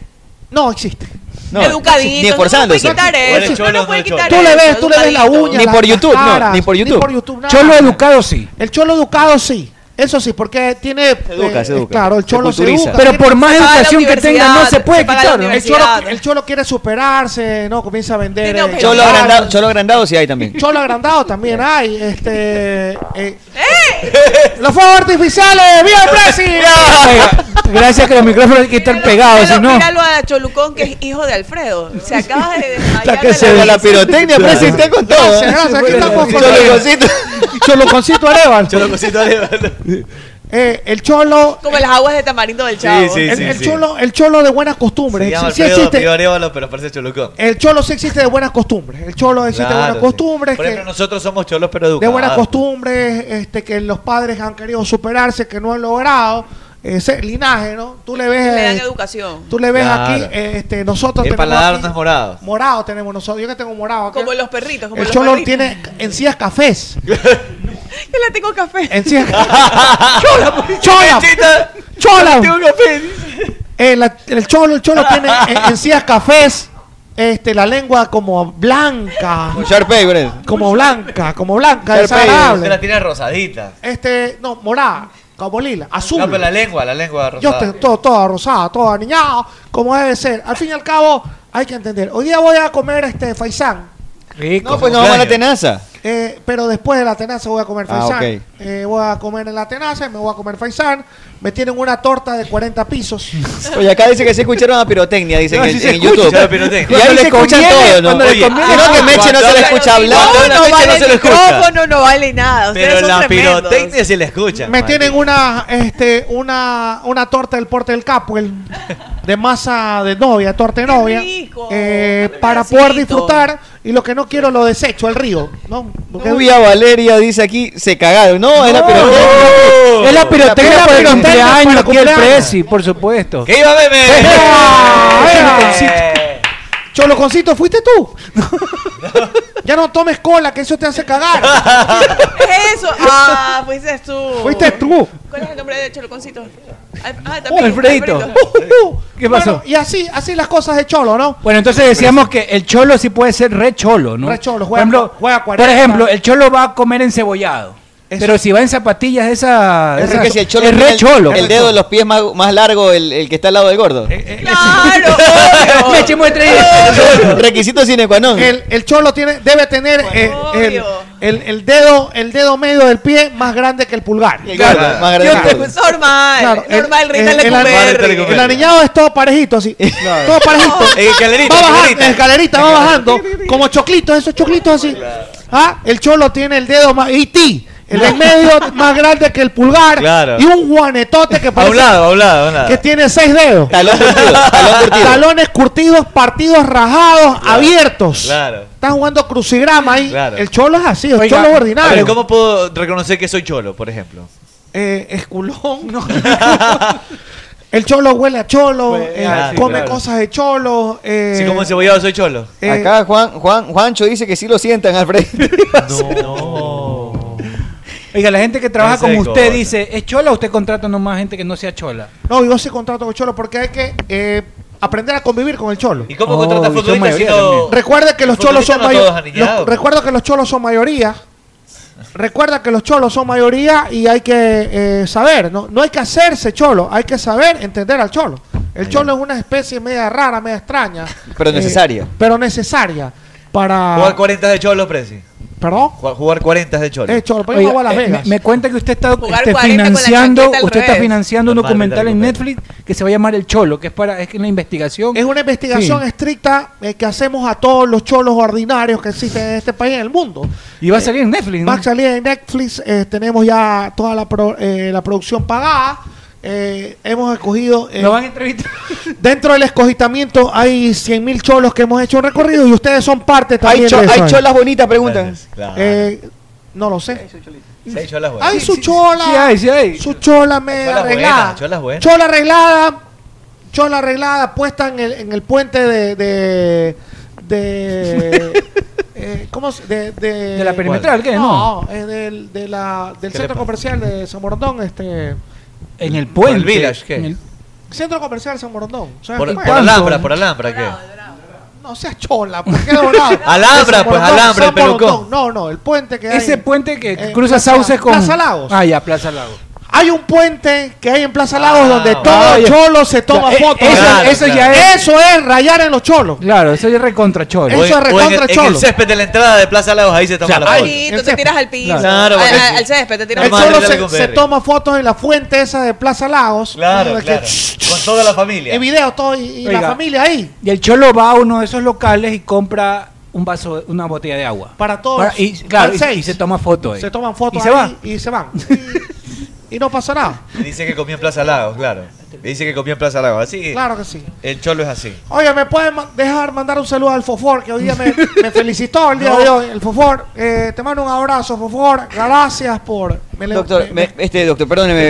S9: No existe.
S11: No,
S12: Educadito,
S11: ni esforzándose.
S12: no me puede quitar
S11: Huele
S12: eso,
S11: cholo,
S12: no me puede
S11: no cholo.
S12: quitar
S9: Tú le ves,
S12: eso,
S9: tú le ves la
S12: educadito.
S9: uña.
S11: Ni por
S9: las
S11: YouTube, no,
S9: caras,
S11: ni por YouTube.
S9: nada.
S15: Cholo educado sí.
S9: El cholo educado sí. Eso sí, porque tiene. eh,
S11: educa, se educa.
S9: Claro, el
S11: Se
S9: cholo se,
S11: culturiza.
S9: educa.
S15: Pero por más
S9: Se paga la
S15: educación que tenga, no se
S9: universidad,
S15: puede
S9: paga la
S15: quitar, ¿no?
S9: universidad. El cholo,
S12: El
S9: el cholo quiere superarse, ¿no? Comienza a vender. eh,
S11: Cholo
S9: cholo
S11: agrandado, cholo agrandado sí
S9: [LAUGHS]
S11: hay también.
S9: Cholo agrandado también hay. Este, eh, Los fuegos artificiales, ¡viva el Brasil!
S15: Oiga, gracias que los micrófonos hay que estar pegados, si no.
S12: Míralo a Cholucón, que es hijo de Alfredo. Se acaba
S9: [LAUGHS]
S12: de desmayar.
S15: Está que
S12: de
S15: se
S12: la
S15: ve la
S12: risa.
S11: pirotecnia,
S15: Claro.
S11: presente con todo.
S9: Gracias, gracias, aquí estamos con-
S18: [LAUGHS]
S11: Choloconcito.
S9: Choloconcito Areval.
S13: Choloconcito Areval.
S9: Eh, el cholo.
S12: Como las aguas de tamarindo del chavo.
S13: sí,
S9: el,
S13: sí,
S9: el
S13: sí.
S9: cholo, el cholo de buenas costumbres.
S13: Se llama
S9: Sí, sí
S13: Alfredo
S9: existe.
S13: Pío Arevalo, pero parece cholucón.
S9: El cholo sí existe de buenas costumbres. El cholo existe
S13: Claro,
S9: de buenas
S13: sí.
S9: costumbres.
S13: Por
S9: que-
S13: ejemplo, nosotros somos cholos, pero
S9: de
S13: educados.
S9: buenas costumbres, este, que los padres han querido superarse, que no han logrado. Ese linaje, ¿no? Tú le ves.
S12: Le dan
S9: eh,
S12: educación.
S9: Tú le ves
S13: Claro.
S9: aquí, eh, este, nosotros
S13: El
S9: tenemos
S13: paladar
S9: aquí-
S13: no es morado.
S9: morado tenemos nosotros. Yo que tengo morado. acá.
S12: Como los perritos. Como
S9: el
S12: los
S9: cholo
S12: perritos. [LAUGHS]
S9: tiene encías cafés.
S13: [LAUGHS]
S12: Yo le tengo café.
S9: Encías chola,
S13: [LAUGHS]
S9: pues, chola,
S13: Chita,
S9: chola.
S13: tengo café.
S9: Eh, la- el cholo, el cholo tiene en- encías cafés. Este, la lengua como blanca.
S11: Con Sharpay, con eso.
S9: Como blanca, como blanca,
S13: Usted
S9: desagradable.
S13: la tiene rosadita.
S9: Este, no, morada, como lila, azul.
S13: No, pero la lengua, la lengua
S9: Yo
S13: rosada.
S9: estoy todo, toda rosada, toda niñada, como debe ser. Al fin y al cabo, hay que entender. Hoy día voy a comer este faisán,
S11: No, pues no vamos a la tenaza.
S9: eh, pero después de la tenaza voy a comer
S11: Ah,
S9: faisán.
S11: ok.
S9: Eh, voy a comer en la tenaza, me voy a comer faisán. Me tienen una torta de 40
S11: [LAUGHS]
S9: pisos.
S11: Oye, acá dice que se escucharon a pirotecnia, dicen
S13: No,
S11: en,
S13: sí se
S11: en
S13: escucha
S11: YouTube.
S13: la pirotecnia.
S11: Y ahí
S13: Cuando
S11: se
S13: le
S11: escuchan
S13: conviene,
S11: todo, ¿no?
S13: cuando le
S11: Oye,
S13: conviene.
S11: sino que Meche no se Ah, le
S13: Cuando-
S11: escucha hablar.
S13: Cuando la
S12: No, no
S13: fecha no
S12: vale
S13: se lo
S12: el
S13: escucha.
S12: micrófono, no vale nada. Ustedes
S13: Pero
S12: son
S13: la
S12: tremendos.
S13: pirotecnia sí la escucha.
S9: Me tienen una, este, una, una torta del porte del capo, el- de masa de novia, torta de novia, eh, para poder disfrutar. Y lo que no quiero lo desecho al río. ¿no? Porque-
S11: Rubia Valeria dice aquí, se cagaron. No, es la
S15: No.
S11: pirotecnia.
S15: Es la pirotecnia por el cumpleaños
S11: para
S15: aquí el
S11: cumpleaños.
S15: Prezi, por supuesto.
S13: ¡Que iba, bebé!
S15: [LAUGHS]
S9: ¡Ea!
S15: ¡Ea!
S9: Choloconcito, ¿fuiste tú? [LAUGHS] Ya no tomes cola, que eso te hace cagar.
S11: [LAUGHS]
S12: ¿Es eso? Ah, fuiste tú.
S9: Fuiste tú.
S12: ¿Cuál es el nombre de Choloconcito? Al- Ah,
S15: Oh,
S12: también.
S15: Alfredito. Uh, ¿Qué pasó?
S9: Bueno, y así, así las cosas de Cholo, ¿no?
S15: Bueno, entonces decíamos que el cholo sí puede ser re cholo, ¿no?
S9: Re cholo,
S15: por
S9: juega-
S15: ejemplo,
S9: [LAUGHS] juega
S15: por
S9: 40.
S15: ejemplo, el cholo va a comer encebollado. Pero si va en zapatillas de esa, de
S11: Es
S15: esa-
S11: que si el cholo
S15: es
S11: tiene
S15: re
S11: el,
S15: cholo.
S11: el dedo de los pies más, más largo, el, el que está al lado del gordo.
S9: Eh,
S15: Le echemos entre
S11: [LAUGHS] Requisito sine qua non.
S9: El, el cholo tiene, debe tener eh, el, el- el dedo, el dedo medio del pie más grande que el pulgar.
S11: gordo, más grande que el
S9: Yo te-
S11: gordo.
S12: Es normal.
S9: Claro, el-
S12: normal,
S9: el-
S12: Rita
S9: el-
S12: Lecumberri.
S9: El aniñado es todo parejito, [LAUGHS] así. Todo [LAUGHS] parejito.
S12: En escalerita,
S9: va bajando,
S12: escalerita.
S9: en escalerita, va bajando. Como choclitos, esos choclitos así. Ah, el cholo tiene el dedo más. Y ti. El del medio más grande que el pulgar.
S13: Claro.
S9: Y un guanetote que
S13: A
S9: parece.
S13: un lado, a un lado, a un lado.
S9: Que tiene seis dedos. [LAUGHS] Talones curtidos, partidos rajados, abiertos.
S13: Claro.
S9: Están jugando crucigrama ahí.
S13: Claro.
S9: El cholo es así, el
S13: Oiga,
S9: cholo es
S13: a ver,
S9: ordinario.
S13: ¿Cómo puedo reconocer que soy cholo, por ejemplo?
S9: Eh, es culón, no. [LAUGHS] el cholo huele a cholo, eh,
S13: ah, sí,
S9: come
S13: claro.
S9: cosas de cholo. eh,
S13: Si como cebollado soy cholo.
S11: Acá Juan, Juan, Juancho dice que sí lo sientan,
S9: [LAUGHS]
S11: Alfredito.
S15: Oiga, la gente que trabaja
S11: Ese
S15: con usted
S11: gordo.
S15: dice, ¿es chola o usted contrata nomás gente que no sea chola?
S9: No, yo sí contrato con cholo porque hay que eh, aprender a convivir con el cholo. ¿Y
S13: cómo contratas Oh, y son futbolistas mayoría si no- también.
S9: Recuerda que los
S13: Los
S9: cholos
S13: futbolistas
S9: son
S13: no todos
S9: mayoría.
S13: anillados.
S9: Recuerda que los cholos son mayoría. Recuerda que los cholos son mayoría y hay que eh, saber, ¿no? no hay que hacerse cholo, hay que saber entender al cholo. El cholo es una especie media rara, media extraña,
S13: Pero
S9: eh,
S13: necesaria.
S9: pero necesaria para...
S13: Jugar 40 de cholo, Presi.
S9: ¿Perdón?
S13: Jugar 40 de cholo.
S9: Eh, cholo, pero yo
S15: Oiga,
S9: juego a Las
S15: eh, me,
S9: Vegas.
S15: me cuenta que usted está
S9: Jugar 40
S15: este,
S9: con la
S15: financiando,
S9: chaqueta al
S15: usted está
S9: revés.
S15: financiando un
S9: Normal,
S15: documental
S9: Vitaly
S15: en Netflix que se va a llamar El Cholo, que es para es que una investigación.
S9: Es una investigación estricta eh, que hacemos a todos los cholos ordinarios que existen en este país y en el mundo. Eh,
S15: Y va a salir en Netflix, ¿no?
S9: Va a salir en Netflix, eh, tenemos ya toda la, pro- eh, la producción pagada. eh, hemos escogido. eh,
S15: Lo van a entrevistar.
S9: Dentro del escogitamiento hay 100.000 cholos que hemos hecho un recorrido y ustedes son parte también.
S11: cho-
S9: de eso,
S11: hay
S9: ¿eh?
S11: cholas bonitas, preguntan.
S13: Claro.
S9: Eh, no lo sé.
S13: Sí,
S22: Ah,
S13: cholas buenas.
S9: Hay su chola.
S13: sí hay, sí hay.
S9: Su chola media
S13: Cholas
S9: arreglada.
S13: buenas, cholas buenas.
S9: Chola arreglada, chola arreglada, puesta en el, en el puente de. de,
S15: [LAUGHS]
S9: de eh, ¿Cómo se- de, de,
S15: ¿De la perimetral, qué?
S9: No,
S15: No.
S9: eh, del, de la, del
S15: ¿Qué
S9: centro
S15: le pasa?
S9: comercial de San Morondón. Este,
S15: En el puente.
S13: Por el Village, ¿qué?
S15: En el-
S9: centro comercial San Morondón. ¿sabes
S13: Por,
S9: qué?
S13: por
S9: Bueno,
S13: Alhambra, por Alhambra, ¿qué?
S9: No seas chola, ¿por qué dorado?
S15: [LAUGHS]
S13: Alhambra,
S9: San
S13: pues,
S9: Morondón,
S13: Alhambra,
S9: San
S13: el pelucón.
S9: Morondón. No, no, el puente que hay.
S15: Ese puente que
S9: eh,
S15: cruza
S9: Plaza-
S15: Sauces con.
S9: Plaza Lagos.
S15: Ah, ya, Plaza Lagos.
S9: Hay un puente que hay en Plaza
S13: Ah,
S9: Lagos donde todo
S15: Ah, vaya.
S9: cholo se toma
S15: Ya, eh,
S9: fotos.
S15: eso- Claro, eso ya claro. es-
S9: Eso es rayar en los cholos.
S15: Claro, eso ya es recontra cholo.
S9: Eso es
S13: O en el,
S9: recontra
S13: en el
S9: cholo.
S13: césped de la entrada de Plaza Lagos, ahí se toma la foto.
S12: Ahí, tú te tiras al piso.
S13: Claro,
S12: Al-
S13: porque-
S12: al, al césped, te tiras
S9: El
S13: Normal,
S12: al
S9: cholo
S13: Rita
S9: se,
S13: Lecumberri.
S9: se toma fotos en la fuente esa de Plaza Lagos.
S13: Claro,
S9: donde
S13: claro.
S9: que-
S13: Con toda la familia.
S9: Y video todo y, y la
S15: Oiga.
S9: familia ahí.
S15: Y el cholo va a uno de esos locales y compra un vaso, una botella de agua.
S9: Para todos.
S15: y, claro,
S9: Para
S15: y se-
S9: seis.
S15: y se toma foto ahí.
S9: Se toman fotos
S15: ¿Y se
S9: ahí
S15: va?
S9: y se
S15: [LAUGHS]
S9: van. Y, y no pasa nada.
S13: Me Dice que comió en Plaza Lagos, claro. Me Dice que comió en Plaza Lagos. Así.
S9: Claro que sí.
S13: El cholo es así.
S9: Oye, ¿me pueden ma- dejar mandar un saludo al Fofor? Que hoy día
S15: [LAUGHS]
S9: me, me felicitó el día de hoy. El Fofor, eh, te mando un abrazo, Fofor. Gracias por... me le-
S11: Doctor,
S9: me-
S11: me- este
S9: [LAUGHS]
S11: doctor, perdóneme.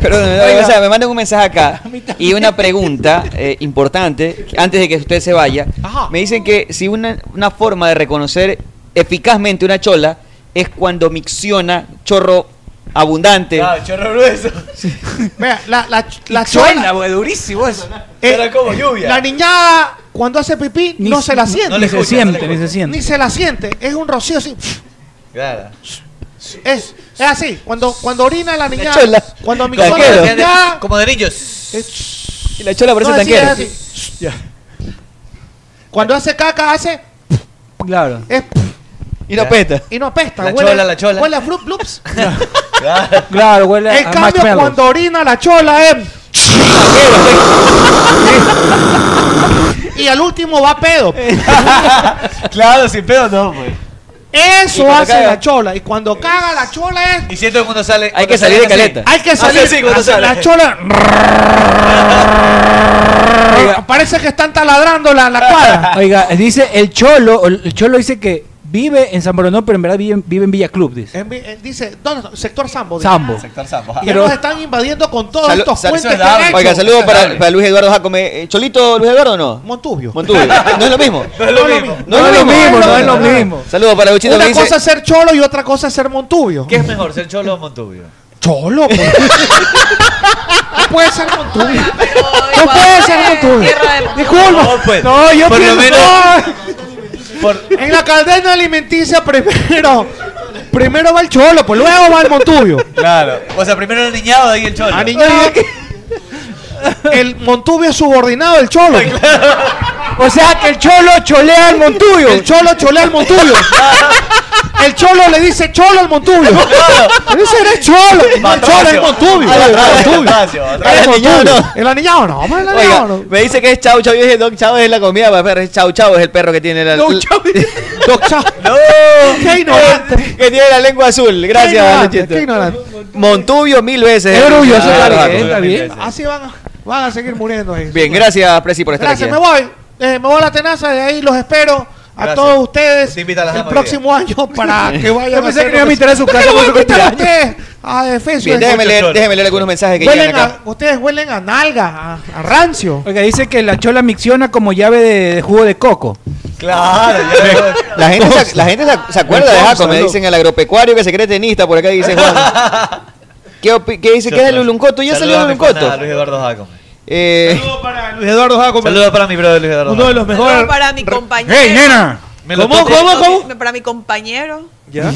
S11: perdóneme, o sea, me mandan un mensaje acá y una pregunta eh, importante antes de que usted se vaya. Me dicen que si una, una forma de reconocer eficazmente una chola es cuando micciona chorro abundante.
S15: Ah,
S13: Claro, chorro grueso.
S9: Mira, la, la, la
S15: Suena,
S9: chola-
S15: güey, durísimo eso.
S9: Era como lluvia. La niñada cuando hace pipí
S15: Ni
S9: no
S15: si-
S9: se la
S15: no-
S9: siente.
S15: no le Ni se escucha, siente, no le ni se escucha. siente.
S9: Ni se la siente. Es un rocío así.
S13: Claro.
S9: Es, es así. Cuando, cuando orina la niñada.
S11: chola.
S9: Cuando mi
S11: Taquero.
S9: la niñada.
S13: Como de niños.
S11: Y la chola parece
S9: no, así,
S11: tanquera.
S9: es así. Cuando hace caca, hace.
S15: Claro.
S9: Es,
S11: Y
S9: [LAUGHS]
S11: no apesta.
S9: Y no apesta.
S15: La
S9: huele,
S15: chola, la chola.
S9: Huele a Fruit Loops.
S15: [LAUGHS] Claro, huele a
S9: En cambio,
S15: marshmallows.
S9: cuando orina la chola em.
S11: [LAUGHS]
S9: es. y al último va pedo.
S11: Eh.
S13: Claro, sin pedo no, pues. Y
S9: Eso
S13: cuando
S9: hace
S13: caga-
S9: la chola. Y
S11: Eh.
S9: cuando caga la chola em, es.
S13: Y siento que cuando sale. cuando
S11: que salir
S13: salen
S11: de
S13: así,
S11: caleta.
S9: Hay que
S13: Hace
S9: salir.
S13: así cuando
S9: hace
S13: sale.
S9: La chola. [LAUGHS] Parece que están taladrando la, la cuadra.
S15: Oiga, dice el cholo, el cholo dice que vive en San Boronó, pero en verdad vive, en- vive en Villa Club, dice.
S9: En vi- eh, dice, ¿dónde está? Eh, Sector Sambo. dice.
S15: Sambo.
S11: Sector Sambo.
S9: Y ya
S11: Pero-
S9: nos están invadiendo con todos
S11: Salu-
S9: estos
S11: sal-
S9: puentes
S11: eso
S9: que
S11: es
S9: han
S11: dable.
S9: hecho.
S11: Oiga, saludos para, para Luis Eduardo Jacome. Eh, ¿Cholito Luis Eduardo o no?
S9: Montubio.
S11: Montubio. No es
S9: [LAUGHS]
S11: lo mismo.
S9: No es lo mismo.
S11: No es lo mismo, no es lo mismo. Saludos para Luchito
S9: Una
S11: que dice-
S9: cosa es ser cholo y otra cosa es ser Montubio.
S13: ¿Qué es mejor, ser cholo o montubio?
S9: Cholo, pues.
S13: [LAUGHS]
S9: puede ser Montubio.
S12: No
S9: puede ser Montubio. Disculpa.
S13: No, pues,
S9: No, yo
S13: por lo
S9: pienso.
S13: menos-
S9: En la cadena alimenticia primero. Primero va el cholo, pues luego va el Montubio.
S13: Claro. O sea, primero el niñado, ahí el cholo.
S9: Aniñado. Ah, El Montubio es subordinado al cholo. O sea que el cholo cholea al Montubio. El cholo cholea al Montubio. El cholo le dice cholo al Montubio. Le dice eres cholo. No, el cholo es Montubio. El Montubio.
S11: El
S9: El
S11: aniñado
S9: Montubio.
S11: no.
S9: El aniñado no, hombre, el
S11: Oiga,
S9: aniñado no.
S11: me dice que es chau chau. Yo dije, Doc Chau es la comida para perros. Es Chau chau es el perro que tiene la.
S9: Doc Chau.
S11: [LAUGHS] Doc
S9: Chau.
S11: No.
S9: Qué ignorante.
S11: Que tiene la lengua azul. Gracias,
S9: ignorante,
S11: Luchito.
S9: qué ignorante.
S11: Montubio mil veces.
S9: Es orgulloso, está
S11: Ah, Eduardo.
S9: bien, está bien. Así van a, van a seguir muriendo ahí.
S11: Bien, gracias, Presi, por estar
S9: Gracias,
S11: aquí.
S9: me voy. Eh, me voy a la tenaza de ahí, los espero. A
S11: Gracias.
S9: todos ustedes
S11: Te invita a las
S9: el
S11: damas hoy
S9: próximo año
S11: [LAUGHS]
S9: para que vayan
S11: Yo pensé
S9: hacer
S11: que no iba a
S9: lo
S11: invitar a su
S9: ¿Por qué
S11: casa
S9: lo
S11: por
S9: voy a
S11: su
S9: invitar a
S11: cumpleaños?
S9: ustedes a defensa
S11: Bien,
S9: de
S11: déjeme leer,
S9: Conchol?
S11: déjeme leer algunos mensajes que
S9: Huelen
S11: llegan acá.
S9: a- ustedes huelen a nalga, a, a rancio.
S15: Oiga, dice que la chola micciona como llave de, de jugo de coco.
S11: Claro, la gente, se, la gente se- se acuerda de Jaco, me dicen el agropecuario que se cree tenista, por acá dice Juan. ¿Qué, opi- qué dice? ¿Qué es el Uluncoto? ¿Ya salió el
S13: Saludame, pana,
S11: Uluncoto?
S13: a Luis Eduardo Jacome.
S11: Eh,
S13: Para Luis Eduardo Jacome. Saludos para mi brother Luis Eduardo.
S2: Uno de los
S13: Jacome.
S12: Saludos para mi compañero.
S13: Hey, nena. Me lo topo.
S12: Para mi compañero
S13: ¿Ya?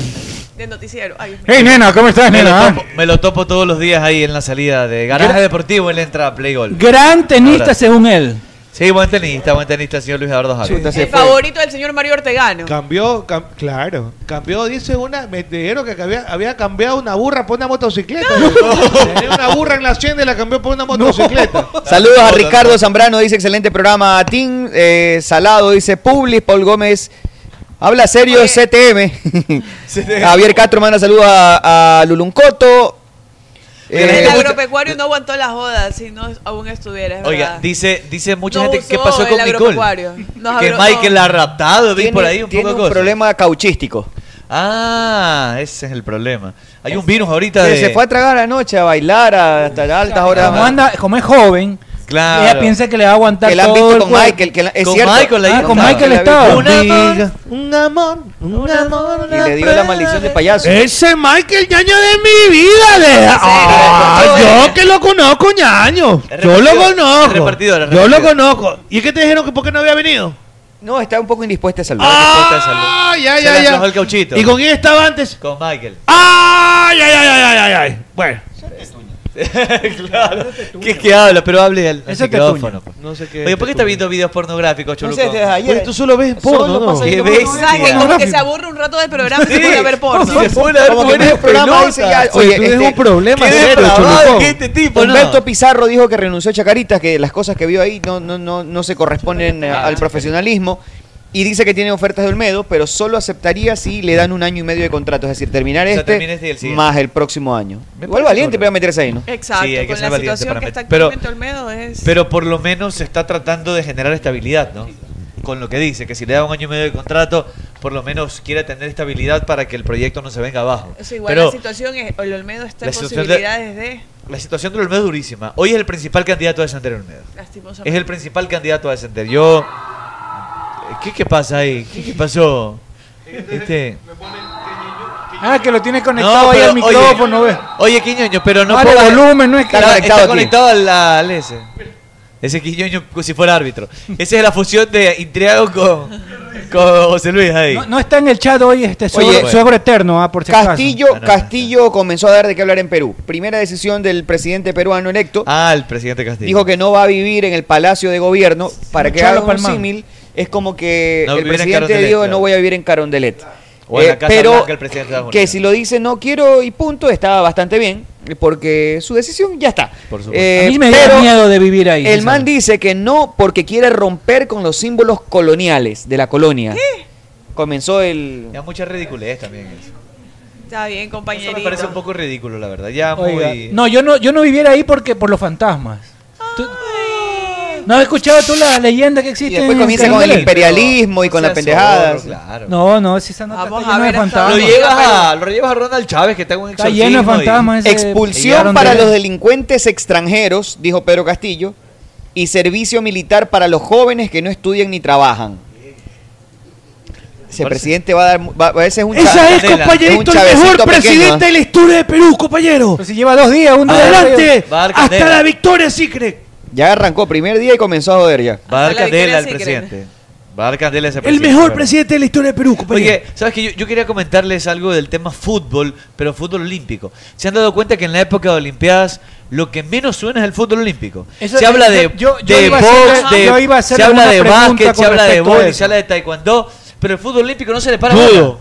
S12: de noticiero. Ay, Dios mío.
S13: Hey,
S15: nena, ¿cómo estás,
S13: me
S15: nena?
S13: Lo topo, me lo topo todos los días ahí en la salida de Garaje Deportivo. Él entra a Play Golf.
S15: Gran tenista
S13: Abrazo.
S15: según él.
S13: Sí, buen tenista, buen tenista, señor Luis Eduardo Jacome.
S12: El favorito del señor Mario Ortegano.
S9: Cambió, cam- claro. Cambió, dice una. Me dijeron que había, había cambiado una burra por una motocicleta. Tenía una burra en la hacienda y la cambió por una motocicleta.
S11: [LAUGHS] Saludos a Ricardo Zambrano, dice excelente programa. A Tim eh, Salado, dice Publis. Paul Gómez, habla serio, [LAUGHS] CTM. Javier Castro manda saludos a, a Luluncoto. Eh,
S12: el agropecuario no aguantó la joda, si no aún estuviera. Es
S13: Oiga,
S12: verdad.
S13: dice, dice mucha
S12: No
S13: gente qué
S12: usó
S13: pasó
S12: el
S13: con Nicole.
S12: agropecuario. Nos
S13: Que
S12: agro- no.
S13: Michael la ha raptado, vi
S11: tiene,
S13: por ahí un
S11: tiene
S13: poco
S11: un
S13: de cosas.
S11: problema cauchístico.
S13: Ah, ese es el problema. Hay un virus ahorita
S11: Que
S13: de...
S11: se fue a tragar anoche, a bailar a- hasta las altas horas.
S15: Como, anda, como es joven,
S13: Claro.
S15: ella piensa que le va a aguantar
S11: Que la han
S15: todo
S11: visto
S15: el
S11: con
S15: cuerpo.
S11: Michael, que la- es Con cierto. Michael la
S15: Ah,
S11: hizo
S15: con
S11: nada.
S15: Michael
S11: Que la
S15: estaba.
S11: vio. Un amor,
S15: Diga.
S9: Un amor, un amor.
S11: Y le dio la maldición de payaso.
S9: Ese Michael ñaño de mi vida. le- Ah, yo que lo conozco, ñaño. Yo lo conozco. Yo lo conozco. ¿Y qué te dijeron que por qué no había venido? Ah,
S11: No, está un poco indispuesta a saludar.
S9: Ay, ay,
S13: Se le
S9: ay,
S13: aflojó
S9: ay.
S13: el cauchito.
S9: ¿Y con quién estaba antes?
S13: Con Michael.
S9: Ay, ay, ay, ay, ay, ay, ay. Bueno.
S13: [LAUGHS] claro. ¿Qué es que habla? Pero hable al, al
S2: Ese te tuña.
S13: micrófono. pues.
S2: No sé qué-
S13: Oye, ¿por qué está viendo videos pornográficos, Choluco?
S9: Oye, tú solo ves porno, ¿no?
S13: Qué
S12: Sabe que como que se
S13: bestia.
S12: aburre un rato del programa y se pone a ver porno.
S13: Sí, se pone a ver
S11: Como que
S13: buenas
S11: no es programa,
S13: pelotas.
S11: dice ya,
S13: Oye,
S11: oye,
S13: tú
S11: este-
S13: tienes un problema
S11: qué
S13: serio,
S11: depravado
S13: Cholucón.
S11: que
S13: este tipo, ¿no?
S11: Humberto Pizarro dijo que renunció a Chacarita, que las cosas que vio ahí no, no, no, no se corresponden eh,
S13: Ah,
S11: al profesionalismo. Y dice que tiene ofertas de Olmedo, pero solo aceptaría si le dan un año y medio de contrato. Es decir, terminar
S13: O sea,
S11: este,
S13: termina este y el siguiente.
S11: más el próximo año.
S13: Me
S11: Igual
S13: parece
S11: valiente para meterse ahí, ¿no?
S12: Exacto,
S13: Sí, hay que
S12: con
S13: ser
S12: la
S13: valiente
S12: situación
S13: para
S12: que está
S13: meter- pero-
S12: actualmente Olmedo es...
S13: Pero por lo menos se está tratando de generar estabilidad, ¿no? Con lo que dice, que si le da un año y medio de contrato, por lo menos quiere tener estabilidad para que el proyecto no se venga abajo.
S12: o sea, igual
S13: Pero
S12: la situación es... El Olmedo está
S13: la
S12: en
S13: situación de-
S12: posibilidades de...
S13: la situación de Olmedo es durísima. Hoy es el principal candidato a descender Olmedo.
S12: Lastimosamente.
S13: Es el principal candidato a descender. Yo... eh, ¿Qué, qué pasa ahí? ¿Qué, qué pasó? Este...
S15: Ah, que lo tiene conectado ahí
S13: pero,
S15: al micrófono,
S13: oye,
S15: ve.
S13: Oye, Quiñoño, pero no
S15: Dale
S13: ponga-
S15: volumen, no es que-
S13: está,
S15: Está
S13: está
S15: conectado
S13: conectado al, al ese. Ese Quiñoño como si fuera árbitro. Esa es la fusión de Intriago con, con José Luis ahí.
S15: No, no está en el chat hoy este suegro,
S13: Oye,
S15: suegro eterno, ah, por si acaso.
S11: Castillo, Castillo comenzó a dar de qué hablar en Perú. Primera decisión del presidente peruano electo.
S13: Ah, el presidente Castillo.
S11: Dijo que no va a vivir en el Palacio de Gobierno. Para que
S13: Cholo
S11: haga un
S13: Palma.
S11: símil, es como que
S13: No
S11: el
S13: vivir en
S11: presidente
S13: Carondelet,
S11: dijo
S13: claro.
S11: no voy a vivir en Carondelet.
S13: O en
S11: Eh,
S13: la Casa
S11: pero
S13: Blanca, el presidente de Estados
S11: que
S13: Unidos.
S11: si lo dice no quiero y punto, está bastante bien, porque su decisión ya está.
S13: Por supuesto.
S11: Eh,
S15: a mí me da
S11: pero
S15: miedo de vivir ahí.
S11: el man dice que no porque quiere romper con los símbolos coloniales de la colonia. Comenzó el...
S13: Ya mucha ridiculez también. Eso
S12: Está bien, compañerito.
S13: me parece un poco ridículo, la verdad. Ya
S15: Oiga,
S13: muy...
S15: No, yo no, yo no viviera ahí porque por los fantasmas. Tú- ¿No has escuchado tú las leyendas que existen?
S11: Y después
S15: en
S11: comienza con el
S15: Carondelet?
S11: imperialismo y con las pendejadas.
S15: No, no, si esa nota está llena de
S11: Lo
S15: fantasmas.
S11: llevas a,
S13: lo llevas a Ronald Chávez, que está en un
S15: Está lleno de
S11: exorcismo y-
S15: fantasmas ese-
S11: Expulsión
S15: Llegaron
S11: para
S15: de-
S11: los delincuentes extranjeros, dijo Pedro Castillo, y servicio militar para los jóvenes que no estudian ni trabajan. Ese presidente va a dar... mu- va- va- ese es un cha-
S31: Esa es,
S11: Candela,
S31: compañerito,
S11: es un
S31: el mejor
S11: chavecito pequeño,
S31: presidente
S11: ¿eh?
S31: de la historia de Perú, compañero.
S15: si lleva dos días, un
S11: día
S31: Adelante,
S11: de- Ah, Va a dar
S31: hasta
S11: candela.
S31: la victoria secret.
S11: Ya arrancó primer día y comenzó a joder ya.
S13: Va a dar
S31: Hasta la
S13: candela
S31: victoria
S13: al
S31: sí,
S13: presidente. Va a dar candela a ese
S31: El
S13: presidente.
S31: mejor
S13: ¿verdad?
S31: presidente de la historia de Perú, compañero.
S13: Oye, sabes que yo, yo quería comentarles algo del tema fútbol, pero fútbol olímpico. ¿Se han dado cuenta que en la época de Olimpiadas lo que menos suena es el fútbol olímpico?
S15: Eso-
S13: se habla
S15: yo-
S13: de,
S15: yo- yo
S13: de
S15: iba a
S13: box,
S15: hacerle-
S13: de-
S15: yo iba a
S13: se
S15: hacerle
S13: habla
S15: una
S13: de
S15: pregunta
S13: básquet, se
S15: con
S13: habla de
S15: respecto a
S13: vóley,
S15: eso.
S13: se habla de taekwondo, pero el fútbol olímpico no se le para
S9: Judo.
S13: bola.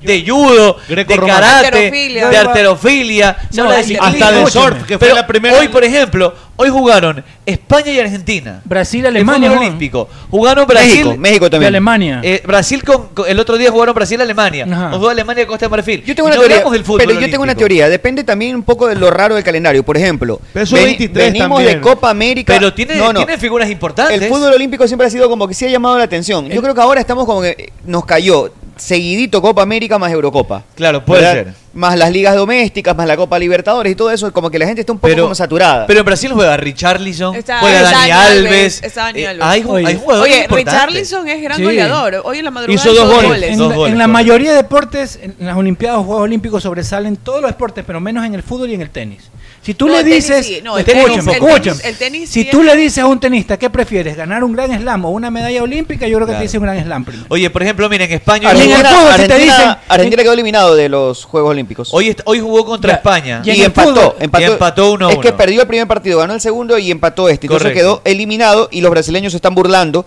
S13: De judo, de
S9: Greco-romano.
S13: karate,
S9: Arterofilia.
S13: de arterofilia, se
S9: No,
S13: habla de
S9: hasta
S13: ciclismo.
S9: de surf, que fue
S13: Pero
S9: la primera-
S13: Hoy, por ejemplo, hoy jugaron España y Argentina.
S15: Brasil,
S13: Alemania.
S15: Juan.
S13: olímpico. Jugaron Brasil.
S11: México, México también.
S13: Y Alemania. Eh, Brasil con, con- el otro día jugaron Brasil Alemania.
S11: Ajá.
S13: Los dos Alemania y Costa de Marfil.
S11: Yo tengo una
S13: no
S11: teoría,
S13: hablamos del fútbol
S11: pero yo tengo una
S13: olímpico.
S11: teoría. Depende también un poco de lo raro del calendario. Por ejemplo,
S13: eso
S11: veni-
S13: 23
S11: venimos
S13: también.
S11: de Copa América.
S13: Pero tiene,
S11: No, no.
S13: tiene figuras importantes.
S11: El fútbol olímpico siempre ha sido como que sí ha llamado la atención. Yo creo que ahora estamos como que eh, nos cayó seguidito Copa América más Eurocopa.
S13: Claro, puede
S11: ¿Verdad?
S13: ser.
S11: Más las ligas domésticas, más la Copa Libertadores y todo eso, como que la gente está un poco
S13: Pero-
S11: como saturada.
S13: Pero en Brasil juega Richarlison,
S12: Está-
S13: juega
S12: está
S13: Dani
S12: Dani
S13: Alves.
S12: está Dani
S13: eh,
S12: Alves.
S13: hay, ju- hay jugadores
S12: Oye,
S13: importantes.
S12: Richarlison es gran
S13: Sí.
S12: goleador. Hoy en la madrugada
S13: Hizo dos goles,
S15: En,
S13: dos
S15: la-
S13: goles,
S15: en la
S13: correcto.
S15: mayoría de deportes, en las Olimpiadas o Juegos Olímpicos sobresalen todos los deportes, pero menos en el fútbol y en el tenis. Si tú
S12: No,
S15: le
S12: el tenis
S15: dices,
S12: sí, no, el
S15: escúchame,
S12: tenis- el tenis-
S15: escúchame.
S12: el tenis
S15: si
S12: sí
S15: tú
S12: es-
S15: le dices a un tenista, ¿qué prefieres? ¿Ganar un gran slam o una medalla olímpica? Yo creo que
S11: Claro.
S15: te dice un gran slam primero.
S13: Oye, por ejemplo, miren, España.
S11: Argentina,
S13: jugó-
S11: Argentina- Argentina quedó eliminado de los Juegos Olímpicos.
S13: Hoy, est- hoy jugó contra España.
S11: Y, empató, empató.
S13: Y empató 1
S11: Es que perdió el primer partido, ganó el segundo y empató este. Entonces
S13: Correcto.
S11: quedó eliminado y los brasileños se están burlando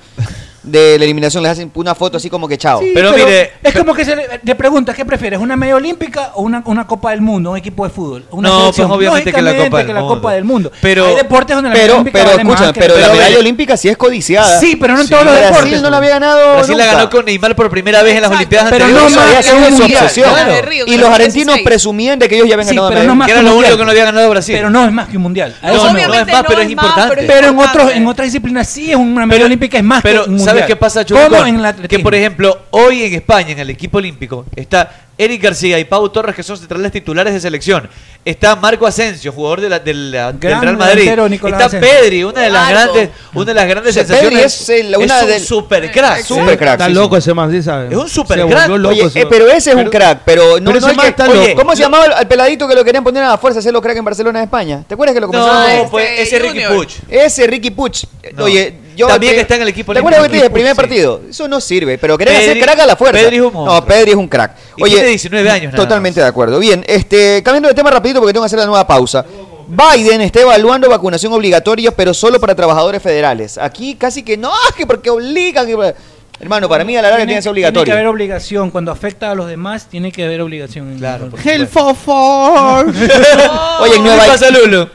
S11: de la eliminación. Les hacen una foto así como que chao.
S15: Sí, pero Es como que se le, le preguntas, ¿qué prefieres? ¿Una medalla olímpica o una, una Copa del Mundo? ¿Un equipo de fútbol? Una
S13: No,
S15: selección.
S13: pues, obviamente que la
S15: Lógicamente
S13: Copa del
S15: que la
S13: Mundo.
S15: Copa del Mundo.
S13: Pero-
S15: Hay deportes donde la medalla
S11: Pero,
S15: olímpica
S11: pero
S15: vale más
S11: escucha,
S15: que-
S11: pero la
S15: pero-
S11: medalla olímpica sí es codiciada.
S15: Sí, pero no en todos los
S11: Brasil
S15: deportes.
S11: no la había ganado.
S13: Brasil la
S11: nunca.
S13: ganó con Neymar por primera vez en las Olimpiadas
S11: Pero no
S13: anteriores.
S11: más que un mundial.
S13: Claro.
S11: Claro. Y los argentinos presumían de que ellos ya habían
S15: Sí,
S11: ganado
S15: pero
S11: la
S15: no más
S11: medalla.
S13: Que era lo único que no había ganado Brasil.
S15: Pero no es más que un mundial. A
S13: No,
S15: eso
S13: no,
S15: me
S13: no
S15: refiero.
S13: es más, pero es importante.
S15: Pero en otros en otras disciplinas sí es una medalla olímpica es más
S13: Pero,
S15: que un mundial.
S13: ¿sabes qué pasa, Chocó?
S15: ¿Cómo en el
S13: Que,
S15: atletismo?
S13: por ejemplo, hoy en España, en el equipo olímpico, está Eric García y Pau Torres, que son centrales titulares de selección. Está Marco Asensio, jugador de la- de la- del
S11: Gran
S13: Real Madrid.
S11: delantero, Nicolás
S13: Está
S11: Asensio.
S13: Pedri, una de las
S11: Marco.
S13: grandes, una de las grandes
S11: Pedri
S13: sensaciones.
S11: es el- una
S13: un
S11: del-
S13: super crack.
S11: Super crack,
S9: Está
S11: sí,
S9: loco ese man, sí sabes.
S13: Es un super
S9: Se
S13: crack.
S9: volvió loco
S11: Oye,
S9: ese
S11: eh,
S9: man.
S11: pero ese es un crack, pero no,
S9: pero
S11: no
S9: ese
S11: es
S9: man
S11: que-
S9: está
S11: oye,
S9: loco.
S11: ¿Cómo se llamaba el, al peladito que lo querían poner a la fuerza a hacerlo crack en Barcelona de España? ¿Te acuerdas que lo comenzaron a
S13: No, pues ese es Ricky Puch.
S11: Ese Ricky Puch.
S13: No.
S11: Oye, yo
S13: También
S11: te-
S13: que está en el equipo
S11: ¿Te acuerdas que
S13: olímpico?
S11: te dije el primer
S13: Sí.
S11: partido? Eso no sirve, pero querer hacer
S13: Pedri-
S11: crack a la fuerza.
S13: Pedri es un monstruo.
S11: no, Pedri es un crack.
S13: Y tiene 19 años nada
S11: Totalmente de acuerdo. Bien, este, cambiando de tema rapidito porque tengo que hacer la nueva pausa. Biden está evaluando vacunación obligatoria, pero solo para trabajadores federales. Aquí casi que no, que porque obligan. que- Hermano, para mí a la larga tiene que ser
S15: Tiene que
S11: obligatorio.
S15: haber obligación. Cuando afecta a los demás, tiene que haber obligación. Claro.
S32: El fofor.
S11: [LAUGHS] Oye, en Nueva,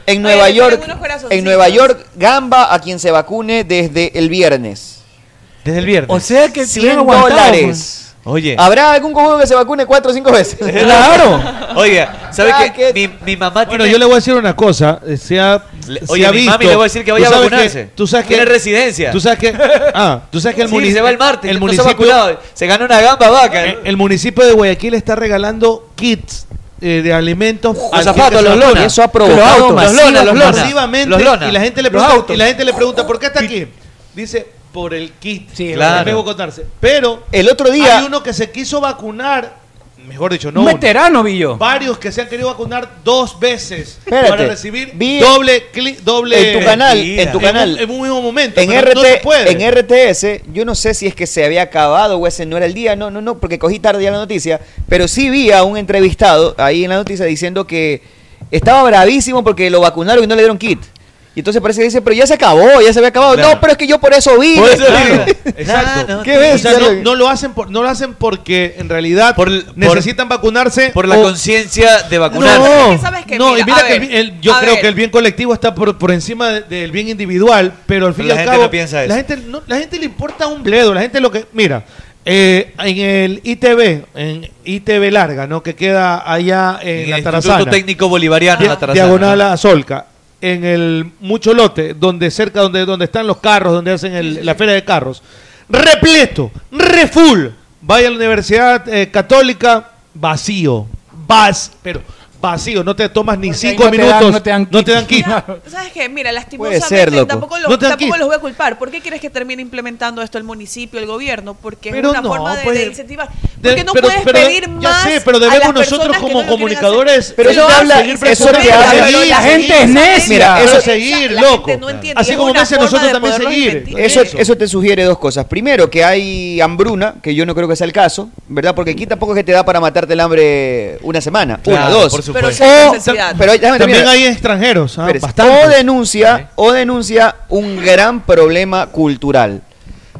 S11: en Nueva
S32: Oye, le
S11: York, en Nueva York, gamba a quien se vacune desde el viernes.
S13: Desde el viernes.
S15: O sea que
S11: 100
S13: pues.
S11: dólares.
S13: Oye.
S11: ¿Habrá algún cojudo que se vacune cuatro o cinco veces? [LAUGHS]
S13: Oiga, ¿sabes
S11: Crack,
S13: qué? Mi, mi mamá
S9: Bueno,
S13: tiene-
S9: yo le voy a decir una cosa. eh, Se ha,
S13: Le-
S9: se
S13: oye,
S9: ha
S13: mi
S9: visto.
S13: mami le voy a decir que vaya
S9: Tú
S13: a
S9: sabes
S13: vacunarse.
S9: tú sabes que
S13: Tiene residencia.
S9: Tú
S13: [LAUGHS]
S9: sabes que. Ah, tú sabes que el
S13: Sí,
S9: municipio.
S13: se va el martes,
S9: El
S13: no se ha
S9: municipio.
S13: vacunado. Se gana una gamba vaca.
S9: El, el municipio de Guayaquil está regalando kits. eh, de alimentos
S13: Los zapatos, los lonas. Eso ha provocado
S9: Los autos,
S13: masiva-
S9: los lonas, los lonas. masivamente
S13: Los lonas.
S9: y la gente le
S13: Los
S9: pregunta
S13: autos.
S9: y la gente le pregunta por qué está aquí dice por el kit sí,
S13: claro.
S9: contarse pero
S11: el otro día-
S9: hay uno que se quiso vacunar mejor dicho no
S15: Un
S9: uno.
S15: veterano, vi yo.
S9: varios que se han querido vacunar dos veces
S11: Espérate.
S9: para recibir
S11: Vi-
S9: doble cli- doble
S11: En tu canal, en tu
S9: un-
S11: canal.
S9: en un mismo momento
S11: En,
S9: pero no se
S11: RT,
S9: puede.
S11: en RTS, yo no sé si es que se había acabado o ese no era el día, no, no, no, porque cogí tarde ya la noticia, pero sí vi a un entrevistado ahí en la noticia diciendo que estaba bravísimo porque lo vacunaron y no le dieron kit. Y entonces parece que dice, pero ya se acabó, ya se había acabado.
S9: Claro.
S11: No, pero es que yo por eso vine.
S9: Por eso digo, Exacto.
S11: ¿Qué ves?
S9: O sea,
S11: Ya
S9: no,
S11: lo-
S9: no lo hacen por, no lo hacen porque en realidad necesitan vacunarse
S13: Por la
S9: o-
S13: conciencia de vacunar.
S9: No, no, y
S13: mira,
S9: mira
S13: a
S9: que el
S13: ver,
S9: bien- el- yo
S13: a
S9: creo
S13: ver.
S9: que el bien colectivo está por, por encima de- del bien individual, pero al fin
S13: Pero la
S9: y al
S13: gente
S9: cabo
S13: no piensa eso.
S9: la gente no- la gente le importa un bledo, la gente lo que mira, eh, en el ITV, en ITV larga, ¿no? Que queda allá en,
S13: En
S9: la
S13: el Instituto
S9: Tarazana.
S13: Técnico Bolivariano,
S9: Dia-
S13: la Tarazana.
S9: Diagonal a Solca.
S33: en el mucho lote, donde cerca donde, donde están los carros, donde hacen el- la feria de carros, repleto, refull. Vaya a la Universidad eh, Católica, vacío, vas, pero vacío, no te tomas ni cinco
S15: no te dan-
S33: minutos,
S15: no te dan
S33: kit.
S12: ¿Sabes qué? Mira,
S33: Puede
S12: lastimosamente
S33: ser, loco.
S12: tampoco, los,
S33: No te dan
S12: tampoco
S33: kit.
S12: los voy a culpar. ¿Por qué quieres que termine implementando esto el municipio, el gobierno? Porque
S33: Pero
S12: es una
S33: no,
S12: forma de,
S33: pues,
S12: de incentivar.
S33: de-
S12: Porque no
S33: pero-
S12: puedes
S33: pero-
S12: pedir
S33: ya
S12: más.
S33: sé, pero
S12: a las
S33: debemos nosotros
S12: personas que
S33: como
S12: no lo quieren
S33: comunicadores
S12: hacer.
S33: Pero
S12: Sí,
S33: eso
S12: no,
S33: habla-
S12: seguir
S33: eso
S12: presionando.
S33: te habla-
S12: Pero
S33: la gente es necia.
S11: Mira,
S33: Pero
S11: eso
S33: seguir,
S12: la gente
S33: loco.
S12: no entiende,
S33: Así
S12: es
S33: como
S12: una
S33: me hace
S12: forma
S33: nosotros
S12: de
S33: también
S12: poderlos
S33: seguir.
S11: Eso, eso te sugiere dos cosas. Primero, que hay hambruna, que yo no creo que sea el caso, ¿verdad? Porque aquí tampoco es que te da para matarte el hambre una semana, una,
S33: Claro,
S11: dos.
S33: por supuesto. Pero sí hay
S11: o,
S33: necesidad.
S11: pero hay- déjame
S33: También
S11: terminar.
S33: hay extranjeros, ah,
S11: Espérese.
S33: bastantes.
S11: O denuncia, o denuncia un gran problema cultural.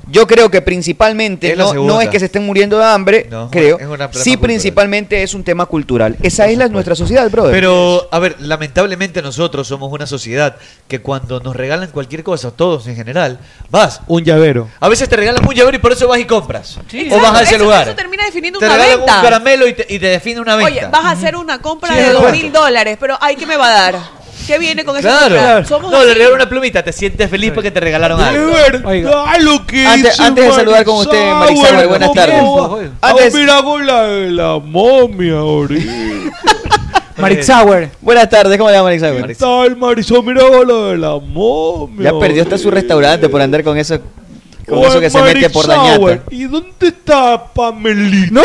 S11: Yo creo que principalmente
S13: Es la
S11: no,
S13: segunda.
S11: no es que se estén muriendo de hambre,
S13: No,
S11: creo.
S13: es un gran problema
S11: sí,
S13: cultural.
S11: principalmente es un tema cultural. Esa es la, nuestra sociedad, brother.
S13: Pero, a ver, lamentablemente nosotros somos una sociedad que cuando nos regalan cualquier cosa, todos en general, vas.
S33: Un llavero.
S13: A veces te regalan un llavero y por eso vas y compras. o
S12: Exacto,
S13: vas a ese
S12: eso-
S13: lugar.
S12: Eso termina definiendo
S13: te
S12: una
S13: regalan un
S12: venta.
S13: caramelo y te, y te define una venta.
S12: Oye, vas a hacer una compra
S13: Sí,
S12: de
S13: de
S12: dos
S13: acuerdo.
S12: mil dólares, pero ay, ¿qué me va a dar? ¿Qué viene con esa
S13: Claro.
S12: compra? Somos
S13: No,
S12: así.
S13: le regalaron una plumita, te sientes feliz porque te regalaron algo.
S33: Ay, lo que
S13: Antes-
S33: hice,
S13: antes de saludar con
S33: Maritza,
S13: usted, Maritza,
S33: güey,
S13: buenas
S33: ¿cómo
S13: tardes.
S33: va?
S13: Antes-
S33: Ah, mira con la, la momia ahorita.
S11: Sauer. Buenas tardes, ¿cómo le va Marix Sauer?
S33: ¿Qué tal, Marisol? Mira con la de la momia.
S11: Ya perdió hasta su restaurante por andar con eso, con eso que se mete por la ñata.
S33: dañar. ¿Y dónde está Pamelita? No.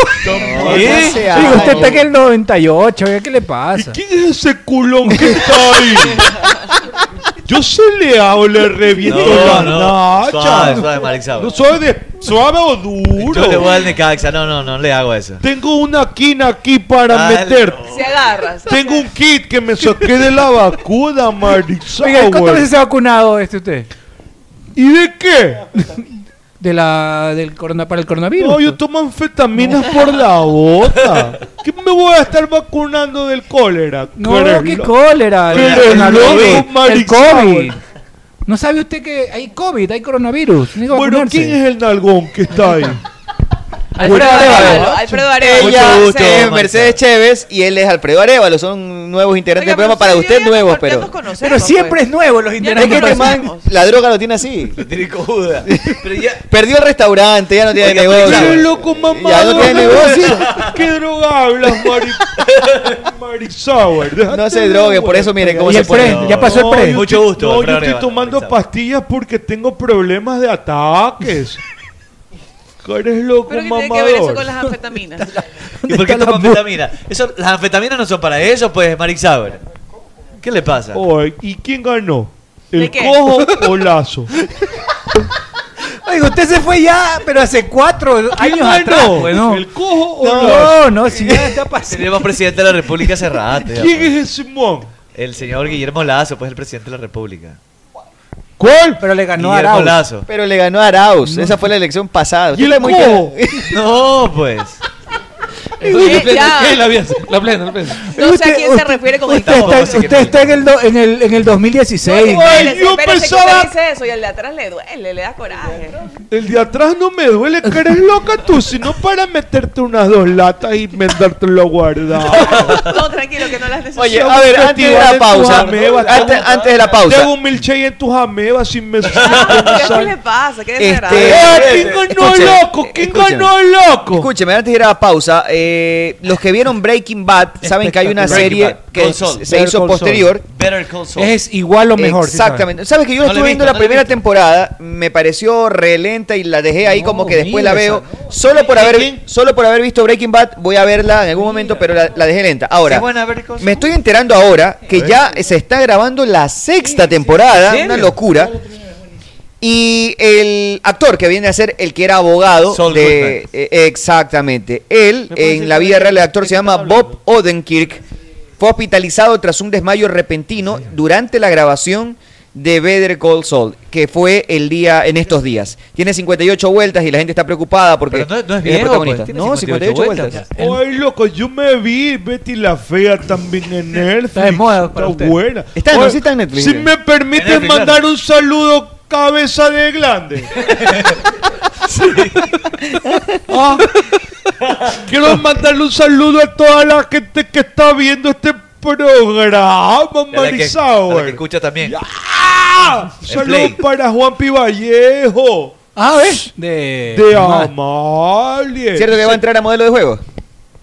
S15: ¿Qué? Digo, usted está en el 98, ¿qué le pasa?
S33: ¿Quién es ese culón que está ahí? Yo se le hago, le reviento
S13: No,
S33: la
S13: no.
S33: nacha.
S13: Suave, suave, Marix Sauer.
S33: No soy de suave o duro.
S13: Yo le voy al Necaxa, no, no, no le hago eso.
S33: Tengo una quina aquí para
S13: Dale.
S33: meter.
S12: Se agarras.
S33: Tengo un kit que me saqué de la vacuna, Marisol.
S15: Oiga, ¿cuántas veces se ha vacunado este usted?
S33: ¿Y de qué?
S15: De la, del corona, para el coronavirus.
S33: No, yo tomo anfetaminas
S15: [LAUGHS]
S33: por la bota. ¿Qué me voy a estar vacunando del cólera?
S15: No, qué cólera.
S33: Pero
S15: el
S33: el
S15: coronavirus,
S33: loco, Marix
S15: el COVID.
S33: Sauer.
S15: ¿No sabe usted que hay COVID, hay coronavirus? Tiene que
S33: Bueno,
S15: vacunarse.
S33: ¿quién es el nalgón que
S11: [LAUGHS]
S33: está ahí?
S11: Alfredo
S12: Arevalo, Alfredo Arevalo.
S11: Ella
S12: Mucho gusto,
S11: es
S12: Marta.
S11: Mercedes Chévez y él es Alfredo Arevalo. Son nuevos integrantes del programa. Para usted, nuevos, pero.
S15: Pero siempre es nuevo los
S11: Es pues. que
S15: integrantes.
S11: este man, la droga lo tiene así. Perdió el restaurante, ya no tiene
S13: Oiga,
S11: negocio.
S13: pero eres
S33: loco, mamá.
S11: Ya no tiene negocio.
S33: [LAUGHS] ¿Qué droga hablas, Mari... [LAUGHS] Marisauer?
S11: No se drogue, por eso miren cómo Y se el pone. pre, ya pasó el pre.
S33: yo
S11: Mucho
S33: estoy-
S11: gusto,
S33: No,
S11: Alfredo
S33: yo estoy
S11: Arevalo,
S33: tomando pastillas porque tengo problemas
S11: [LAUGHS]
S33: de ataques. ¿Qué eres loco,
S12: Pero que
S33: mamador?
S12: tiene que ver eso con las anfetaminas.
S13: ¿Y por qué toma anfetamina? Eso, las anfetaminas no son para eso, pues, Marix Sauer. ¿Qué le pasa?
S33: Oye, ¿Y quién ganó? ¿El
S13: ¿De qué?
S33: cojo o Lazo?
S15: Oiga, usted se fue ya, pero hace cuatro años
S33: ganó?
S15: atrás. pues, no.
S33: ¿El
S11: Oh,
S33: cojo o Lazo?
S15: No, no, si ya
S13: [LAUGHS]
S15: está pasando.
S13: Tenemos presidente de la República hace rato. ya,
S33: ¿Quién
S13: pues.
S33: es ese mon?
S13: El señor Guillermo Lazo, pues, el presidente de la República.
S33: ¿Cuál?
S15: Pero le
S13: ganó a Guillermo Arauz. Lazo.
S11: Pero le ganó a Arauz. Esa fue la elección pasada.
S13: ¿Y el
S11: Usted está muy
S13: cojo?
S11: clara-
S13: No, pues.
S12: Eh, ya.
S13: Eh, la vi-
S33: La plena,
S11: [LAUGHS]
S33: la plena.
S12: No sé a quién se refiere con el
S15: Usted
S12: cojo.
S15: está, usted está en, el do- en, el, en el 2016.
S12: Espérese, espérese que usted dice eso y al de atrás le duele, le da coraje.
S33: El de atrás no me duele, que eres loca tú, sino para meterte unas dos latas y mandártelo guardado.
S12: No, tranquilo, que no las necesito.
S11: [LAUGHS] Oye, a ver, antes de la pausa. Antes, antes de la pausa.
S33: Tengo un milkshake en tus amebas sin
S11: [LAUGHS]
S33: me
S12: ¿Qué le pasa? ¿Qué
S11: Este,
S12: desagradable.
S33: Ah, ¿quién ganó,
S11: escúcheme,
S33: loco? ¿Quién
S11: escúcheme.
S33: ganó, loco?
S11: Escúcheme, antes de ir a la pausa, eh, los que vieron Breaking Bad saben que hay una
S15: Breaking
S11: serie
S15: Bad.
S11: que
S15: Call Saul.
S11: se
S15: Better
S11: hizo
S15: Call Saul.
S11: posterior.
S13: Better Call Saul.
S15: Es igual o mejor. sí,
S11: Exactamente. ¿Sabes que yo
S15: No la he
S11: estuve
S15: visto,
S11: viendo la
S15: no la he
S11: primera temporada? Me pareció relenta y la dejé ahí como que después la
S15: mira
S11: veo. Solo por haber solo por haber visto Breaking Bad, voy a verla en algún momento, pero la, la dejé lenta.
S13: ¿Sí
S11: Ahora,
S13: es buena Better Call Saul?
S11: me estoy enterando ahora que ya se está grabando la sexta temporada,
S13: ¿En
S11: una
S13: serio?
S11: locura. Y el actor que viene a ser el que era abogado
S13: Saul
S11: de eh, exactamente, él en la vida real el actor se llama Bob Odenkirk. Fue hospitalizado tras un desmayo repentino durante la grabación de Better Call Saul, que fue el día en estos días. Tiene 58 vueltas y la gente está preocupada porque
S13: Pero no, no es
S11: el
S13: viejo,
S11: protagonista.
S13: pues, tiene
S11: no, 58, vueltas.
S33: Ay, loco, yo me vi Betty la Fea también en Netflix. Está de moda para
S11: usted.
S33: buena.
S11: Está, no,
S33: Oye,
S11: sí está en Netflix.
S33: Si me permiten
S11: En Netflix,
S33: mandar un saludo, cabeza de glande. [LAUGHS] Ah, quiero mandarle un saludo a toda la gente que está viendo este programa,
S13: A la que- a la que
S33: Marisauer.
S13: escucha también.
S33: ¡Ah!
S13: El
S33: Salud
S13: play.
S33: para Juan Pivallejo.
S15: Ah, ¿ves?
S13: Eh,
S33: De,
S15: Ama-
S33: Amalie.
S11: ¿Cierto que va a entrar a modelo de juego?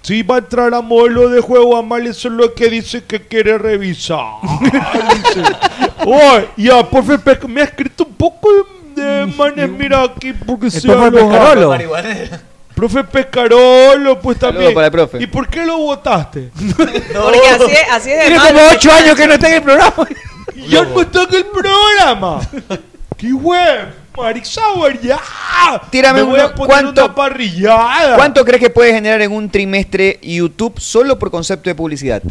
S33: Sí, va a entrar a modelo de juego Amalie, solo que dice que quiere revisar. [LAUGHS] Dice. Oh, ya, profe, Pesca- me ha escrito un poco de, de manes, mira aquí, porque se
S15: profe Pescarolo.
S33: [LAUGHS] Profe Pescarolo, pues
S11: Saludos
S33: también.
S11: para el profe.
S33: ¿Y por qué lo votaste?
S12: Porque así es, así es de
S33: Tiene
S12: malo.
S33: como ocho años que no está en el programa. ¡Yo no estoy en el programa! ¡Qué web! ¡Marixauer, ya!
S11: Tírame
S33: Me voy
S11: uno,
S33: a poner
S11: ¿cuánto-
S33: una parrillada.
S11: ¿Cuánto crees que puede generar en un trimestre YouTube solo por concepto de publicidad?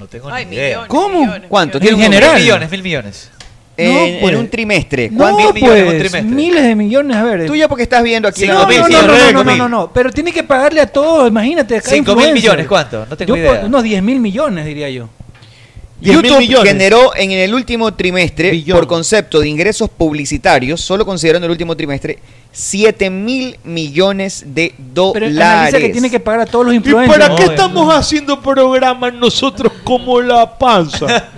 S13: No tengo
S12: Ay,
S13: ni idea.
S12: millones,
S11: ¿Cómo?
S12: millones,
S11: ¿Cuánto?
S13: Mil
S11: ¿Tiene un número?
S13: millones, mil millones.
S11: En,
S13: No,
S11: en
S13: pues.
S11: un trimestre.
S13: No,
S11: ¿Cuántos
S13: pues,
S11: millones en un trimestre?
S15: Miles de millones, a ver.
S11: Tú ya porque estás viendo aquí.
S15: No, no, no, no, no, no, no, no, no, pero tiene que pagarle a todos, imagínate. cada
S11: Cinco mil
S15: influencer.
S11: millones, ¿cuánto? No
S15: Yo
S11: tengo idea.
S15: por Unos 10 mil millones, diría yo.
S11: YouTube generó en el último trimestre, por concepto de ingresos publicitarios, solo considerando el último trimestre, 7 mil millones de
S15: Pero
S11: dólares.
S15: analiza que tiene que pagar a todos los
S33: ¿Y
S15: influencers.
S33: para qué estamos haciendo programas nosotros como
S11: [LAUGHS]
S33: la panza?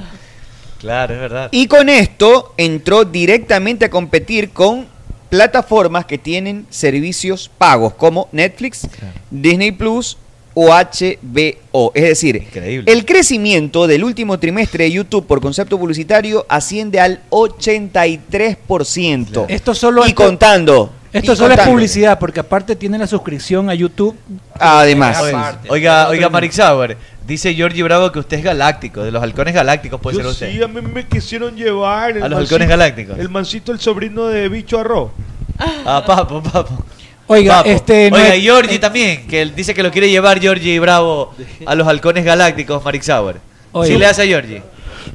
S13: Claro, es verdad.
S11: Y con esto entró directamente a competir con plataformas que tienen servicios pagos como Netflix, Disney Plus o HBO. Es decir, el crecimiento del último trimestre de YouTube por concepto publicitario asciende al 83%.
S15: Esto solo
S11: y
S15: esto-
S11: contando.
S15: Esto
S11: y
S15: solo es
S11: contando.
S15: publicidad, porque aparte tiene la suscripción a YouTube.
S11: Además.
S13: Oiga, oiga, oiga Marix Sauer, dice Georgie Bravo que usted es galáctico, de los halcones galácticos puede ser
S33: Yo
S13: usted.
S33: sí, a mí me quisieron llevar. el
S13: A los
S33: mancito-
S13: halcones galácticos.
S33: El mancito, el sobrino de Bicho Arroz.
S13: Ah, papo, papo.
S15: Oiga,
S13: Papo.
S15: este, no
S13: Oiga,
S15: es-
S13: y Georgie también, que él dice que lo quiere llevar Georgie Bravo a los halcones galácticos, Marix Sauer.
S33: Oiga.
S13: Sí le hace a Georgie.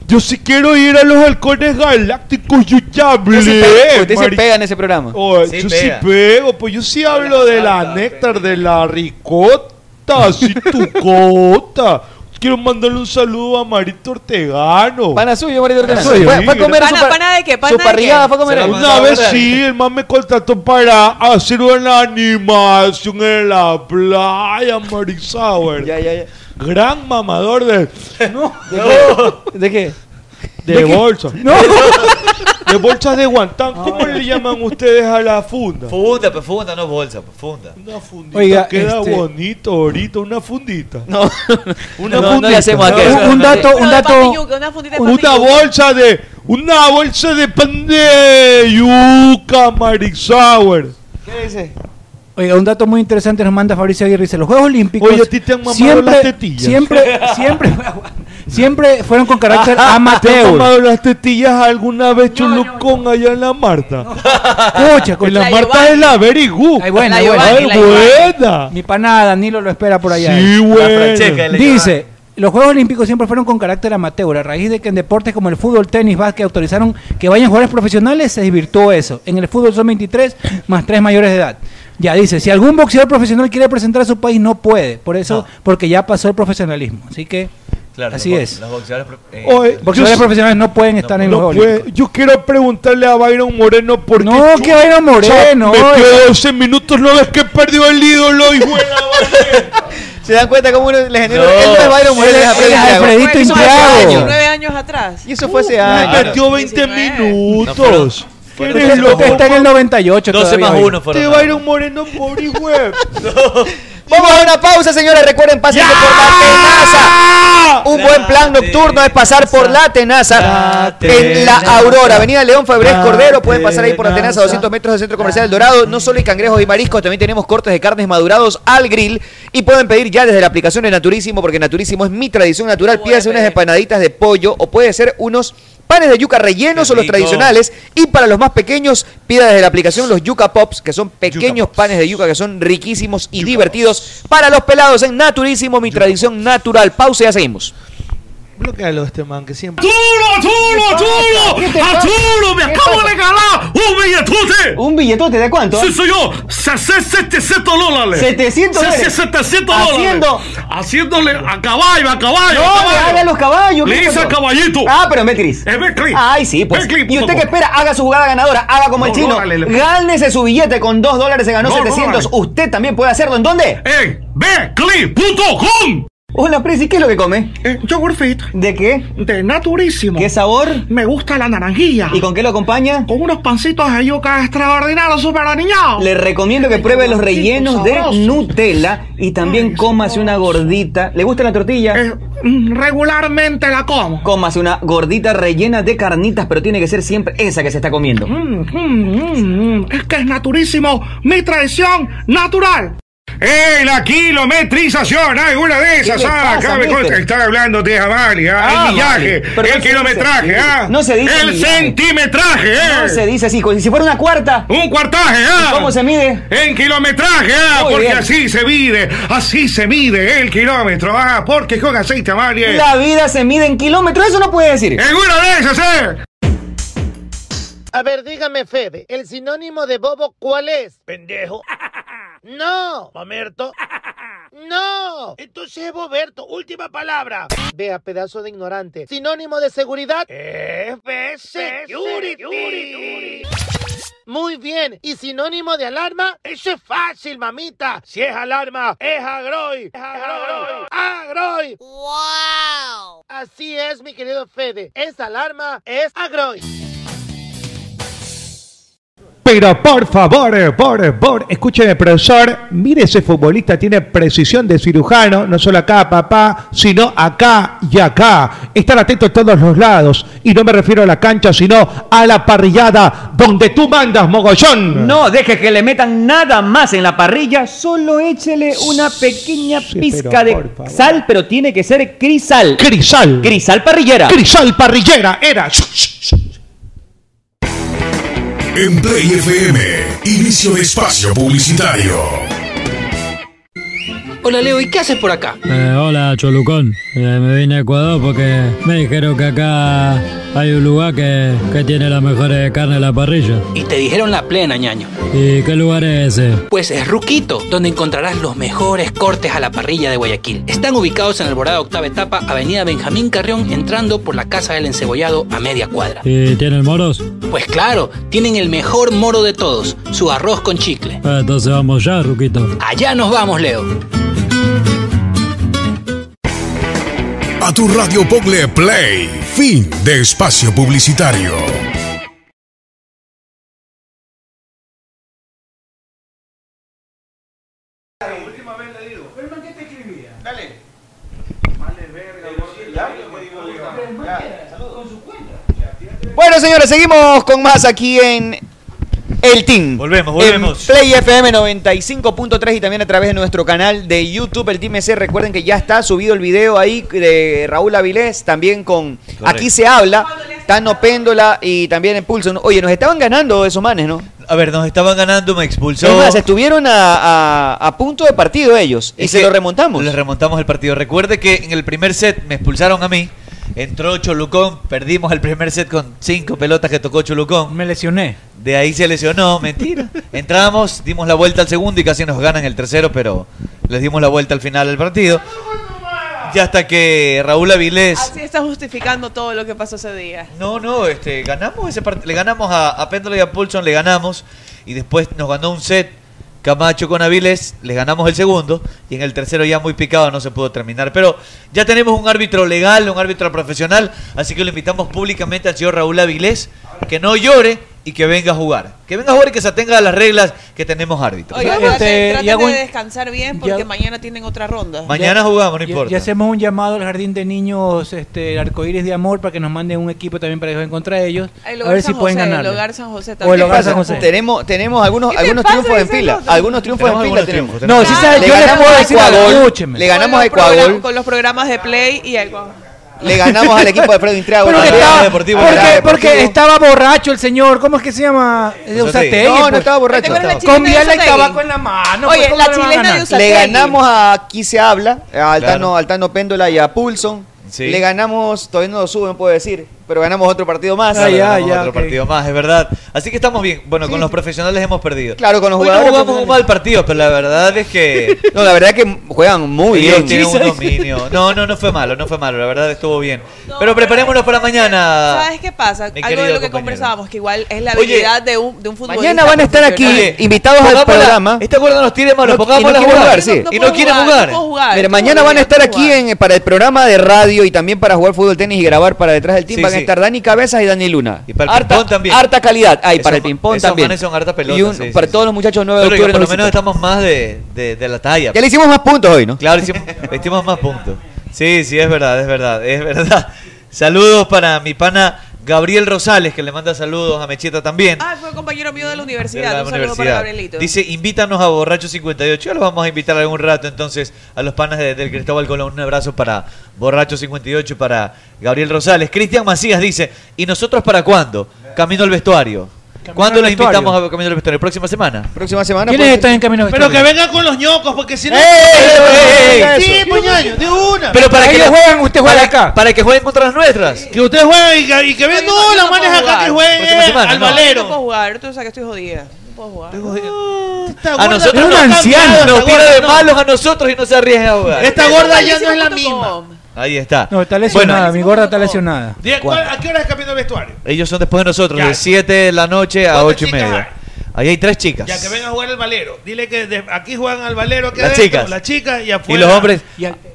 S33: Yo sí quiero ir a los halcones galácticos, yo ya hablé.
S11: Usted se pega- usted se
S33: Mari-
S11: pega en ese programa.
S33: Oh,
S11: Sí
S33: yo
S11: pega.
S33: sí pego, pues yo sí hablo de la néctar, de la ricota, sí, tu cota. Quiero mandarle un saludo a Marito Ortegano.
S11: Pana suyo, Marito
S12: Ortegano. Fue- fue a comer a su Pana- par- pana de qué, pana su de qué. parrillada, fue a comer. Se la
S33: Una
S12: mandaba,
S33: vez
S12: ¿verdad?
S33: sí, el man me contrató para hacer una animación en la playa, Marisauer. ya,
S11: ya, ya.
S33: Gran mamador de... No.
S15: ¿De qué?
S33: De,
S15: ¿De qué?
S33: bolsa. De bolsas de
S15: Ah,
S33: guantán. ¿Cómo le llaman ustedes a la funda?
S13: Funda, pues funda, no bolsa, pues funda.
S33: Una fundita
S15: Oiga,
S33: queda
S15: este-
S33: bonito ahorita, una fundita.
S11: No,
S33: una
S13: no, no le hacemos
S33: No,
S13: aquí.
S33: un- un dato,
S12: Pero
S33: un
S12: de
S33: dato.
S12: papiñuca, una fundita de
S33: Una
S12: papiñuca.
S33: bolsa de una bolsa de pan de yuca, Marix Sauer.
S11: ¿Qué dice?
S15: Oiga, un dato muy interesante nos manda Fabricio Aguirre. Dice, los Juegos Olímpicos...
S33: Oye, a ti te han mamado
S15: siempre,
S33: las tetillas.
S15: Siempre, siempre, [LAUGHS] siempre fueron con
S33: [LAUGHS]
S15: carácter
S33: Ah, ¿Te has
S15: amateur.
S33: tomado las tetillas alguna vez chulucón allá en la Marta?
S15: Escucha, escucha.
S33: En la Marta es la very good.
S15: Ay, buena,
S33: Ay,
S15: buena.
S33: buena.
S15: Mi pana Danilo lo espera por allá.
S33: Sí,
S15: eh.
S33: buena. La fracheca, la
S15: Dice, los Juegos Olímpicos siempre fueron con carácter amateur. A raíz de que en deportes como el fútbol, tenis, básquet autorizaron que vayan jugadores profesionales, se desvirtuó eso. En el fútbol son 23 más 3 mayores de edad. Ya dice, si algún boxeador profesional quiere representar a su país, no puede. Por eso, porque ya pasó el profesionalismo. Así que,
S13: Claro,
S15: así
S13: los bo-
S15: es.
S13: Los boxeadores. pro- eh,
S33: Oye,
S15: Boxeadores
S33: yo-
S15: profesionales no pueden estar en los
S33: No
S15: Juegos
S33: puede.
S15: Olímpicos.
S33: Yo quiero preguntarle a Byron Moreno por qué.
S15: No, que Byron Moreno,
S33: Me
S15: oiga.
S33: quedó 12 minutos, no ves que perdió el ídolo, hijo de la-
S15: [LAUGHS]
S11: ¿Se dan cuenta cómo uno le generó?
S33: No.
S11: Él no es Byron Moreno, es
S33: Él es-
S11: Alfredo
S33: él es
S11: Santiago.
S33: Alfredito
S11: Fue- eso fue
S33: Santiago.
S11: hace años.
S12: Nueve años atrás.
S11: Y eso fue
S15: Uh,
S11: hace
S33: Me
S11: años.
S33: metió 20 minutos. ¿Qué
S15: Usted-
S33: eres loco?
S15: usted está en el 98 todavía, oiga.
S33: Te Byron Moreno por hijo de-
S11: Vamos a una pausa, señores. Recuerden, pasen por la tenaza. Un buen plan nocturno es pasar por la tenaza. en la
S34: Tenaza.
S11: Aurora, Avenida León Fabrés
S34: La
S11: Cordero. Pueden pasar ahí por la tenaza,
S34: Tenaza.
S11: 200 metros del Centro Comercial El Dorado. No solo hay cangrejos y mariscos, también tenemos cortes de carnes madurados al grill. Y pueden pedir ya desde la aplicación de Naturísimo, porque Naturísimo es mi tradición natural. Pídase unas empanaditas de pollo o puede ser unos panes de yuca rellenos o los
S34: rico.
S11: tradicionales. Y para los más pequeños, pida desde la aplicación los Yuca Pops, que son pequeños panes de yuca que son riquísimos y divertidos. Para los pelados en Naturísimo, mi tradición natural. Pausa y ya seguimos.
S33: Bloquealo este man que siempre.
S8: ¡Arturo, Arturo,
S34: ¿Qué te
S8: Arturo!
S34: pasa?
S8: ¡Arturo, me
S34: ¿Qué
S8: acabo
S34: pasa?
S8: de ganar un billetote!
S34: ¿Un billetote de cuánto?
S8: Sí, soy yo. Se- se- 700 dólares.
S34: 700
S8: Se- se-
S34: dólares.
S8: 700 dólares.
S34: Haciendo-
S8: Haciéndole a caballo, a caballo.
S34: No,
S8: a caballo.
S34: haga los caballos.
S8: Le
S34: ¿qué
S8: hice
S34: pasó?
S8: a caballito.
S34: Ah, pero en Betcris.
S8: Es Betcris.
S34: Ay, sí, pues.
S8: Betcris,
S34: y usted
S8: punto
S34: que
S8: com.
S34: espera, haga su jugada ganadora, haga como el
S8: No,
S34: chino.
S8: no, dale, le-
S34: Gánese su billete con 2 dólares, se ganó
S8: No, no,
S34: 700.
S8: dale.
S34: usted también puede hacerlo. ¿En dónde?
S8: En betcris.com.
S35: Hola, Prezi, ¿qué es lo que come?
S8: Eh,
S36: Yogurt fit.
S35: ¿De qué?
S36: De naturísimo.
S35: ¿Qué sabor?
S36: Me gusta la naranjilla.
S35: ¿Y con qué lo acompaña?
S36: Con unos pancitos de yuca extraordinarios, super aniñados.
S35: Le recomiendo que pruebe los rellenos de Nutella y también cómase una gordita. ¿Le gusta la tortilla?
S8: Eh, mm,
S36: Regularmente la como.
S35: Cómase una gordita rellena de carnitas, pero tiene que ser siempre esa que se está comiendo.
S36: Mm, mm, mm, mm. Es que es naturísimo. Mi tradición natural.
S33: ¡Ey, la kilometrización! ¡Hay una de esas!
S36: ¿Qué le pasa,
S33: ¡Ah! Acá me
S36: mister?
S33: consta- Está hablando de Jamali, ¿ah?
S35: Ah,
S33: el millaje,
S35: vale. Pero
S33: el
S35: no se
S33: kilometraje,
S35: dice así.
S33: ¿ah?
S35: No se dice
S33: El
S35: millaje.
S33: centimetraje, ¿eh?
S35: No se dice así, como si fuera una cuarta.
S33: Un cuartaje, ¿ah?
S35: ¿Cómo se mide?
S33: En kilometraje, ah,
S35: Muy
S33: porque
S35: bien.
S33: así se mide, así se mide el kilómetro, ah, porque con aceite amarillo.
S35: La vida se mide en kilómetros, eso no puede decir.
S33: En una de esas, eh.
S9: A ver, dígame, Fede, ¿el sinónimo de bobo cuál es? Pendejo. [LAUGHS] No. Mamerto. [LAUGHS] No. Entonces es boberto. Última palabra. Vea, pedazo de ignorante. Sinónimo de seguridad. Security. Muy bien. ¿Y sinónimo de alarma? Eso es fácil, mamita. Si es alarma, es agroy. Es agroy. Agroy. ¡Wow! Así es, mi querido Fede. Esa alarma es agroy.
S37: Pero por favor, eh, por, eh, por, escúcheme, profesor, mire ese futbolista, tiene precisión de cirujano, no solo acá, papá, sino acá y acá. Estar atento a todos los lados, y no me refiero a la cancha, sino a la parrillada donde tú mandas, mogollón.
S35: No deje que le metan nada más en la parrilla, solo échele una pequeña pizca de sal, pero tiene que ser crisal.
S37: Crisal.
S35: Crisal parrillera.
S37: Crisal parrillera, era.
S30: En Play FM, inicio de espacio publicitario.
S15: Hola Leo, ¿y qué haces por acá?
S38: Eh, hola Cholucón, Eh, me vine a Ecuador porque me dijeron que acá hay un lugar que, que tiene las mejores carnes a la parrilla.
S15: Y te dijeron la plena, ñaño.
S38: ¿Y qué lugar es ese?
S15: Pues es Ruquito, donde encontrarás los mejores cortes a la parrilla de Guayaquil. Están ubicados en Alborada Octava Etapa, Avenida Benjamín Carrión, entrando por la Casa del Encebollado a media cuadra.
S38: ¿Y tienen moros?
S15: Pues claro, tienen el mejor moro de todos, su arroz con chicle.
S38: Ah, entonces vamos ya, Ruquito.
S15: Allá nos vamos, Leo.
S30: A tu radio Pogle Play, fin de espacio publicitario.
S11: Bueno, señores, seguimos con más aquí en El Team.
S13: Volvemos, volvemos.
S11: En Play FM 95.3 y también a través de nuestro canal de YouTube, El Team EC. Recuerden que ya está subido el video ahí de Raúl Avilés, también con Aquí se habla, Tano Péndola y también en Pulso. Oye, nos estaban ganando esos manes, ¿no?
S13: Em, A ver, nos estaban ganando, me expulsó.
S11: Es más, estuvieron a, a- a punto de partido ellos y
S13: Es
S11: se
S13: que
S11: lo remontamos.
S13: Les remontamos el partido. Recuerde que en el primer set me expulsaron a mí. Entró Cholucón, perdimos el primer set con cinco pelotas que tocó Cholucón.
S5: Me lesioné.
S13: De ahí se lesionó, mentira. Entramos, dimos la vuelta al segundo y casi nos ganan el tercero, pero les dimos la vuelta al final del partido. Y hasta que Raúl Avilés
S12: Así está justificando todo lo que pasó ese día.
S13: no, no, este, ganamos ese partido. Le ganamos a, a Péndola y a Pulson, le ganamos. Y después nos ganó un set Camacho con Avilés, le ganamos el segundo. Y en el tercero ya muy picado no se pudo terminar. Pero ya tenemos un árbitro legal, un árbitro profesional. Así que lo invitamos públicamente al señor Raúl Avilés que no llore y que venga a jugar. Que venga a jugar y que se atenga a las reglas que tenemos árbitros.
S12: Oiga,
S5: Este,
S12: traten, traten
S5: y hago
S12: de
S5: un-
S12: descansar bien porque mañana tienen otra ronda.
S13: Mañana jugamos, no
S5: Y-
S13: importa.
S5: Y, hacemos un llamado al jardín de niños, este, el arcoíris de amor, para que nos manden un equipo también para ellos en contra de ellos.
S12: El
S5: A
S12: hogar
S5: ver si
S12: San
S5: pueden
S12: José, el
S5: ganar.
S12: hogar San
S5: O
S12: José
S5: el
S12: también.
S5: hogar San José.
S11: Tenemos, tenemos algunos,
S12: ¿Qué te
S11: algunos
S12: pasa,
S11: triunfos en
S12: dice
S11: fila.
S12: loco?
S11: Algunos triunfos en
S13: Tenemos
S11: fila
S13: algunos
S11: tenemos.
S13: triunfos, No,
S5: sí sabes,
S11: Le
S5: yo le
S11: ganamos
S5: puedo
S11: a
S5: decir algo,
S11: Ecuador,
S5: escúcheme.
S11: Le ganamos
S12: Con
S11: a
S12: los
S11: Ecuador.
S12: program- Con los programas de Play y el...
S11: Le ganamos al equipo de Alfredo Intriago.
S5: Porque,
S11: al
S5: estaba,
S11: Agrado
S5: porque-
S11: al Agrado
S5: porque
S11: Deportivo.
S5: estaba borracho el señor. ¿Cómo es que se llama? Eh, Usategui,
S11: No, no
S5: pues.
S11: estaba borracho.
S5: Con biela y tabaco en la
S13: Ah,
S5: mano.
S11: Oye,
S5: pues, ¿cómo
S11: la
S5: le van a
S11: chilena
S5: ganar?
S11: de Usategui. Le ganamos a Aquí se habla, a Altano,
S13: Claro.
S11: Altano Péndola y a Pulson.
S13: Sí.
S11: Le ganamos, todavía no lo suben, puedo decir,
S13: Pero ganamos otro partido más.
S11: Ah, ya,
S13: ganamos
S11: ya,
S13: otro
S11: ok.
S13: partido más, es verdad. Así que estamos bien. Bueno, con los profesionales hemos perdido.
S11: Claro, con los
S13: Hoy no
S11: jugadores
S13: jugamos un mal partido, pero la verdad
S12: [LAUGHS]
S13: es que.
S11: No, la verdad es que juegan muy
S13: Ellos
S11: bien.
S13: tienen un dominio. No, no, no fue malo, no fue malo. La verdad estuvo bien. Pero preparémonos para mañana.
S12: ¿Sabes qué pasa?
S13: Mi
S12: Algo de
S13: querido
S12: lo que
S13: compañero.
S12: conversábamos, que igual es la
S13: Oye,
S12: habilidad de, un, de un futbolista.
S11: Mañana van a estar aquí
S12: profesional.
S11: invitados al
S13: Pongámosla-
S11: programa.
S13: Este acuerdo nos tiene malo.
S11: [LAUGHS] No-
S13: Pongámosla
S11: y no
S13: a
S11: quiere
S13: jugar.
S11: jugar, sí.
S13: Y no quiere jugar.
S12: puedo jugar.
S11: Mira, mañana van a estar aquí en, eh, para el programa de radio y también para jugar fútbol tenis y grabar para detrás del team.
S13: Sí,
S11: van a
S13: sí.
S11: estar Dani Cabezas y Dani Luna. Y
S13: para el ping-pong también.
S11: Harta calidad. Ay, para el
S13: Esos-
S11: ping-pong
S13: esos
S11: también.
S13: manes son harta pelota,
S11: Y un-
S13: sí, sí,
S11: para todos los muchachos 9 de
S13: Pero que
S11: octubre.
S13: por lo
S11: nos
S13: menos
S11: visitan.
S13: estamos más de, de- de la talla.
S11: Ya le hicimos más puntos hoy, ¿no?
S13: Claro, hicimos, hicimos más puntos. Sí, sí, es verdad, es verdad, es verdad. Saludos para mi pana Gabriel Rosales, que le manda saludos a Mechita también.
S12: Ah, fue compañero mío de la
S13: de
S12: universidad.
S13: la
S12: un saludo para
S13: universidad.
S12: Gabrielito.
S13: Dice, invítanos a Borracho 58. Ya los vamos a invitar algún rato entonces a los panas de- del Cristóbal Colón. Un abrazo para Borracho 58, para Gabriel Rosales. Cristian Macías dice, ¿y nosotros para cuándo? Camino al vestuario. ¿Cuándo
S11: al
S13: los
S11: vestuario.
S13: invitamos a Camino al vestuario? ¿Próxima semana?
S11: Próxima semana. pues,
S13: ¿Quiénes
S11: puede
S13: están
S11: ser.
S13: en Camino al
S9: Pero que venga con los ñocos, porque si no.
S13: ¡Ey, ey, ey, ey!
S9: Sí,
S13: Eso.
S9: puñaño, de una.
S13: Pero para que
S9: ellos
S13: para, acá. Para que jueguen contra las nuestras.
S9: Que ustedes jueguen y que, y que vengan. No, la manes acá que
S13: Próxima
S9: jueguen
S13: semana,
S9: al
S13: no.
S12: No
S9: valero.
S12: puedo jugar, tú sabes que estoy jodida. No puedo jugar.
S13: A Ah, nosotros
S9: no
S13: nos
S9: han
S13: ancianos,
S9: cambiado,
S13: nos
S9: esta
S13: tira
S9: gorda
S13: de
S9: no.
S13: malos a nosotros y no se arriesga a jugar.
S9: Esta gorda ya no es la misma.
S13: Ahí está.
S15: No, está lesionada, mi gorda está lesionada.
S9: Diez, ¿cuál- ¿A qué hora es camino al vestuario?
S13: Ellos son después de nosotros, de 7 de la noche a 8 y media. Ahí hay tres chicas.
S9: Ya que vengan a jugar al valero. Dile que de- aquí juegan al valero. aquí
S13: Las
S9: adentro,
S13: chicas.
S9: Las chicas y
S13: Y
S9: afuera.
S13: los hombres.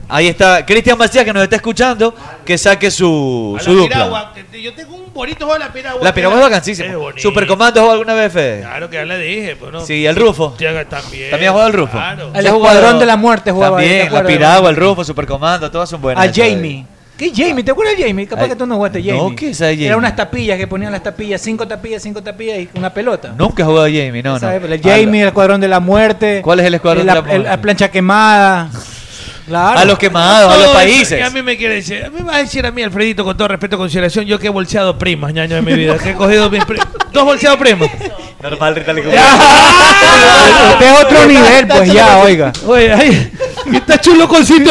S13: Ahí está Cristian Macías que nos está escuchando, que saque su,
S9: A
S13: su
S9: la
S13: dupla.
S9: piragua. que- Yo tengo un bonito juego a la piragua.
S13: La piragua es vacancísima.
S9: Es bonito.
S13: Supercomando jugó alguna vez, Fede.
S9: Claro que ya le dije. Pero no.
S13: Sí, y al Rufo.
S9: Llega También.
S13: También ha jugado el Rufo.
S9: Claro.
S13: Se
S15: El
S13: ha jugado-
S15: Escuadrón de la Muerte jugaba ahí, ¿te
S13: También, la
S15: acuerdas?
S13: piragua, el Rufo, Supercomando, todas son buenas.
S15: A
S13: esas.
S15: Jamie. ¿Qué Jamie? ¿Te acuerdas de Jamie? Capaz
S13: Ah. Ay,
S15: que tú no jugaste
S13: no,
S15: Jamie.
S13: ¿qué es esa Jamie?
S15: Eran unas tapillas que ponían las tapillas, cinco tapillas, cinco tapillas y una pelota.
S13: Nunca he jugado a Jamie, no, no. Ah,
S15: Esa época, el Jamie, el Escuadrón de la Muerte.
S13: ¿Cuál es el Escuadrón
S15: la-
S13: de la Muerte?
S15: el- La plancha quemada. Claro.
S13: A los quemados, a los países.
S9: que a mí me quiere decir, a mí me va a decir a mí, Alfredito, con todo respeto y consideración, yo que he bolseado primas, ñaño, de mi vida, que he cogido mis pri- [LAUGHS] dos bolseados primos.
S13: Normal,
S9: [LAUGHS]
S13: Rita le
S15: Este es otro nivel, pues ya, oiga.
S9: Oye, ay, está chulo concito.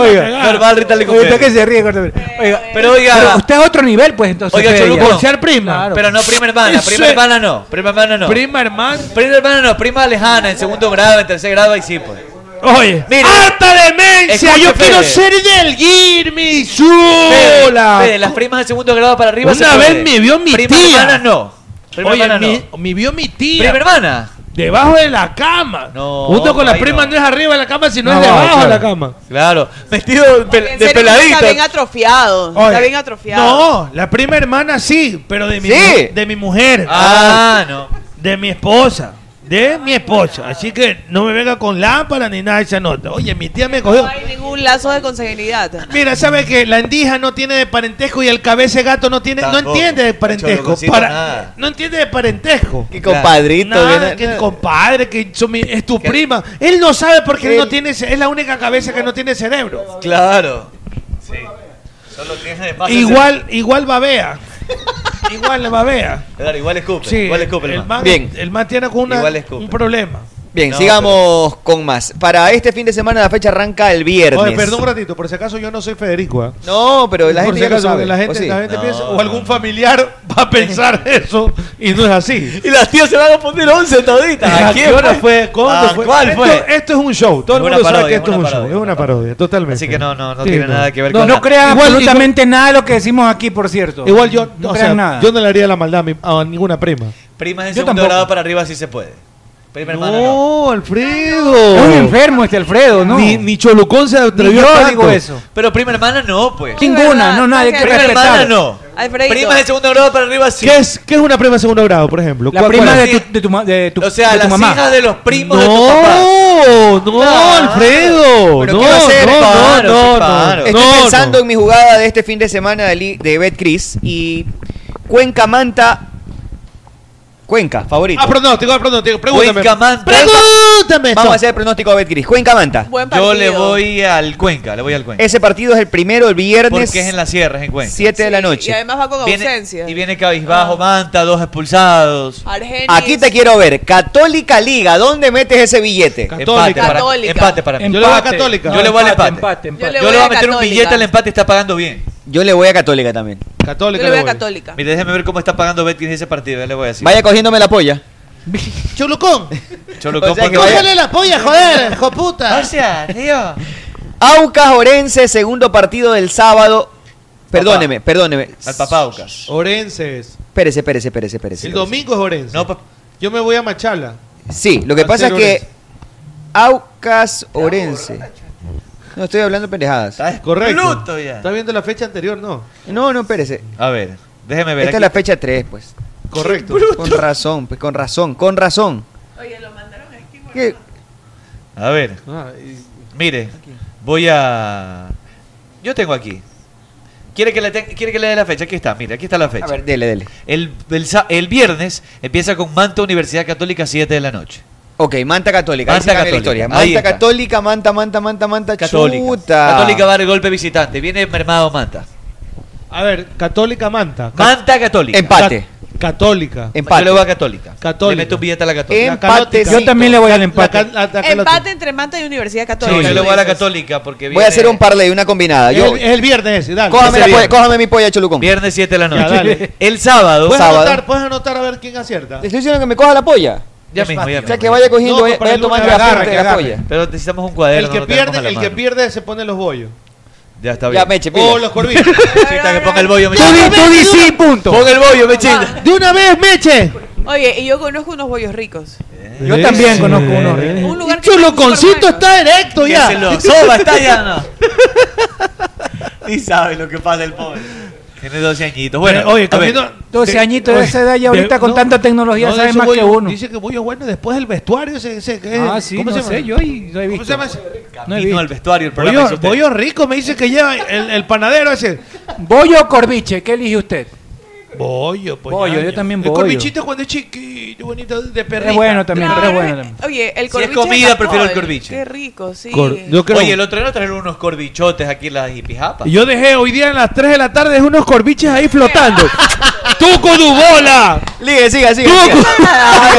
S15: Oiga,
S13: normal, Rita le
S15: Oiga, usted que se ríe, corta. Oiga,
S13: Pero oiga-
S15: pero usted es otro nivel, pues entonces.
S13: Oiga,
S15: usted
S13: Choluco,
S15: ya.
S13: bolsear prima.
S15: Claro.
S13: Pero no
S9: [LAUGHS]
S13: prima hermana,
S15: Eso
S13: prima
S15: es-
S13: hermana no, prima hermana no.
S9: Prima hermana.
S13: Prima hermana no, prima lejana, en segundo grado, en tercer grado, ahí sí, pues.
S9: Oye,
S13: Mire.
S9: harta demencia,
S13: Escuche,
S9: yo quiero
S13: Fede.
S9: ser del Girmi,
S13: Fede,
S9: sola.
S13: Fede, las primas de segundo grado para arriba se
S9: Una vez
S13: puede.
S9: me vio mi
S13: prima
S9: tía.
S13: hermana no. Prima
S9: Oye,
S13: hermana
S9: mi-
S13: no.
S9: me vio mi tía.
S13: Prima hermana.
S9: Debajo de la cama.
S13: No.
S9: Junto con las
S13: ahí
S9: primas
S13: no.
S9: no. es arriba de la cama, sino
S13: No,
S9: es debajo de
S13: claro.
S9: la cama.
S13: Claro, vestido de,
S12: En
S13: pel- de
S12: serio, Está bien
S13: peladito.
S12: atrofiado.
S9: Oye,
S12: Está bien atrofiado.
S9: No, la prima hermana sí, pero de mi,
S12: Sí.
S9: mu- de mi mujer.
S13: Ah, no.
S9: De mi esposa. De mi esposa. Así que no me venga con lámpara ni nada de esa nota. Oye, mi tía me cogió.
S12: No hay ningún lazo de consanguinidad.
S9: Mira, ¿sabe que la endija no tiene de parentesco y el cabeza de gato no tiene, no
S13: Tampoco.
S9: entiende de parentesco?
S13: Cholucocito,
S9: Para-
S13: nada.
S9: no entiende de parentesco.
S11: Que compadrito,
S9: Nada,
S11: viene-
S9: que compadre, que son mi- es tu prima. Él no sabe porque él no tiene, ce- es la única cabeza que no tiene cerebro.
S13: Claro. Sí. Solo tienes de paso-
S9: Igual, igual babea. igual le babea.
S13: Claro, igual escupe.
S9: Sí,
S13: igual escupe,
S9: el,
S13: hermano.
S9: man,
S11: Bien.
S9: el man tiene con una-
S11: Igual
S9: un problema.
S11: Bien,
S9: No,
S11: sigamos con más. Para este fin de semana la fecha arranca el viernes.
S9: Oye, perdón un ratito, por si acaso yo no soy Federico. ¿ah?
S11: No, pero la
S9: Por
S11: gente
S9: si
S11: ya lo
S9: acaso,
S11: sabe.
S9: la gente,
S11: ¿o sí?
S9: la gente piensa, o algún familiar va a
S13: [LAUGHS]
S9: pensar eso y no es así.
S13: Y las tías se van a poner 11 toditas.
S9: ¿A
S13: quién
S9: qué hora
S13: fue?
S9: fue? ¿Cuándo
S13: ¿A
S9: fue?
S13: cuál
S9: esto,
S13: fue?
S9: esto es un show. Todo
S13: Es
S9: el
S13: una
S9: mundo sabe
S13: parodia,
S9: que esto
S13: es
S9: es
S13: una
S9: un show.
S13: parodia.
S9: Es una parodia, totalmente. Así
S13: que no, no, no tiene nada que ver
S15: No,
S13: con
S15: no
S13: nada.
S15: crean
S9: Igual-
S15: absolutamente nada de lo que decimos aquí, por cierto.
S9: Igual yo
S15: no,
S9: o
S15: crean
S9: sea,
S15: nada.
S9: Yo no le haría la maldad a, mi- a ninguna prima.
S13: Primas de
S15: Yo
S13: segundo
S15: tampoco.
S13: grado para arriba sí se puede. Prima hermana no.
S9: Alfredo.
S15: Es un enfermo este Alfredo, ¿no?
S9: Ni, ni Cholucón se atrevió
S15: Ni yo
S9: tanto.
S15: digo eso.
S13: Pero prima hermana no, pues.
S15: Ninguna, no, nadie que
S13: Prima hermana
S15: respetar.
S13: no.
S12: Alfredito.
S13: Primas de segundo grado para arriba sí.
S9: ¿Qué es, ¿Qué es una prima de segundo grado, por ejemplo?
S15: La
S9: ¿Cuál-
S15: prima
S9: cuál es?
S15: de tu, de tu, ma- de tu,
S13: O sea,
S15: de tu
S13: las
S15: mamá.
S13: hijas de los primos de tu papá.
S9: No, no, Alfredo.
S11: Pero
S9: no,
S11: ¿qué va a hacer?
S9: no,
S11: Claro,
S9: no, no,
S11: claro.
S9: no,
S11: Estoy
S9: no,
S11: pensando en mi jugada de este fin de semana de, li- de Betcris y Cuenca Manta Cuenca, favorito.
S9: Ah, pronóstico, ah, pronóstico. Pregúntame.
S11: Cuenca, Manta.
S9: Pregúntame.
S11: Vamos a hacer el pronóstico a Betcris. Cuenca, Manta.
S13: Yo le voy al Cuenca, le voy al Cuenca.
S11: Ese partido es el primero, el viernes.
S13: Porque es en la sierra, es en Cuenca.
S11: 7 de la
S12: Y
S11: noche.
S12: además va con
S13: Viene-
S12: ausencia.
S13: Y viene cabizbajo, manta, dos expulsados.
S12: Argenis.
S11: Aquí te quiero ver. Católica Liga, ¿dónde metes ese billete?
S13: Empate para, empate para mí. Yo le voy a Católica. Yo le voy al empate. Yo le voy, a, meter un billete al empate, está pagando bien.
S11: Yo le voy a Católica también.
S9: Católica.
S12: Yo le voy a Católica.
S13: Mire, déjeme ver cómo está pagando Betis ese partido, ya le voy a decir.
S11: Vaya cogiéndome la polla.
S39: Cholucón.
S13: Cholucón,
S11: O sea que
S13: ponte-
S11: vaya-
S39: Cógele la polla,
S9: [LAUGHS]
S39: joder, hijo puta.
S13: Gracias, tío.
S11: Aucas Orense, segundo partido del sábado. Perdóneme, perdóneme.
S13: Al papá Aucas.
S9: Orense es.
S11: Espérese, espérese, espérese, espérese.
S9: El domingo es Orense. Yo me voy a Machala.
S11: Sí, lo que
S9: Al
S11: pasa es
S9: ser
S11: que Aucas Orense. No estoy hablando pendejadas.
S9: Correcto.
S11: Pluto
S13: ya.
S9: ¿Estás viendo la fecha anterior? No.
S11: No, no, espérese.
S13: A ver, déjeme ver.
S11: Esta es
S13: aquí.
S11: la fecha 3, pues.
S9: Correcto.
S11: Con razón, pues con razón, con razón. Oye,
S13: A ver. Mire, voy a. Yo tengo aquí. ¿Quiere que, le te- ¿Quiere que le dé la fecha? Aquí está, mire, aquí está la fecha.
S11: A ver, dele, dele.
S13: El, el sa- el viernes empieza con Manta Universidad Católica, 7 de la noche.
S11: Ok, Manta Católica.
S13: Manta Católica.
S11: Manta
S13: ahí está.
S11: Católica, Manta, Manta, Manta, Manta,
S13: Católica.
S11: chuta.
S13: Católica va a dar el golpe visitante. Viene mermado Manta.
S9: A ver, Católica Manta.
S13: Manta Católica.
S11: Empate.
S9: Católica.
S13: Yo le voy a Católica.
S9: Católica.
S13: Le meto un billete a la Católica.
S9: Yo también le voy al empate.
S12: Empate entre Manta y Universidad
S13: Sí,
S12: Católica.
S13: yo le voy a la Católica porque
S11: Voy a hacer un parlay, una combinada. Yo,
S9: Es el viernes ese, dale.
S11: cójame,
S13: ese
S11: la
S13: viernes.
S11: polla- cójame mi polla, Cholucón.
S13: Viernes 7 de la noche.
S11: Ya, dale.
S13: El sábado.
S9: Puedes
S11: sábado.
S9: anotar, puedes anotar a ver quién acierta.
S11: Te estoy diciendo que me coja la polla.
S13: Ya mismo, ya
S11: O sea,
S13: mismo.
S11: que vaya cogiendo,
S9: No,
S11: vaya,
S9: para
S11: vaya
S9: el lunes
S11: tomando la
S9: agarra,
S11: punta
S9: que
S11: de la
S9: agarra.
S11: polla.
S13: Pero necesitamos un eh, cuaderno.
S9: el que
S13: no tenemos
S9: pierde,
S13: a la
S9: el
S13: mano.
S9: que pierde se pone los bollos.
S13: Ya está bien.
S9: Ya,
S11: Meche,
S9: O los
S13: [LAUGHS]
S9: corvitos.
S13: Chita, que ponga el bollo,
S9: Tú di- tú di sí,
S15: punto.
S13: Ponga el bollo, Mechita.
S39: De una vez, Meche.
S12: Oye, y yo conozco unos bollos ricos.
S15: Yo también conozco uno.
S12: Un lugar que
S39: Choluconcito está directo
S13: Que
S39: ya.
S13: se lo soba, está ya, no. Ni sabe lo que pasa el pobre. Tiene 12 añitos. Bueno,
S9: Eh, Oye,
S13: a ver.
S9: comiendo-
S15: 12 añitos de esa edad y ahorita con tanta tecnología
S9: No, de
S15: sabe
S9: esos
S15: más que
S9: bollos-
S15: uno.
S9: Dice que bollos bueno después del vestuario. Ese, ese, que es-
S15: Ah, sí, no sé, yo y- no he
S9: ¿Cómo se llama ese?
S13: Camino al vestuario, el programa es
S9: Bollo,
S13: usted.
S9: bollo rico, me dice que lleva el, el panadero ese.
S15: Bollo o corviche, ¿qué elige usted?
S9: Bollo, [LAUGHS] pues,
S33: [LAUGHS]
S15: Bollo,
S9: ñaño.
S15: yo también
S9: El
S15: bollo.
S9: corbichito cuando es chiquito, bonito, de perrito.
S15: Es bueno también, pero es bueno también.
S12: Oye, el
S13: Si es
S12: corviche.
S13: comida,
S12: de
S13: prefiero el
S12: Japón.
S13: corviche.
S12: Qué rico, sí.
S13: Oye, el otro día nos trajeron unos corbichotes aquí en las hipijapas.
S9: Yo dejé hoy día en las 3 de la tarde dejé unos corbiches ahí
S12: [LAUGHS]
S9: flotando. ¡Tuco Dubola!
S11: Ligue, siga, siga.
S9: ¡Tuco!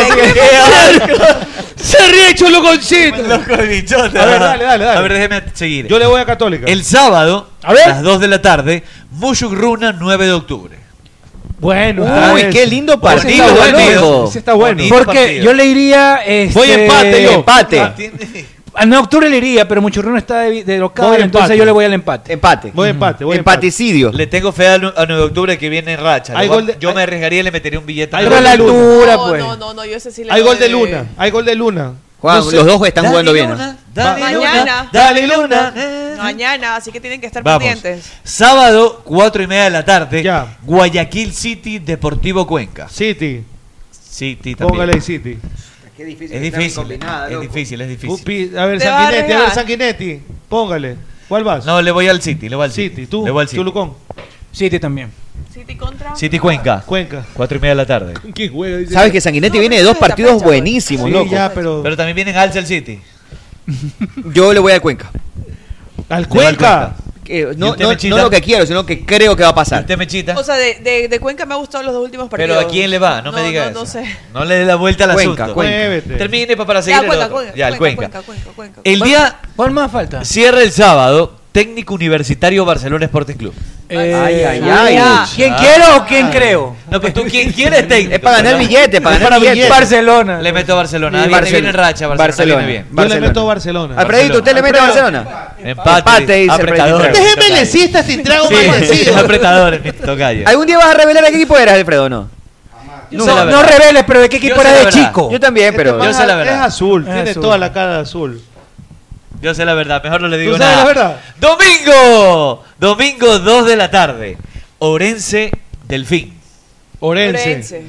S11: siga.
S9: ¡Se ríe
S13: [LAUGHS]
S9: Choluconcito!
S13: Los corbichotes.
S9: A ver, dale, dale, dale.
S13: A ver, déjeme seguir.
S9: Yo le voy a Católica.
S13: El sábado, a, las 2 de la tarde, Mushugruna, 9 de octubre.
S9: Bueno,
S11: Uy, qué lindo partido,
S13: está
S11: buen
S13: bueno.
S11: loco.
S13: Ese está bueno.
S15: Porque
S13: Partido.
S15: yo le iría. Este,
S11: Voy empate yo. Empate.
S15: Ah, Ah, no, octubre le iría, pero Muchurrón está de, de local,
S9: Voy
S15: entonces
S9: empate.
S15: yo le voy al empate.
S11: Empate.
S9: Voy a empate, voy a empate.
S11: Empaticidio.
S13: Le tengo fe al- a 9 de octubre que viene en racha.
S9: Hay
S13: Lo voy-
S9: gol de-
S13: yo me arriesgaría y le metería un billete.
S9: Hay
S13: Pero
S9: gol
S13: la
S9: de
S13: luna.
S9: Luna.
S12: No,
S9: Pura,
S12: no,
S9: pues.
S12: no, no, yo ese sí le
S9: Hay
S12: doy
S9: gol de
S12: de-
S9: Luna, hay gol de Luna.
S11: Juan,
S9: No sé.
S11: los dos están
S13: Dale,
S11: jugando bien.
S13: Luna,
S11: ¿no?
S13: dale,
S12: Mañana.
S13: Luna, dale, Luna.
S12: Mañana, así que tienen que estar
S13: Vamos.
S12: pendientes.
S13: Sábado, 4 y media de la tarde, Guayaquil City, Deportivo Cuenca.
S9: City.
S13: City también.
S9: Póngale ahí City.
S13: Es difícil, es difícil, es difícil.
S9: Upi, a ver,
S12: Te va a
S9: Sanguinetti, a ver,
S12: arriesgar.
S9: Sanguinetti. Póngale. ¿Cuál vas?
S13: No, le voy al City, le voy al City.
S9: tú,
S13: Le voy al City.
S9: Lucón.
S15: City también.
S12: City contra.
S13: City Cuenca.
S9: Cuenca.
S13: 4 y media de la tarde.
S9: ¿Quién juega? Dice-
S11: Sabes que Sanguinetti viene de dos partidos buenísimos,
S9: Sí,
S11: loco.
S9: ya, pero.
S13: Pero también vienen alza el City.
S11: Yo le voy al Cuenca.
S9: Al Cuenca.
S11: Que-
S13: ¿Y
S11: no,
S13: usted,
S11: no-
S13: Mechita?
S11: no lo que quiero, sino que creo que va a pasar.
S13: Usted me chita.
S12: O sea, de, de, de Cuenca me ha gustado los dos últimos partidos.
S13: Pero ¿a quién le va? No me diga
S12: no,
S13: eso.
S12: No sé.
S13: No le dé la vuelta al
S11: Cuenca,
S13: asunto.
S11: Cuenca.
S9: Muévete.
S13: Termine pa- para
S12: Ya,
S13: seguir el
S12: Cuenca,
S13: otro.
S12: Cuenca,
S13: Ya, el
S12: Cuenca,
S13: Cuenca.
S12: Cuenca, Cuenca,
S13: El día
S15: ¿Cuál más falta?
S13: cierra el sábado técnico universitario Barcelona Sporting Club.
S15: Eh,
S11: Ay, ay, ay.
S15: ya. ¿Quién
S13: Ah.
S15: quiero o quién creo?
S13: No, pero tú quién quieres técnico.
S11: [LAUGHS] Es para ganar
S13: ¿verdad?
S11: billete, para ganar billete.
S15: Barcelona.
S13: Le meto a Barcelona. Ah, Viene,
S11: Barcelona.
S13: viene en racha Barcelona.
S11: Barcelona.
S13: Viene bien.
S9: Yo le meto Barcelona.
S11: Alfredito, ¿usted le mete a Barcelona?
S13: Empate.
S11: Empate, dice
S13: apretador.
S11: Freddy.
S39: Déjeme lesista sin trago
S13: [LAUGHS] Sí,
S39: malguacido.
S13: [LAUGHS] apretadores, mi tocayo.
S11: ¿Algún día vas a revelar a qué equipo eras, Alfredo, o no?
S13: Yo sé la
S15: No,
S13: verdad.
S15: no reveles, pero ¿de qué equipo
S13: sé
S15: era
S13: la
S15: de
S13: verdad.
S15: chico?
S11: Yo también, pero...
S13: Yo sé la verdad.
S9: Es azul,
S15: Es
S9: tiene
S15: azul.
S9: toda la cara de azul.
S13: Yo sé la verdad, mejor no le digo
S9: ¿Tú sabes
S13: nada.
S9: la verdad?
S13: Domingo, domingo 2 de la tarde. Orense Delfín.
S9: Orense.
S12: Orense.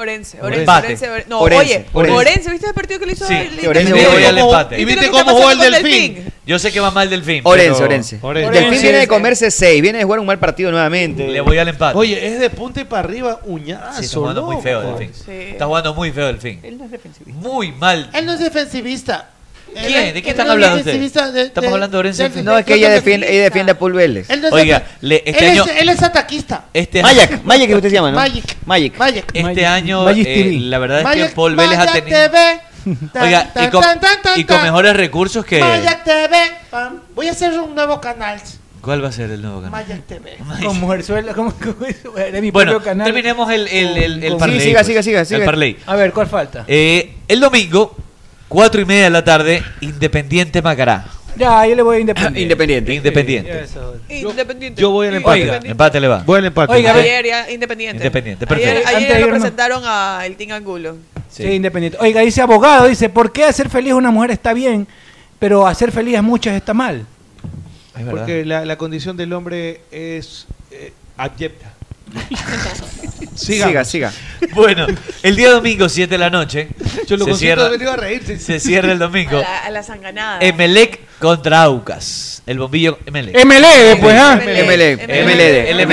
S12: Orense,
S13: Orense.
S12: Orense,
S13: Empate.
S12: Orense, Orense. No,
S13: Orense,
S12: oye,
S13: Orense.
S12: Orense. ¿viste el partido que le hizo
S13: Sí,
S12: el-
S13: Orense
S12: ¿Y
S13: volvió
S12: viste
S13: al
S12: cómo-
S13: empate.
S12: ¿Y viste cómo jugó el Delfín?
S13: Yo sé que va mal Delfín.
S11: Orense,
S13: pero-
S11: Orense. Delfín viene de comerse 6, viene de jugar un mal partido nuevamente.
S13: Le voy al empate.
S2: Oye, es de punta y para arriba, uñazo.
S13: Sí, está jugando muy
S2: loco.
S13: feo Delfín. Está jugando muy feo Delfín.
S12: Él no es defensivista.
S13: Muy mal.
S18: Él no es defensivista.
S13: ¿Quién? ¿De qué están
S18: no es
S13: hablando
S18: defensivista
S13: ustedes?
S18: de-
S13: Estamos
S18: de-
S13: hablando de Orense.
S18: del-
S11: No, es que ella defiende, ella defiende a Paul Vélez.
S18: Él no es
S13: Oiga,
S18: defen-
S13: le- este
S18: él
S13: año.
S18: Es, él es ataquista.
S13: Este
S11: Mayak, Mayak que usted se llama, ¿no?
S18: Magic.
S11: Mayak.
S13: Este año,
S11: Magic
S13: eh,
S11: TV.
S13: la verdad es
S18: Magic-
S13: que Paul Vélez ha
S18: Magic
S13: tenido. [LAUGHS]
S18: TV. Tan,
S13: Oiga, y
S18: tan,
S13: con,
S18: tan, tan, tan,
S13: y con
S18: tan.
S13: mejores recursos que.
S18: Magic TV. Pam. Voy a hacer un nuevo canal.
S13: ¿Cuál va a ser el nuevo canal?
S18: Magic TV.
S15: Con Mujerzuela, ¿cómo cómo eso? Era mi
S13: Bueno,
S15: propio canal.
S13: terminemos el, el, el, el
S15: Con-
S13: parlay, pues. El parlay.
S15: A ver, ¿cuál falta?
S13: Eh, el domingo, 4 y media de la tarde, Independiente Macará.
S15: Ya, yo le voy a Independiente.
S13: Independiente. Independiente.
S12: Independiente.
S13: Yo voy al empate. Oiga, empate le va. Voy al empate.
S15: Oiga, a ver.
S12: Ayer ya, Independiente.
S13: Independiente,
S12: Ayer,
S13: perfecto.
S12: ayer
S15: Antes de
S12: lo
S15: irnos.
S12: presentaron a El Team Angulo.
S15: Sí. Independiente. Oiga, dice abogado, dice, ¿por qué hacer feliz a una mujer está bien, pero hacer feliz a muchas está mal?
S9: Porque la, la condición del hombre es eh, abyecta.
S13: Siga, siga. [LAUGHS] Bueno, el día domingo, 7 de la noche,
S9: Yo lo
S13: se,
S9: consiento
S13: cierra,
S9: de venir a reírse.
S13: se cierra el domingo.
S12: A la, a la sanganada.
S13: Emelec contra Aucas. El bombillo Emelec.
S15: MLD, pues, ¿ah?
S18: E,
S13: E,
S11: MLD,
S13: MLD,
S11: MLD,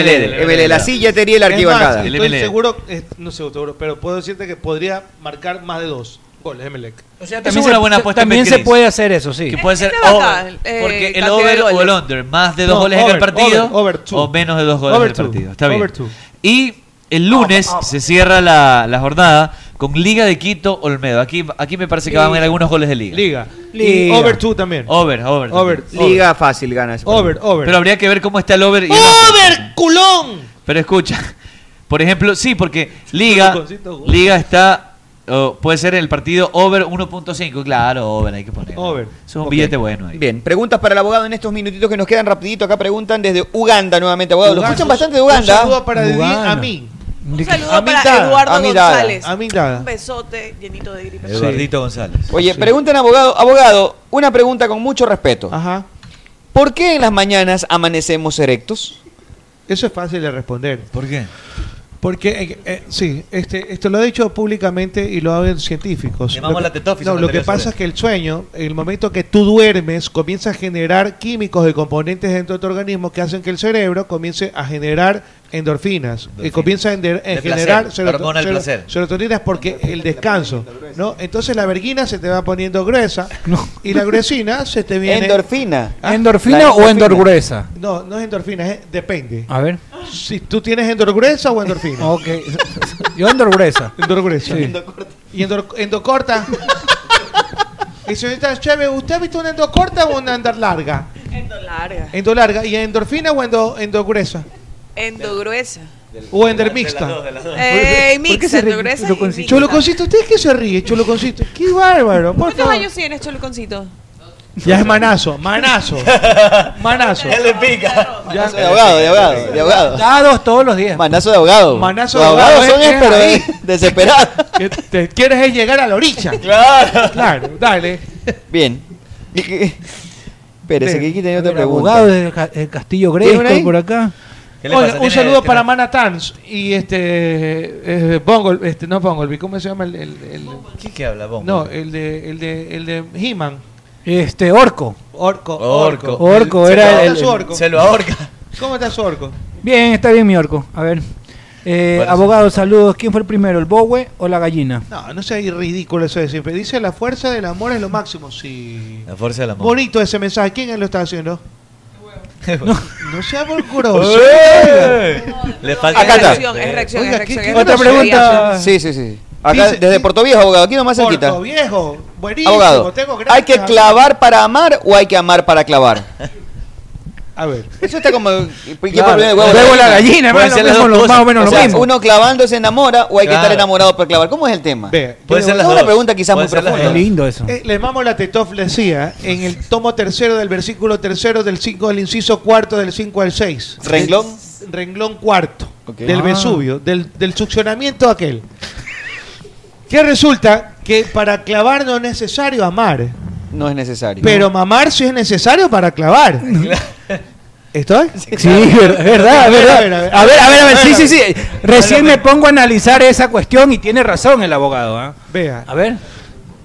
S13: E,
S11: MLD, MLD, la silletería y la
S9: Es más,
S11: arquibancada.
S9: Estoy seguro, eh, no sé, seguro, pero puedo decirte que podría marcar más de dos goles E. Emelec.
S13: O sea, también es una buena apuesta. en
S15: También se
S13: Betcris.
S15: puede hacer eso, sí.
S13: Que puede ser
S15: Esta
S13: over,
S15: vaca,
S12: eh,
S13: porque el
S12: cantidad de
S13: over o
S12: goles.
S13: el under, más de dos
S12: No,
S13: goles en el
S12: over,
S13: partido
S12: over, over two.
S13: o menos de dos goles
S12: Over
S13: en el
S12: two, Ah,
S13: partido. Está
S12: over
S13: bien. Y el lunes se cierra la, la jornada con Liga de Quito Olmedo. Aquí, aquí me parece que van a haber algunos goles de Liga.
S9: Liga. Y
S13: Liga.
S9: over two también.
S13: Over, over.
S9: Over,
S13: también.
S9: Liga
S11: fácil ganas.
S9: Over, over.
S13: Pero habría que ver cómo está el over. Y el
S12: ¡Oh!
S9: ¡Over, culón!
S13: Pero escucha, [LAUGHS] por ejemplo, sí, porque Liga, Liga está. o puede ser el partido over 1.5. Claro, over, hay que poner.
S11: Over.
S13: Es un billete bueno ahí.
S11: Bien, preguntas para el abogado en estos minutitos que nos quedan rapidito. Acá preguntan desde Uganda nuevamente, abogado. Lo
S9: Uganda.
S11: escuchan bastante de
S9: Un
S11: Uganda.
S9: saludo para Edwin Amin.
S12: Un saludo
S11: A mí
S12: para
S11: nada,
S12: Eduardo
S11: a mí nada,
S12: González.
S11: a mí nada.
S12: Un besote llenito de gripe.
S13: Eduardito González.
S11: Oye,
S13: Sí.
S11: preguntan abogado, abogado, una pregunta con mucho respeto. Ajá. ¿Por qué en las mañanas amanecemos erectos?
S9: Eso es fácil de responder.
S13: ¿Por qué?
S9: Porque, eh, eh, sí, este, esto lo ha dicho públicamente y lo hablan científicos.
S13: Llamamos
S9: Lo que-
S13: la tetófisa,
S9: No, lo que
S13: Andrea
S9: pasa
S13: Soler.
S9: es que el sueño, el momento que tú duermes, comienza a generar químicos y componentes dentro de tu organismo que hacen que el cerebro comience a generar endorfinas. Y comienza a, ender- a
S13: De
S9: generar
S13: placer, hormona del placer.
S9: serotoninas porque el descanso. ¿no? Entonces la verguina se te va poniendo
S15: [LAUGHS]
S9: gruesa y la gruesina se te viene...
S11: Endorfina.
S9: Ah,
S15: ¿Endorfina
S9: la
S15: o endorgruesa?
S9: No, no es endorfina, es- depende.
S15: A ver.
S9: Si tú tienes endorgruesa o endorfina.
S15: ok. Yo endorgruesa.
S9: Endorgruesa.
S15: Sí.
S9: Y endo- endocorta. y señorita Cheve, ¿usted ha visto una endocorta o una endolarga?
S12: Endo larga.
S9: Endolarga. ¿Y endorfina o endo, endogruesa?
S12: Endo gruesa.
S9: ¿O endermixta?
S12: Eh,
S9: ¿Por qué
S12: mix,
S9: se
S12: endo
S9: ríe?
S12: gruesa.
S9: Choloconcito. Choloconcito, ¿usted qué se ríe, Choloconcito? ¡Qué bárbaro!
S12: [LAUGHS]
S9: Por
S12: ¿Cuántos
S9: favor.
S12: años tienes, Choluconcito?
S9: Ya es manazo,
S12: [LAUGHS]
S9: manazo. Manazo. Él
S13: le pica.
S9: Ya.
S11: De abogado, de abogado, de abogado.
S15: Dados todos los días.
S11: Manazo de abogado.
S9: Manazo
S11: Los
S9: de abogado,
S11: abogados son
S9: es-
S11: es,
S9: es
S11: pero
S9: ahí.
S15: eh,
S11: de- desesperados.
S9: [LAUGHS] Que te quieres es llegar a la
S15: [LAUGHS]
S9: orilla.
S11: Claro.
S9: Claro, dale. [LAUGHS]
S11: Bien. Y que- Espérese, que aquí tenía otra
S15: El
S11: pregunta.
S15: abogado del ca- el Castillo
S11: ¿Tiene una ahí?
S15: Grey por acá.
S9: Oiga, un saludo para Mana Tans y este eh, Bongo, este no Bongolvi, ¿cómo se llama el, el, el-
S13: ¿Qué que habla vos?
S9: no, el de el de el de He-Man?
S15: Este, Orco.
S9: Orco,
S15: Orco.
S9: Orco.
S15: Orco,
S9: Se
S15: era
S9: lo-
S15: el-
S9: está su orco.
S15: se lo ahorca.
S9: ¿Cómo está su orco?
S15: Bien, está bien mi Orco. A ver. Eh, abogado, saludos. ¿Quién fue el primero, el bowe o la gallina?
S9: No, no sea ridículo eso de siempre. Dice la fuerza del amor es lo máximo. Sí.
S13: La fuerza del amor.
S9: Bonito ese mensaje. ¿Quién lo está haciendo? No sea por curioso.
S11: Oye.
S13: Le
S11: falta- Acá está.
S12: Es reacción,
S9: Oiga,
S12: es
S9: ¿qué-
S12: reacción.
S9: qué-
S12: es
S11: Otra
S12: reacción, es
S11: pregunta.
S12: reacción.
S11: Sí, sí, sí. Acá,
S9: Dice-
S11: desde Puerto Viejo, abogado. Aquí nomás cerquita.
S9: Corto viejo. Buenísimo.
S11: Abogado,
S9: Tengo
S11: ¿hay que
S9: gracias.
S11: clavar para amar o hay que amar para clavar?
S9: A ver.
S11: Eso está como. ¿Qué
S9: Claro.
S11: problema de
S9: Huevo y la gallina,
S11: Puede
S9: más o
S11: ser las
S9: menos
S11: dos
S9: lo- más o
S11: cosas.
S9: menos lo
S11: sea,
S9: mismo.
S11: Uno clavando se enamora o hay que
S9: Claro.
S11: estar enamorado para clavar. ¿Cómo es el tema?
S9: Ve,
S11: Puede
S9: yo-
S11: ser las Es una dos. pregunta quizás Puede muy ser las profunda. dos.
S15: lindo eso.
S9: Eh, les mamo la tetoflesía en el tomo tercero del versículo tercero del 5 del inciso cuarto del 5 al 6.
S11: ¿Renglón?
S9: Renglón cuarto
S11: Ok.
S9: del
S11: Ah.
S9: Vesubio, del, del succionamiento aquel. Que resulta que para clavar no es necesario amar,
S11: No es necesario. [LAUGHS]
S9: pero mamar sí es necesario para clavar.
S15: ¿Estoy?
S9: [LAUGHS]
S15: Sí,
S19: ver-
S15: verdad,
S19: A ver,
S15: verdad.
S19: a ver, a ver.
S15: A ver, a ver, a ver, sí,
S19: A
S15: sí,
S19: ver,
S15: sí.
S19: a ver.
S15: Recién me pongo a analizar esa cuestión y tiene razón el abogado. ¿ah?
S9: Vea.
S15: A ver.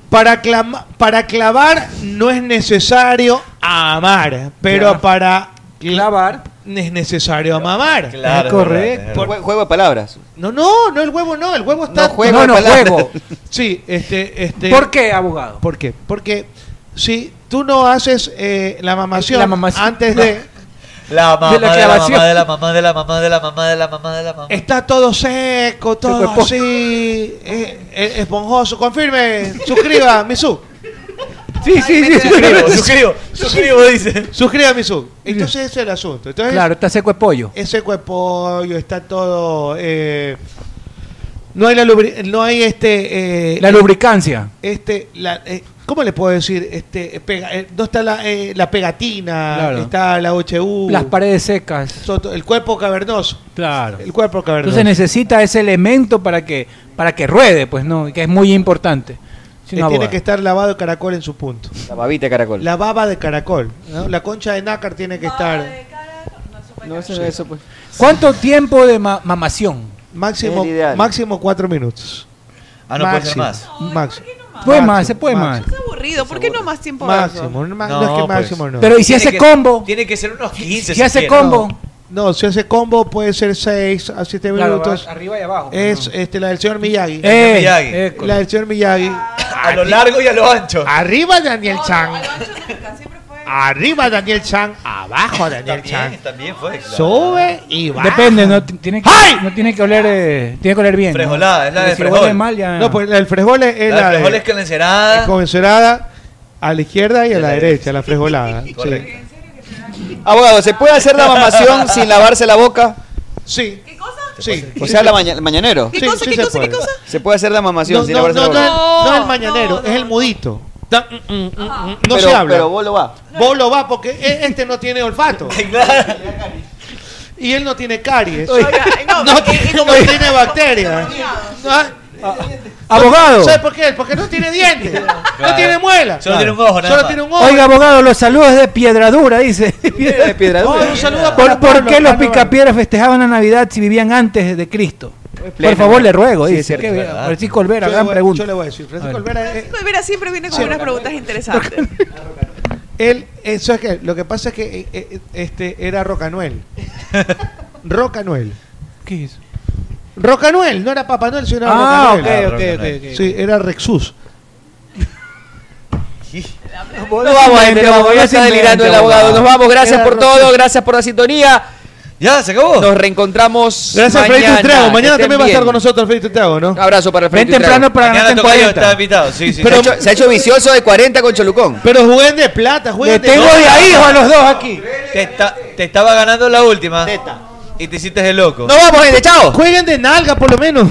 S9: Para, clama- para clavar no es necesario amar, pero
S15: Ya.
S9: para clavar es necesario amar.
S11: Claro, Es correcto. es verdad.
S9: Juego de palabras. No, no, no el huevo no, el huevo está
S11: No, juego de palabras.
S9: Sí, este, este.
S15: ¿Por qué, abogado?
S9: ¿Por qué? Porque si tú no haces eh, la mamación antes de
S13: La mamá
S9: De
S13: de
S9: la
S13: la,
S9: clavación.
S13: mamá de la mamá de la mamá de la mamá de la mamá de la mamá.
S9: Está todo seco, todo
S13: Seco de
S9: así, eh, eh, esponjoso. Confirme, suscriba, [LAUGHS] Misu.
S15: Sí, sí, sí.
S9: Suscribo,
S15: suscribo, suscribo,
S9: dice. Suscriba, Misu. Entonces ese es el asunto. Entonces,
S15: Claro, está seco de pollo.
S9: Es seco de pollo, está todo... eh, no hay la lubri- no hay este... eh,
S15: La lubricancia.
S9: Este, la, eh, ¿Cómo le puedo decir? Este, eh, pega- eh, no está la, eh, la pegatina,
S15: Claro.
S9: está la OHU.
S15: Las paredes secas.
S9: Soto- El cuerpo cavernoso.
S15: Claro.
S9: El cuerpo cavernoso.
S15: Entonces necesita ese elemento para que para que ruede, pues no, Y que es muy importante. Si
S9: Eh,
S15: no,
S9: tiene
S15: abogado.
S9: que estar lavado de caracol en su punto.
S11: La babita de caracol.
S9: La baba de caracol. ¿no? La concha de nácar tiene que estar.
S19: No, eso
S9: Sí.
S19: no, eso pues.
S15: ¿Cuánto tiempo de ma- mamación?
S9: Máximo,
S15: El ideal.
S9: máximo cuatro minutos.
S15: Ah, no puede ser
S9: más. Máximo.
S15: Puede más, se puede más.
S12: Es aburrido, ¿por qué no más tiempo?
S9: Máximo, no, ma- no es que
S13: pues.
S9: máximo no.
S15: Pero, ¿y si Tiene hace que- combo?
S13: Tiene que ser unos 15.
S15: Si hace combo.
S9: No, no, si hace combo puede ser 6 a 7
S15: Claro,
S9: minutos.
S15: va arriba y abajo,
S9: Es este, la del señor Miyagi.
S15: Eh, Miyagi.
S9: La del señor Miyagi.
S13: A lo largo y a lo ancho.
S9: Arriba Daniel Chan. Arriba Daniel Chan, abajo Daniel Chan.
S13: También fue. claro.
S9: Sube y baja.
S15: Depende, no t- tiene que, no tiene que oler, eh, tiene que oler bien. ¿no?
S13: Frejolada, es la
S15: Porque
S13: de
S15: si
S13: frejol.
S15: huele mal ya.
S9: No, pues la del frijol es
S13: La
S9: la, de-
S13: frijoles con la encerada.
S9: con encerada a la izquierda y a la, derecha, la [LAUGHS] frijolada. Sí.
S11: Abogado, ¿se puede hacer
S9: [LAUGHS]
S11: la mamación sin lavarse la boca?
S9: Sí.
S11: ¿Qué
S12: cosa?
S11: Sí. O sea, la maña- el mañanero.
S9: ¿Qué Sí, cosa, sí qué se cosa, qué puede. cosa?
S11: ¿Se puede hacer la mamación
S9: No,
S11: sin
S9: no,
S11: lavarse
S9: no,
S11: la boca?
S9: no, es el mañanero, es el mudito. Da- mm, mm, mm, mm, no
S11: Pero-
S9: se habla.
S11: pero vos lo va.
S9: Vos lo va porque e- este no tiene
S11: [LAUGHS]
S9: olfato. y él no tiene caries. [LAUGHS] no, tiene- no tiene bacterias. Ah.
S15: Abogado.
S9: ¿Sabes por qué? Porque no tiene dientes. No tiene muela.
S15: Solo tiene un
S9: ojo, Solo tiene un ojo.
S15: Oiga, abogado, los saludos de [LAUGHS] Piedradura, dice. De
S9: Piedradura. Oh, un saludo
S15: ¿Por,
S9: para
S15: por
S9: Pablo,
S15: qué los
S9: Pablo
S15: picapiedras festejaban la Navidad si vivían antes de Cristo?
S9: pleno,
S15: por favor, le
S9: ¿verdad?
S15: ruego,
S9: Pues Sí, es
S15: dice.
S9: cierto,
S15: Qué
S9: es
S15: bien.
S9: verdad.
S15: Francisco Olvera,
S9: Yo le
S15: gran
S9: voy-
S15: pregunta.
S9: yo le voy a decir, Francisco
S15: A ver.
S9: Olvera es-
S12: Francisco Vera siempre viene con
S9: eh, Sí.
S12: unas preguntas interesantes.
S9: Él, eso es que lo que pasa es que eh, eh, este era
S15: [LAUGHS]
S9: Rocanuel. Rocanuel.
S15: ¿Qué es?
S9: Rocanuel, no era Papá Noel, sino era
S15: Ah,
S9: Rocanuel.
S15: ok, ok, ok, ok.
S9: Sí, era Rexus.
S11: Nos vamos, gente, nos vamos. Ya está delirando el abogado. Nos vamos. Gracias por todo. Gracias por la sintonía.
S13: Ya, se acabó.
S11: Nos reencontramos.
S9: Gracias, Fredito
S11: mañana.
S9: Estrago. Mañana
S11: Que estén
S9: también va a estar
S11: bien.
S9: con nosotros Fredito Estrago, ¿no?
S11: Un abrazo para Fredito Estrago.
S13: Mañana Tocayo está invitado. Sí, sí.
S11: se, ha hecho, se ha hecho vicioso de 40 con Cholucón.
S9: Pero jueguen de plata,
S13: jueguen de- tengo de ahí a los dos aquí. Te, está- te estaba ganando la última. Y te hiciste de loco.
S9: Jueguen de nalga, por lo menos.